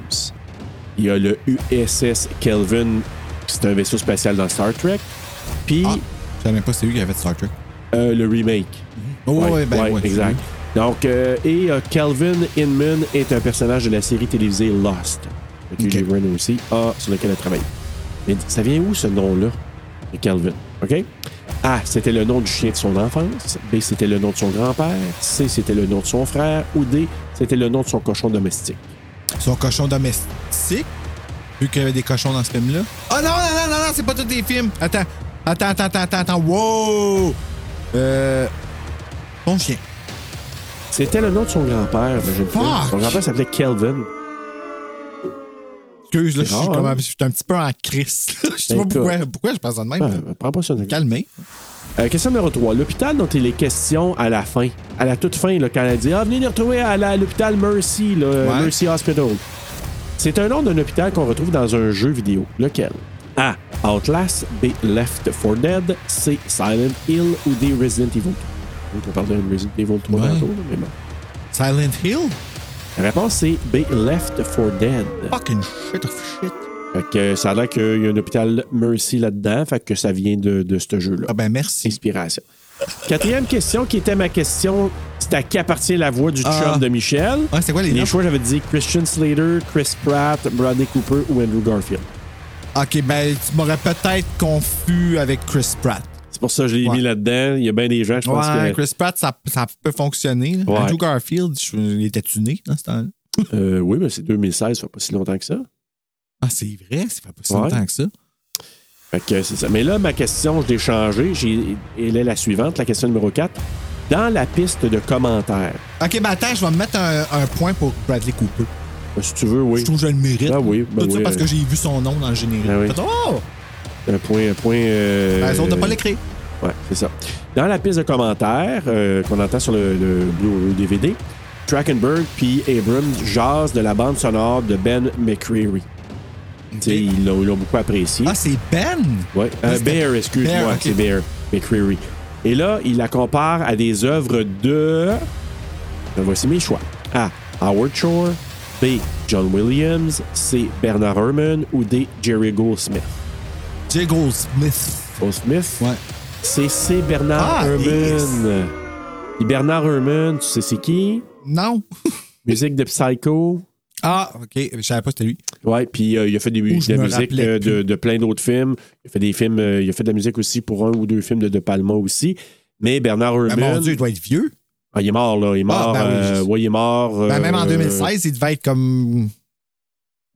A: Il y a le USS Kelvin, c'est un vaisseau spatial dans Star Trek, puis
B: Ah. Je savais même pas c'est lui qui avait fait Star Trek.
A: euh, le remake.
B: Oh, ouais, ben, ouais, c'est
A: exact.
B: lui.
A: Donc, euh, et euh, Calvin Inman est un personnage de la série télévisée Lost, que
B: Ok.
A: Julie Brenner aussi a, sur lequel elle travaille. Mais ça vient où ce nom-là, de Calvin? OK? A, c'était le nom du chien de son enfance. B, c'était le nom de son grand-père. C, c'était le nom de son frère. Ou D, c'était le nom de son cochon domestique.
B: Son cochon domestique, vu qu'il y avait des cochons dans ce film-là. Ah non, non, non, non, non, c'est pas tous des films. Attends, attends, attends, attends, attends, attends. Wow! Euh. Bon chien.
A: C'était le nom de son grand-père. mais je le trouve.
B: Fuck!
A: Son grand-père s'appelait Kelvin.
B: Excuse, là, je
A: C'est
B: suis
A: rare,
B: comme.
A: hein?
B: Je suis un petit peu en crise. Je sais pas
A: Ben,
B: pourquoi, pourquoi je pense ça de même.
A: Ah, prends pas ça. Nicolas.
B: Calmé.
A: Euh, question numéro 3. L'hôpital dont il est question à la fin, à la toute fin, là, quand elle dit Ah, venez nous retrouver à la- à l'hôpital Mercy, là,
B: Ouais.
A: Mercy Hospital. C'est un nom d'un hôpital qu'on retrouve dans un jeu vidéo. Lequel A. Outlast. B. Left 4 Dead. C. Silent Hill. Ou D. Resident Evil 2. Donc, on parle de Resident Evil 3
B: Ouais.
A: tantôt, là, mais bon.
B: Silent Hill?
A: La réponse, c'est B. Left 4 Dead.
B: Fucking shit of shit.
A: Fait que ça a l'air qu'il y a un hôpital Mercy là-dedans. Fait que ça vient de, de ce jeu-là.
B: Ah ben merci.
A: Inspiration. Quatrième question qui était ma question, c'était à qui appartient la voix du chum
B: Ah.
A: de Michel.
B: Ah, c'est quoi les
A: Les
B: noms?
A: choix, j'avais dit Christian Slater, Chris Pratt, Bradley Cooper ou Andrew Garfield.
B: OK, ben, tu m'aurais peut-être confus avec Chris Pratt.
A: C'est pour ça que je l'ai
B: Ouais.
A: mis là-dedans. Il y a bien des gens, je pense
B: Ouais,
A: que.
B: Chris Pratt, ça, ça peut fonctionner. là.
A: Ouais.
B: Andrew Garfield, je- il était tuné dans ce temps-là.
A: Euh, oui, mais c'est 2016, ça fait pas si longtemps que ça.
B: Ah, c'est vrai, ça fait pas si
A: Ouais.
B: longtemps que ça.
A: Fait que c'est ça. Mais là, ma question, je l'ai changée. J'ai- Elle est la suivante, la question numéro 4. Dans la piste de commentaires,
B: OK, ben attends, je vais me mettre un, un point pour Bradley Cooper.
A: si tu veux, oui.
B: Je trouve que je le mérite.
A: Ah oui, ben
B: Tout ça
A: oui,
B: parce
A: euh.
B: que j'ai vu son nom dans le générique.
A: Ah oui.
B: Fait, Oh!
A: Un point. Un point euh,
B: Ben, les autres n'ont pas l'écrit.
A: Ouais, c'est ça. Dans la piste de commentaires euh, qu'on entend sur le, le Blu-ray DVD, Trackenberg puis Abrams jasent de la bande sonore de Ben McCreary. Tu sais, Ils l'ont ils l'ont beaucoup apprécié.
B: Ah, c'est Ben!
A: Ouais. Euh,
B: c'était-
A: Bear, excuse-moi,
B: Bear, ok.
A: c'est Bear McCreary. Et là, il la compare à des œuvres de. Ben, voici mes choix. A. Howard Shore. B. John Williams. C. Bernard Herrmann. Ou D. Jerry Goldsmith.
B: J. Goldsmith.
A: Goldsmith.
B: Ouais.
A: C'est C. Bernard
B: Ah,
A: Herrmann. Et Bernard Herrmann, tu sais c'est qui?
B: Non.
A: Musique de Psycho.
B: Ah, OK. Je savais pas que c'était lui.
A: Ouais, puis euh, il a fait des,
B: Ou je
A: de la
B: me
A: musique
B: rappelais
A: euh, de,
B: plus.
A: de plein d'autres films. Il a fait des films, euh, il a fait de la musique aussi pour un ou deux films de De Palma aussi. Mais Bernard
B: Ben,
A: Herrmann,
B: mon Dieu, il doit être vieux.
A: ah, il est mort là, il est
B: Ah,
A: mort.
B: ben oui,
A: euh,
B: juste.
A: ouais, il est mort.
B: Ben,
A: euh,
B: même en 2016, il devait être comme.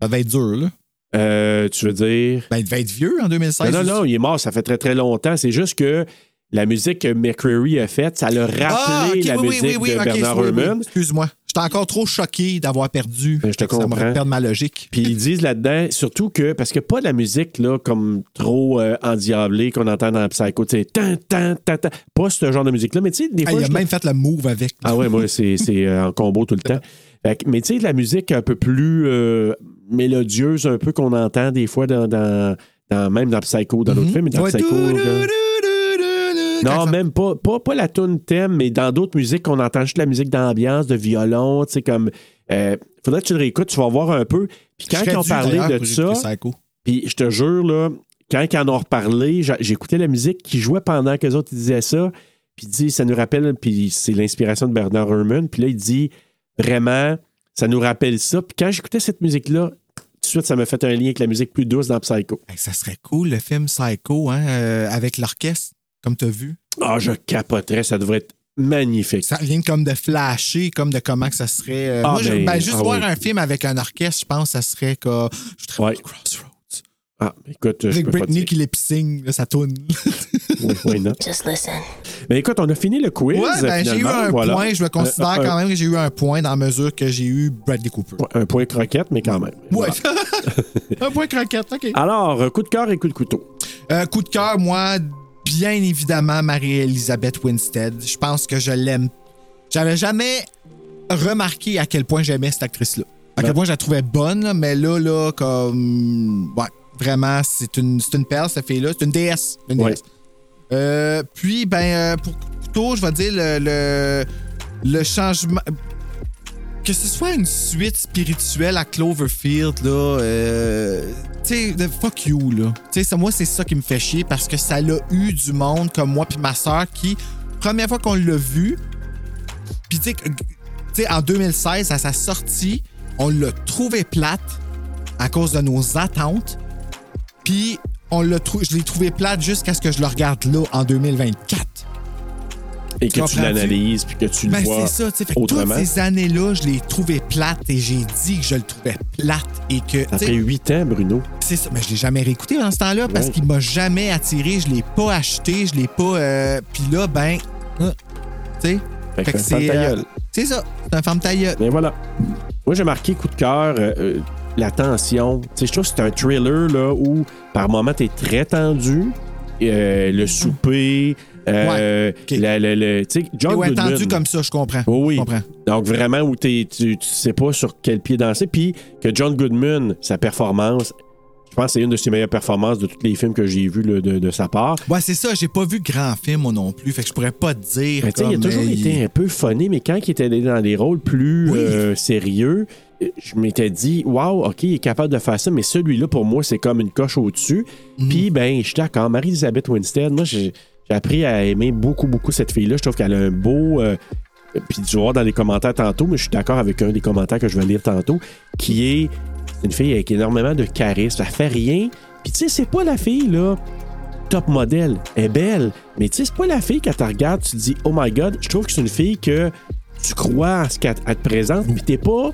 B: Ça devait être dur, là.
A: euh, tu veux dire
B: Ben, il devait être vieux en 2016.
A: Non, non, non, il est mort. Ça fait très très longtemps. C'est juste que la musique que McCreary a faite, ça l'a rappelé
B: Ah, ok,
A: la
B: oui, oui,
A: musique
B: oui, oui,
A: de
B: ok,
A: Bernard
B: oui, oui, oui.
A: Herrmann.
B: Excuse-moi. J'étais encore trop choqué d'avoir perdu.
A: Ben, je te
B: Ça
A: comprends.
B: m'aurait perdu ma logique.
A: Puis ils disent là-dedans, surtout que, parce que pas de la musique là, comme trop euh, endiablée qu'on entend dans Psycho, tu sais, tan, tan, tan, tan. pas ce genre de musique-là, mais tu sais, des
B: Ah,
A: fois.
B: il a
A: je-
B: même fait le move avec.
A: Ah ouais, moi, c'est c'est, euh, en combo tout le temps. Fait que- mais tu sais, de la musique un peu plus euh, mélodieuse, un peu qu'on entend des fois dans, dans, dans- même dans Psycho, dans d'autres films, mais dans
B: Mm-hmm. Ouais,
A: Psycho.
B: dou- dou-
A: là-
B: dou- dou- dou-
A: non,
B: quand ça-
A: même pas, pas, pas la tune thème, mais dans d'autres musiques, on entend juste la musique d'ambiance, de violon, tu sais, comme. euh, faudrait que tu le réécoutes, tu vas voir un peu. Puis quand
B: J'aurais
A: ils ont
B: dû,
A: parlé
B: d'ailleurs,
A: de
B: pour
A: ça,
B: écouter Psycho.
A: puis je te jure, là, quand ils en ont reparlé, j'a- j'écoutais la musique qui jouait pendant que les autres ils disaient ça. Puis il dit, ça nous rappelle, puis c'est l'inspiration de Bernard Herrmann. Puis là, il dit, vraiment, ça nous rappelle ça. Puis quand j'écoutais cette musique-là, tout de suite, ça m'a fait un lien avec la musique plus douce dans Psycho.
B: Hey, ça serait cool, le film Psycho, hein, euh, avec l'orchestre, comme tu as vu.
A: Ah, je capoterais, ça devrait être magnifique.
B: Ça vient comme de flasher, comme de comment que ça serait. euh,
A: Ah,
B: moi, je-
A: mais-
B: ben, juste
A: ah
B: voir
A: oui.
B: un film avec un orchestre, je pense que ça serait comme. Je travaille
A: Ouais.
B: à Crossroads.
A: Ah, écoute, je
B: Avec
A: peux pas
B: Britney
A: dire.
B: qui lip sing, là, ça tourne.
A: Oui, oui, non.
D: Just listen.
A: Mais écoute, on a fini le quiz.
B: ouais, ben, j'ai eu
A: finalement,
B: un
A: voilà. Euh,
B: point. Je me considère
A: Un- un-
B: quand même que j'ai eu un point dans la mesure que j'ai eu Bradley Cooper.
A: Un point croquette, mais quand même.
B: Ouais. un point croquette, OK.
A: Ah. Alors, coup de cœur et coup de couteau.
B: Euh, coup de cœur, moi, bien évidemment, Marie-Elisabeth Winstead. Je pense que je l'aime. J'avais jamais remarqué à quel point j'aimais cette actrice-là. À quel point je la trouvais bonne, là, mais là, là, comme. Ouais, vraiment, c'est une, c'est une perle, cette fille-là. C'est une déesse. Une
A: Ouais.
B: déesse. Euh, puis, ben, euh, pour couteau, je vais dire le, le, le changement. Que ce soit une suite spirituelle à Cloverfield, là, euh, tu sais, le fuck you, là. Tu sais, ça, moi, c'est ça qui me fait chier parce que ça l'a eu du monde comme moi puis ma sœur qui, première fois qu'on l'a vu, puis tu sais, que- tu sais, en 2016, à sa sortie, on l'a trouvé plate à cause de nos attentes. Puis on l'a trou- je l'ai trouvé plate jusqu'à ce que je le regarde là en 2024.
A: Et que tu
B: Comprends-tu?
A: l'analyses, puis que tu le
B: Ben,
A: vois
B: c'est ça, tu sais. fait que Toutes
A: autrement.
B: ces années-là, je l'ai trouvé plate et j'ai dit que je le trouvais plate et que. tu sais,
A: Après huit ans, Bruno.
B: C'est ça, mais je l'ai jamais réécouté dans ce temps-là parce
A: Ouais.
B: qu'il m'a jamais attiré, je l'ai pas acheté, je l'ai pas. euh, Puis là, ben. hein, tu sais?
A: Fait que
B: Fait que
A: ferme
B: c'est.
A: ta
B: euh,
A: gueule.
B: C'est ça, c'est un ferme ta gueule.
A: Mais voilà. Moi, j'ai marqué coup de cœur, euh, euh, la tension. Tu sais, je trouve que c'est un thriller là, où, par moments, t'es très tendu. Euh, le souper. Euh,
B: Mm. ok.
A: la- la- la- tu sais, John
B: Ouais,
A: Goodman.
B: tendu comme ça, je comprends.
A: Oui, oui.
B: Je comprends.
A: Donc, vraiment, où t'es- tu, tu sais pas sur quel pied danser. Puis que John Goodman, sa performance, je pense que c'est une de ses meilleures performances de tous les films que j'ai vus là, de, de sa part.
B: Ouais, c'est ça, j'ai pas vu grand film, moi non plus, fait que je pourrais pas te dire.
A: Mais Ben, tu sais, il a
B: comme, euh,
A: toujours
B: hey,
A: été un peu funny, mais quand il était allé dans des rôles plus
B: Oui.
A: euh, sérieux, euh, je m'étais dit, waouh, OK, il est capable de faire ça, mais celui-là, pour moi, c'est comme une coche au-dessus.
B: Mm.
A: Puis, ben, je suis d'accord. Marie-Elisabeth Winstead, moi, j'ai j'ai appris à aimer beaucoup, beaucoup cette fille-là. Je trouve qu'elle a un beau. euh, puis tu vas voir dans les commentaires tantôt, mais je suis d'accord avec un des commentaires que je vais lire tantôt, qui est c'est une fille avec énormément de charisme. Elle fait rien, Puis tu sais, c'est pas la fille, là, top modèle. Elle est belle. Mais tu sais, c'est pas la fille, quand tu regardes, tu te dis, oh my god, je trouve que c'est une fille que tu crois à ce qu'elle elle te présente. Puis t'es pas.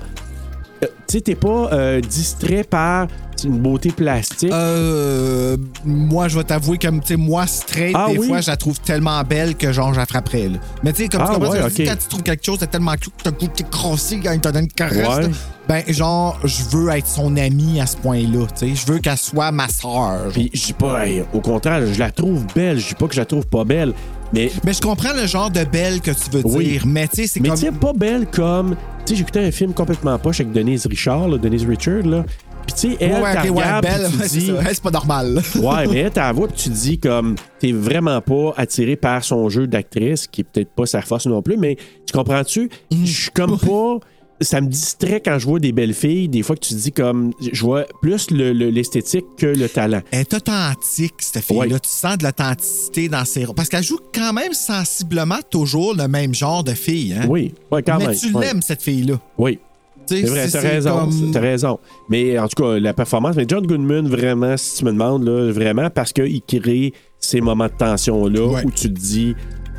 A: euh, tu sais, t'es pas euh, distrait par une beauté plastique.
B: Euh, moi, je vais t'avouer, comme, tu sais, moi, straight,
A: Ah
B: des
A: oui?
B: fois, je la trouve tellement belle que, genre, je la frapperais, là. Mais, tu sais, comme
A: Ah
B: tu comprends ce que
A: ouais,
B: je dis,
A: ok.
B: quand tu trouves quelque chose, t'es tellement clou que t'as le goût de t'écrasser quand il te donne une caresse.
A: Ouais.
B: Ben, genre, je veux être son amie à ce point-là, tu sais. Je veux qu'elle soit ma sœur.
A: Puis je dis pas, hey, au contraire, je la trouve belle. Je dis pas que je la trouve pas belle. Mais
B: Mais je comprends le genre de belle que tu veux
A: Oui.
B: dire, mais, tu sais, c'est
A: Mais
B: comme...
A: tu sais, pas belle comme. Tu sais, j'écoutais un film complètement poche avec Denise Richard, là, Denise Richard, là. Puis tu sais, elle,
B: Ouais,
A: t'as
B: ok, ouais,
A: regardes,
B: belle,
A: puis
B: ouais,
A: tu
B: c'est
A: dis.
B: ça. Hey, c'est pas normal.
A: ouais, mais elle, t'as la voix, puis tu dis comme. T'es vraiment pas attiré par son jeu d'actrice, qui est peut-être pas sa force non plus, mais tu comprends-tu?
B: Mm.
A: Je suis comme pas. Ça me distrait quand je vois des belles filles, des fois que tu dis comme. Je vois plus le- le- l'esthétique que le talent.
B: Elle est authentique, cette fille-là.
A: Ouais.
B: Tu sens de l'authenticité dans ses rôles. Parce qu'elle joue quand même sensiblement toujours le même genre de fille. Hein?
A: Oui, ouais, quand
B: mais
A: même.
B: tu
A: ouais.
B: l'aimes, cette fille-là.
A: Oui.
B: Tu sais,
A: C'est vrai, t'as raison.
B: comme-
A: T'as raison. Mais en tout cas, la performance. Mais John Goodman, vraiment, si tu me demandes, là, vraiment, parce qu'il crée ces moments de tension-là
B: Ouais.
A: où tu te dis,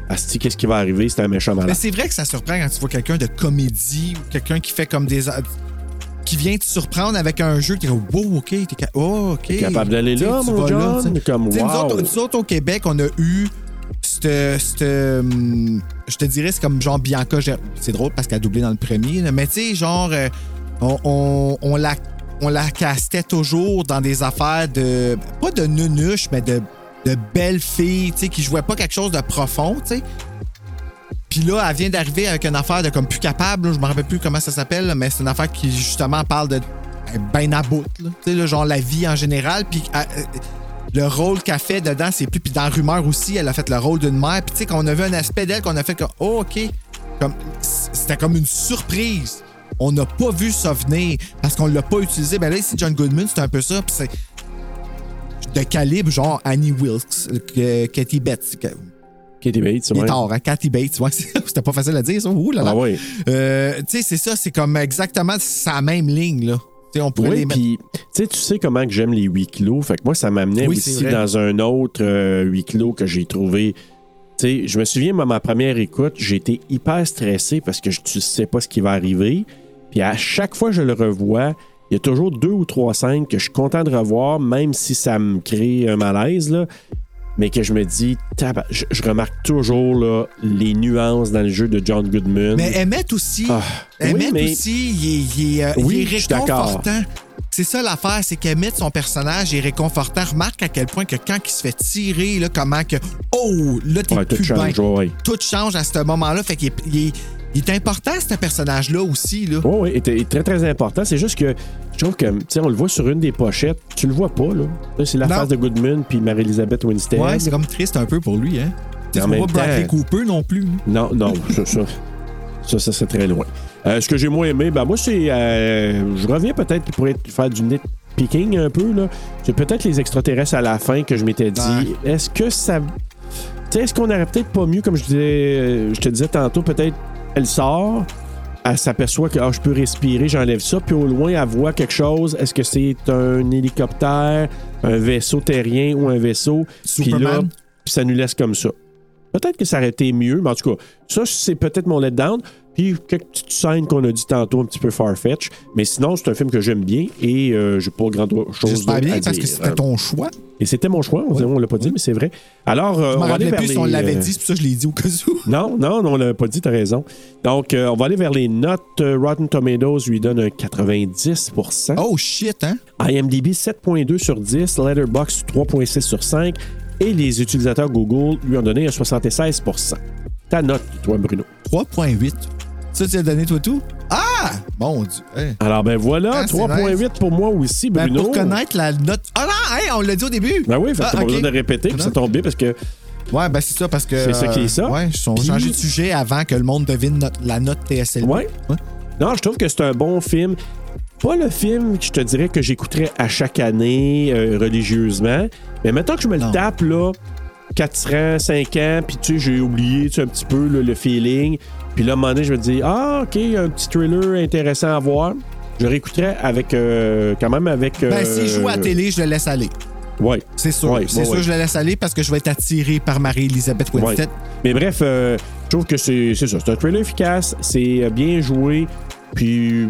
A: Asti, qu'est-ce qui va arriver? C'est un méchant
B: Mais
A: malade.
B: c'est vrai que ça surprend quand tu vois quelqu'un de comédie ou quelqu'un qui fait comme des. qui vient te surprendre avec un jeu. T'es comme, wow, ok, t'es ca- oh, ok.
A: T'es capable d'aller
B: Tu sais,
A: là,
B: tu
A: mon
B: vas là,
A: John?
B: tu sais.
A: Comme,
B: Tu sais, nous, autres,
A: wow!
B: nous autres, au Québec, on a eu. c'te- c'te, hum, Je te dirais, c'est comme genre Bianca. Ger- C'est drôle parce qu'elle a doublé dans le premier. là, Mais tu sais, genre, euh, on, on- on la, on la castait toujours dans des affaires de. Pas de nunuche, mais de, de belles filles, tu sais, qui jouaient pas quelque chose de profond, tu sais. Puis là, elle vient d'arriver avec une affaire de comme plus capable, là, je me rappelle plus comment ça s'appelle, là, mais c'est une affaire qui justement parle de ben à bout, là. tu sais, là, genre la vie en général. Puis euh, euh, le rôle qu'elle fait dedans, c'est plus. Puis dans Rumeur aussi, elle a fait le rôle d'une mère. Puis tu sais, qu'on avait un aspect d'elle qu'on a fait comme, oh, OK. Comme, c- c'était comme une surprise. On n'a pas vu ça venir parce qu'on l'a pas utilisé. Ben là, ici, John Goodman, c'est un peu ça. Puis c'est de calibre, genre Annie Wilkes, euh, Katie Betts. que-
A: Katie Bates, c'est
B: il est
A: vrai.
B: tard, hein? Cathy Bates, ouais, c'était pas facile à dire, ça. Ouh là là.
A: Ah oui.
B: Euh, tu sais, c'est ça, c'est comme exactement sa même ligne, là. Tu sais, on pourrait
A: Oui,
B: les mettre.
A: puis tu sais, tu sais comment que j'aime les huis clos. Fait que moi, ça m'amenait
B: Oui, c'est
A: aussi
B: vrai.
A: dans un autre euh, huis clos que j'ai trouvé. Tu sais, je me souviens, moi, ma première écoute, j'étais hyper stressé parce que je ne sais pas ce qui va arriver. Puis à chaque fois que je le revois, il y a toujours deux ou trois scènes que je suis content de revoir, même si ça me crée un malaise, là. Mais que je me dis, taba- je, je remarque toujours là, les nuances dans le jeu de John Goodman.
B: Mais Emmett aussi,
A: Ah,
B: Emmett
A: oui, mais-
B: aussi, il est, il est, euh,
A: Oui,
B: il est
A: je suis d'accord.
B: réconfortant. C'est ça l'affaire, c'est qu'Emmett, son personnage, est réconfortant. Remarque à quel point que quand il se fait tirer, là, comment que. Oh, là, t'es
A: Ouais, tout
B: plus bien.
A: change, ouais.
B: Tout change à ce moment-là. Fait qu'il est, il est- il est important, ce personnage-là aussi, là.
A: Oh, Oui, oui, est, est très, très important. C'est juste que je trouve que, tu sais, on le voit sur une des pochettes. Tu le vois pas, là. Là, c'est la
B: Non.
A: face de Goodman puis Marie-Elisabeth Winstead.
B: Ouais, c'est comme triste un peu pour lui, hein. Tu sais,
A: En
B: c'est pas
A: même temps-
B: Bradley Cooper non plus. hein.
A: Non, non, ça, ça, ça, ça serait très loin. Euh, ce que j'ai moins aimé, ben moi, c'est. euh, je reviens peut-être pour être- faire du nitpicking un peu, là. C'est peut-être les extraterrestres à la fin que je m'étais dit. Est-ce que ça. Tu sais, est-ce qu'on aurait peut-être pas mieux, comme je, disais, euh, je te disais tantôt, peut-être elle sort, elle s'aperçoit que ah, je peux respirer, j'enlève ça, puis au loin, elle voit quelque chose. Est-ce que c'est un hélicoptère, un vaisseau terrien ou un vaisseau? Puis là,
B: Superman.
A: puis ça nous laisse comme ça. Peut-être que ça aurait été mieux, mais en tout cas, ça, c'est peut-être mon letdown. Puis quelques petites scènes qu'on a dit tantôt, un petit peu farfetch. Mais sinon, c'est un film que j'aime bien et euh, j'ai pas grand chose d'autre
B: J'espère
A: à
B: bien
A: dire.
B: parce que c'était ton choix.
A: Et c'était mon choix, on, on l'a pas dit, mais c'est vrai. Alors, euh,
B: Je
A: on
B: m'en
A: va aller
B: rappelais
A: vers
B: plus si on
A: les,
B: l'avait
A: euh,
B: dit, c'est pour ça que je l'ai dit au cas où.
A: Non, non, non, on l'a pas dit, t'as raison. Donc, euh, on va aller vers les notes. Euh, Rotten Tomatoes lui donne un 90
B: Oh shit, hein?
A: IMDb 7.2 sur 10, Letterboxd 3.6 sur 5 et les utilisateurs Google lui ont donné un 76 Ta note, toi, Bruno.
B: 3.8. Ça, tu as donné toi tout? Ah! Mon Dieu. hein.
A: Alors, ben voilà,
B: Ah, c'est
A: 3.8 pour moi aussi,
B: Ben,
A: Bruno.
B: pour connaître la note. Ah non, hein, on l'a dit au début.
A: Ben oui, fait que
B: Ah,
A: t'as pas
B: ok.
A: besoin de répéter, puis ça tombe bien parce que
B: Ouais, ben c'est ça parce que.
A: C'est ça qui est ça.
B: Ouais, ils ont
A: Puis-
B: changé de sujet avant que le monde devine notre- la note TSLB.
A: Ouais. Non, je trouve que c'est un bon film. Pas le film que je te dirais que j'écouterais à chaque année euh, religieusement, mais maintenant que je me
B: Non.
A: le tape, là, 4 ans, 5 ans, puis tu sais, j'ai oublié tu sais, un petit peu là, le feeling. Puis là, à un moment donné, je me dis, ah, OK, un petit thriller intéressant à voir. Je réécouterais avec, euh, quand même avec.
B: Ben,
A: euh,
B: s'il joue à la télé, je le laisse aller.
A: Ouais.
B: C'est sûr.
A: Ouais,
B: c'est
A: ouais,
B: sûr,
A: ouais.
B: je la laisse aller parce que je vais être attiré par Marie-Elisabeth Winstead.
A: Ouais. Mais bref, euh, je trouve que c'est c'est ça. C'est un trailer efficace, c'est euh, bien joué, puis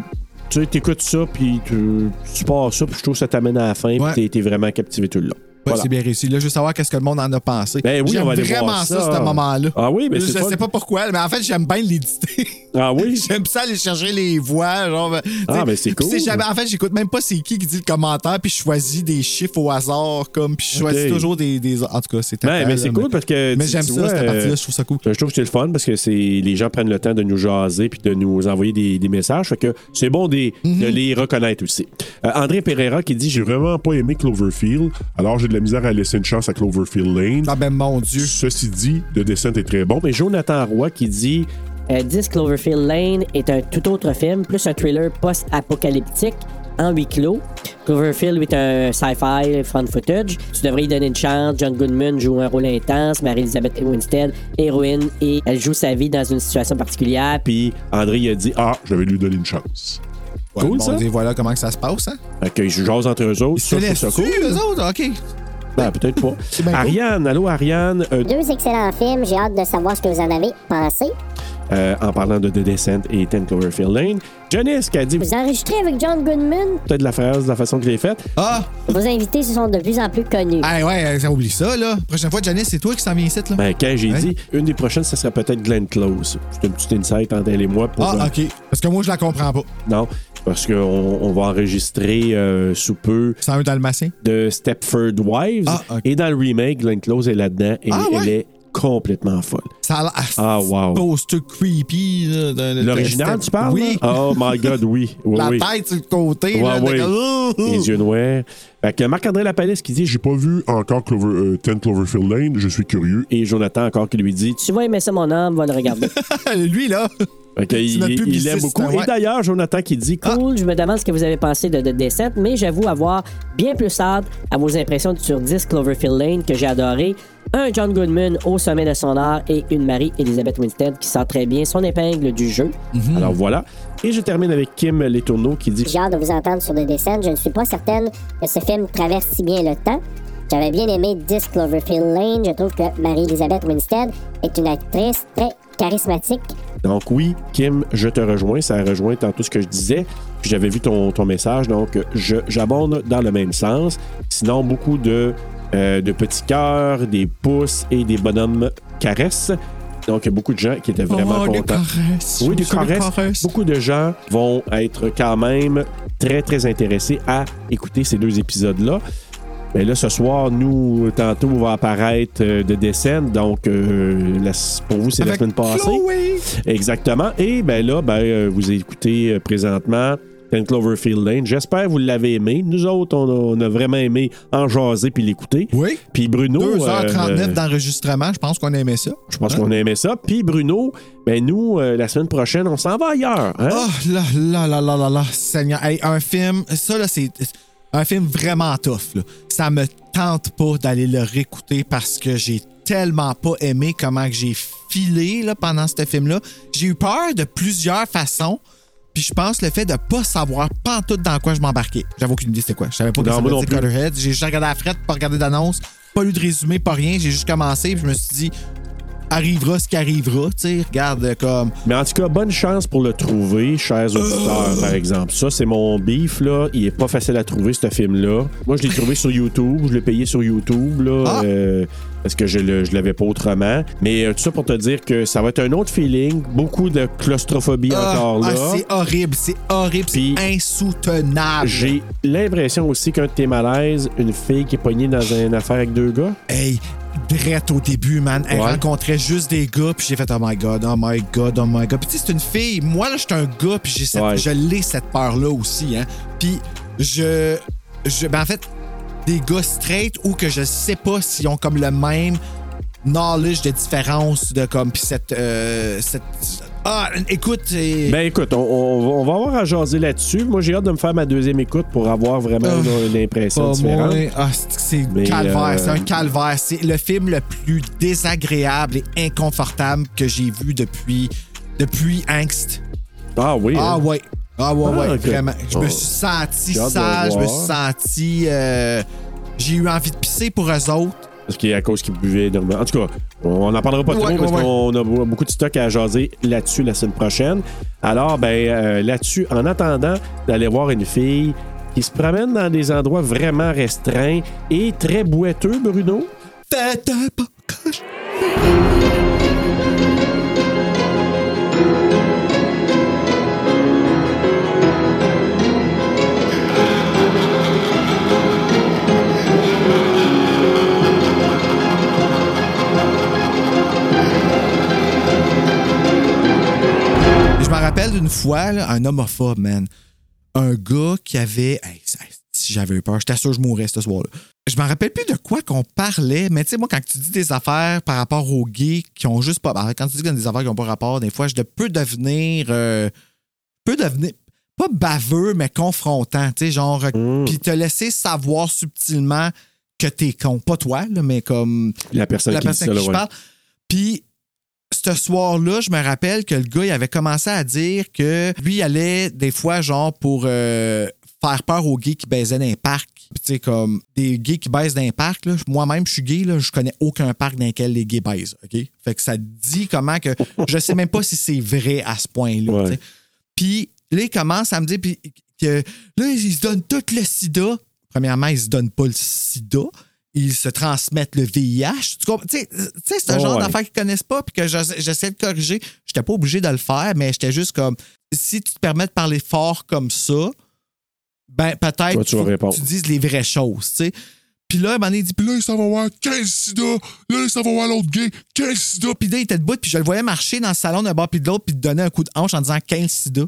A: tu sais, t'écoutes ça, puis tu, tu pars ça, puis je trouve que ça t'amène à la fin,
B: Ouais.
A: puis t'es- t'es vraiment captivé tout le long.
B: Ouais,
A: Voilà.
B: C'est bien réussi. Là, je veux savoir qu'est-ce que le monde en a pensé.
A: Ben oui,
B: j'aime
A: on va aller
B: vraiment
A: voir
B: ça,
A: ça.
B: ce moment-là.
A: Ah oui, mais
B: je
A: c'est
B: sais
A: fun.
B: pas pourquoi, mais en fait, j'aime bien l'éditer.
A: Ah oui?
B: j'aime ça aller chercher les voix. Genre, ben,
A: Ah,
B: t'sais,
A: mais c'est
B: puis
A: cool.
B: jamais- en fait, j'écoute même pas c'est qui qui dit le commentaire, puis je choisis des chiffres au hasard, comme, puis je choisis
A: Ok.
B: toujours des, des- En tout cas, c'est
A: Ben,
B: tellement,
A: mais
B: là,
A: c'est cool parce que.
B: Mais
A: tu-
B: j'aime
A: tu
B: ça,
A: vois,
B: cette
A: euh,
B: partie-là, je trouve ça cool.
A: Je trouve que c'est le fun parce que c'est les gens prennent le temps de nous jaser puis de nous envoyer des, des messages. Fait que c'est bon des-
B: Mhm.
A: de les reconnaître aussi. Euh, André Pereira qui dit
F: J'ai vraiment pas aimé Cloverfield, alors j'ai de la misère à laisser une chance à Cloverfield Lane.
B: Ah, ben, mon Dieu.
F: Ceci dit, le dessin est très bon.
A: Bon, mais Jonathan Roy qui dit
I: Euh, 10 Cloverfield Lane est un tout autre film, plus un thriller post-apocalyptique en huis clos. Cloverfield est un sci-fi found footage. Tu devrais y donner une chance. John Goodman joue un rôle intense. Marie-Elisabeth Winstead, héroïne, et elle joue sa vie dans une situation particulière. Puis
A: Puis André il a dit Ah,
F: Ah, je vais lui donner une chance.
B: Ouais,
A: cool,
B: bon,
A: ça.
B: Et voilà comment que ça se passe. Hein?
A: Fait que je jase entre eux autres. Ça, je trouve ça cool.
B: eux autres, OK.
A: Ben, peut-être pas.
B: bien cool.
A: Ariane, allô Ariane. Euh,
D: Deux excellents films, j'ai hâte de savoir ce que vous en avez pensé.
A: euh, en parlant de The Descent et Ten Cloverfield Lane. Janice qui a dit
D: Vous enregistrez avec John Goodman,
A: peut-être la phrase, de la façon qu'il est faite.
B: Ah,
D: vos invités se sont de plus en plus connus.
B: ah ouais, ça oublie ça, là. Prochaine fois, Janice, c'est toi qui s'en viens ici, là.
A: Ben, quand j'ai
B: Hein?
A: dit, une des prochaines, ça serait peut-être Glenn Close. C'est une petite insight entre elle et moi pour. euh,
B: ah, OK. Parce que moi, je la comprends pas.
A: Non, parce qu'on on va enregistrer euh, sous peu
B: C'est un dalmatien.
A: de Stepford Wives.
B: Ah, ok.
A: Et dans le remake, Glenn Close est là-dedans et
B: Ah, ouais?
A: elle est complètement folle.
B: Ça a l'air.
A: Ah, wow.
B: Poster creepy. là, de- de-
A: L'original,
B: de-
A: tu parles?
B: Oui.
A: là? Oh my God, oui. oui,
B: hein? la
A: oui.
B: tête sur le côté.
A: Ouais,
B: là, de-
A: oui.
B: Ouh, ouh.
A: Les yeux noirs. Fait que Marc-André Lapalisse qui dit
F: J'ai pas vu encore Clover, euh, 10 Cloverfield Lane, je suis curieux.
A: et Jonathan encore qui lui dit
I: tu vas aimer ça, mon homme, va le regarder.
B: Lui, là.
A: Fait que il,
B: notre
A: il
B: publiciste,
A: aime beaucoup.
B: ouais.
A: Et d'ailleurs, Jonathan qui dit cool.
I: cool. Je me demande ce que vous avez pensé de The Descent, mais j'avoue avoir bien plus hâte à vos impressions sur 10 Cloverfield Lane que j'ai adoré. Un John Goodman au sommet de son art et une Marie-Elisabeth Winstead qui sent très bien son épingle du jeu.
A: Alors voilà. Et je termine avec Kim Letourneau qui dit
D: J'ai hâte de vous entendre sur des dessins. Je ne suis pas certaine que ce film traverse si bien le temps. J'avais bien aimé 10 Cloverfield Lane. Je trouve que Marie-Elisabeth Winstead est une actrice très charismatique.
A: Donc oui, Kim, je te rejoins. Ça rejoint tantôt ce que je disais. Puis j'avais vu ton, ton message. Donc je- j'abonde dans le même sens. Sinon, beaucoup de, euh, de petits cœurs, des pouces et des bonhommes caresses. Donc, il y a beaucoup de gens qui étaient vraiment
B: Oh, des
A: contents.
B: caresses.
A: Oui, des
B: Je veux
A: caresses. Beaucoup de gens vont être quand même très, très intéressés à écouter ces deux épisodes-là. Mais là, ce soir, nous, tantôt, va apparaître euh, de Descent. Donc, euh, la- pour vous, c'est la
B: Avec
A: semaine passée.
B: Chloé.
A: Exactement. Et ben là, ben, euh, vous écoutez euh, présentement Ten Cloverfield Lane. J'espère que vous l'avez aimé. Nous autres, on a, on a vraiment aimé en jaser puis l'écouter.
B: Oui.
A: Puis Bruno.
B: 2h39
A: euh,
B: d'enregistrement. Je pense qu'on aimait ça.
A: Je pense qu'on a aimé ça. Puis Bruno, ben nous, euh, la semaine prochaine, on s'en va ailleurs. Hein?
B: Oh là là là là là là, Seigneur. Hey, un film, ça là, c'est un film vraiment tough. Là. Ça me tente pas d'aller le réécouter parce que j'ai tellement pas aimé comment que j'ai filé là, pendant ce film-là. J'ai eu peur de plusieurs façons. Puis je pense le fait de pas savoir pas tout dans quoi je m'embarquais. J'avais aucune idée c'était quoi. Je savais pas que
A: Non,
B: ça
A: moi
B: s'appelait
A: non plus.
B: Cutterhead. J'ai juste regardé la frette, pas regardé d'annonce, pas lu de résumé, pas rien. J'ai juste commencé puis je me suis dit arrivera ce qui arrivera, tu sais, regarde euh, comme
A: Mais en tout cas, bonne chance pour le trouver, chers auditeurs, par exemple. Ça, c'est mon beef, là. Il est pas facile à trouver, ce film-là. Moi, je l'ai trouvé sur YouTube. Je l'ai payé sur YouTube, là.
B: Ah!
A: euh, parce que je le- je l'avais pas autrement. Mais euh, tout ça pour te dire que ça va être un autre feeling. Beaucoup de claustrophobie
B: Ah,
A: encore là.
B: ah, c'est horrible, c'est horrible,
A: Puis-
B: c'est insoutenable.
A: J'ai l'impression aussi qu'un de tes malaises, une fille qui est poignée dans une affaire avec deux gars.
B: Hey, drette au début, man. Elle
A: Ouais.
B: rencontrait juste des gars, puis j'ai fait Oh my god, oh my god, oh my god. Puis tu sais, c'est une fille. Moi, là, je suis un gars, puis j'ai cette-
A: Ouais.
B: je l'ai cette peur-là aussi. Hein. Puis je. je ben, en fait, des gars straight ou que je sais pas s'ils ont comme le même knowledge de différence de comme. Puis cette. euh, cette ah, écoute. et-
A: Ben écoute, on, on va- on va avoir à jaser là-dessus. Moi, j'ai hâte de me faire ma deuxième écoute pour avoir vraiment
B: Ah,
A: une, une impression
B: Pas
A: différente.
B: moins. Ah, c'est- c'est
A: Mais,
B: calvaire,
A: euh,
B: c'est un calvaire. C'est le film le plus désagréable et inconfortable que j'ai vu depuis, depuis Angst.
A: Ah oui.
B: Ah
A: hein.
B: ouais. Ah ouais,
A: Ah,
B: ouais,
A: ok.
B: vraiment. Je
A: Oh.
B: me suis senti
A: J'ai hâte de
B: sale, je me
A: voir.
B: suis senti euh, J'ai eu envie de pisser pour eux autres.
A: Parce qu'à cause qu'ils buvaient énormément. En tout cas, on n'en parlera pas
B: Ouais,
A: trop
B: ouais,
A: parce
B: ouais.
A: qu'on a beaucoup de stock à jaser là-dessus la semaine prochaine. Alors, ben euh, là-dessus, en attendant d'aller voir une fille qui se promène dans des endroits vraiment restreints et très boiteux, Bruno.
B: Faites un pas. Je me rappelle d'une fois, là, un homophobe, man. Un gars qui avait. Hey, ça- si j'avais eu peur, j'étais sûr que je mourrais ce soir-là. Je me rappelle plus de quoi qu'on parlait, mais tu sais, moi, quand tu dis des affaires par rapport aux gays qui ont juste pas. Alors, Quand tu dis qu'il y a des affaires qui ont pas rapport, des fois, je de- peux devenir. euh, peux devenir. Pas baveux, mais confrontant. Tu sais, genre. Puis te laisser savoir subtilement que t'es con. Pas toi, là, mais comme
A: La personne
B: la
A: qui
B: personne
A: dit ça,
B: à
A: là,
B: qui je
A: ouais.
B: parle. Puis, ce soir-là, je me rappelle que le gars, il avait commencé à dire que lui, il allait des fois, genre, pour euh, faire peur aux gays qui baisaient dans les parcs. Puis, tu sais, comme des gays qui baisent dans les parcs, là, moi-même, je suis gay, là, je connais aucun parc dans lequel les gays baisent. OK? Fait que ça dit comment que. Je sais même pas si c'est vrai à ce point-là.
A: Ouais.
B: tu sais. Puis, là, il commence à me dire puis, que là, ils se donnent tout le sida. Premièrement, ils se donnent pas le sida. Ils se transmettent le VIH. Tu comprends? Tu sais, tu sais, c'est un
A: Oh,
B: genre
A: ouais.
B: d'affaires qu'ils connaissent pas puis que j'essa- j'essaie de corriger. J'étais pas obligé de le faire, mais j'étais juste comme si tu te permets de parler fort comme ça, ben peut-être
A: Toi, tu vas
B: faut que
A: répondre.
B: tu dises les vraies choses, tu sais. Puis là, un moment donné, il dit,
F: Puis là, ils s'en vont voir quel sida. Là, ils s'en vont voir l'autre gay. Quel sida.
B: puis là, il était debout, puis je le voyais marcher dans le salon d'un bar puis de l'autre, puis te donner un coup de hanche en disant 15 sida.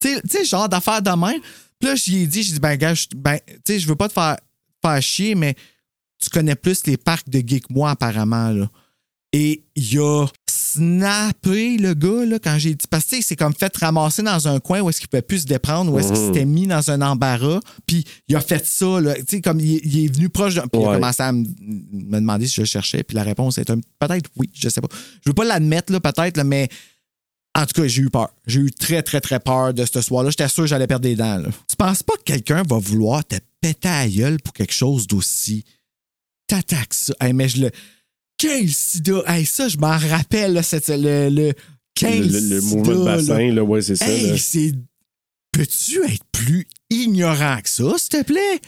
B: Tu sais- tu sais, genre d'affaires de même. Puis là, j'y ai dit, j'ai dit, ben, gars, je, ben, tu sais, je veux pas te faire, faire chier, mais tu connais plus les parcs de gays que moi, apparemment, là. Et il a snappé le gars, là, quand j'ai dit. Parce que, tu sais, c'est comme fait ramasser dans un coin où est-ce qu'il pouvait plus se déprendre, où est-ce qu'il s'était mis dans un embarras. Puis il a fait ça, là. Tu sais, comme il, est- il est venu proche d'un. Puis il a
A: Ouais.
B: commencé à me, me demander si je le cherchais. Puis la réponse est un- peut-être oui, je sais pas. Je veux pas l'admettre, là, peut-être, là, mais. En tout cas, j'ai eu peur. J'ai eu très, très, très peur de ce soir-là. J'étais sûr que j'allais perdre des dents. là. Tu penses pas que quelqu'un va vouloir te péter à la gueule pour quelque chose d'aussi. T'attaques ça. Hey, mais je le. Quel sida! Hey, ça, je m'en rappelle, là, cette- le, le... Quel
A: Le, le- le mouvement de
B: sida, là.
A: bassin, là, ouais, c'est ça. là.
B: Hey, c'est. Peux-tu être plus ignorant que ça, s'il te plaît?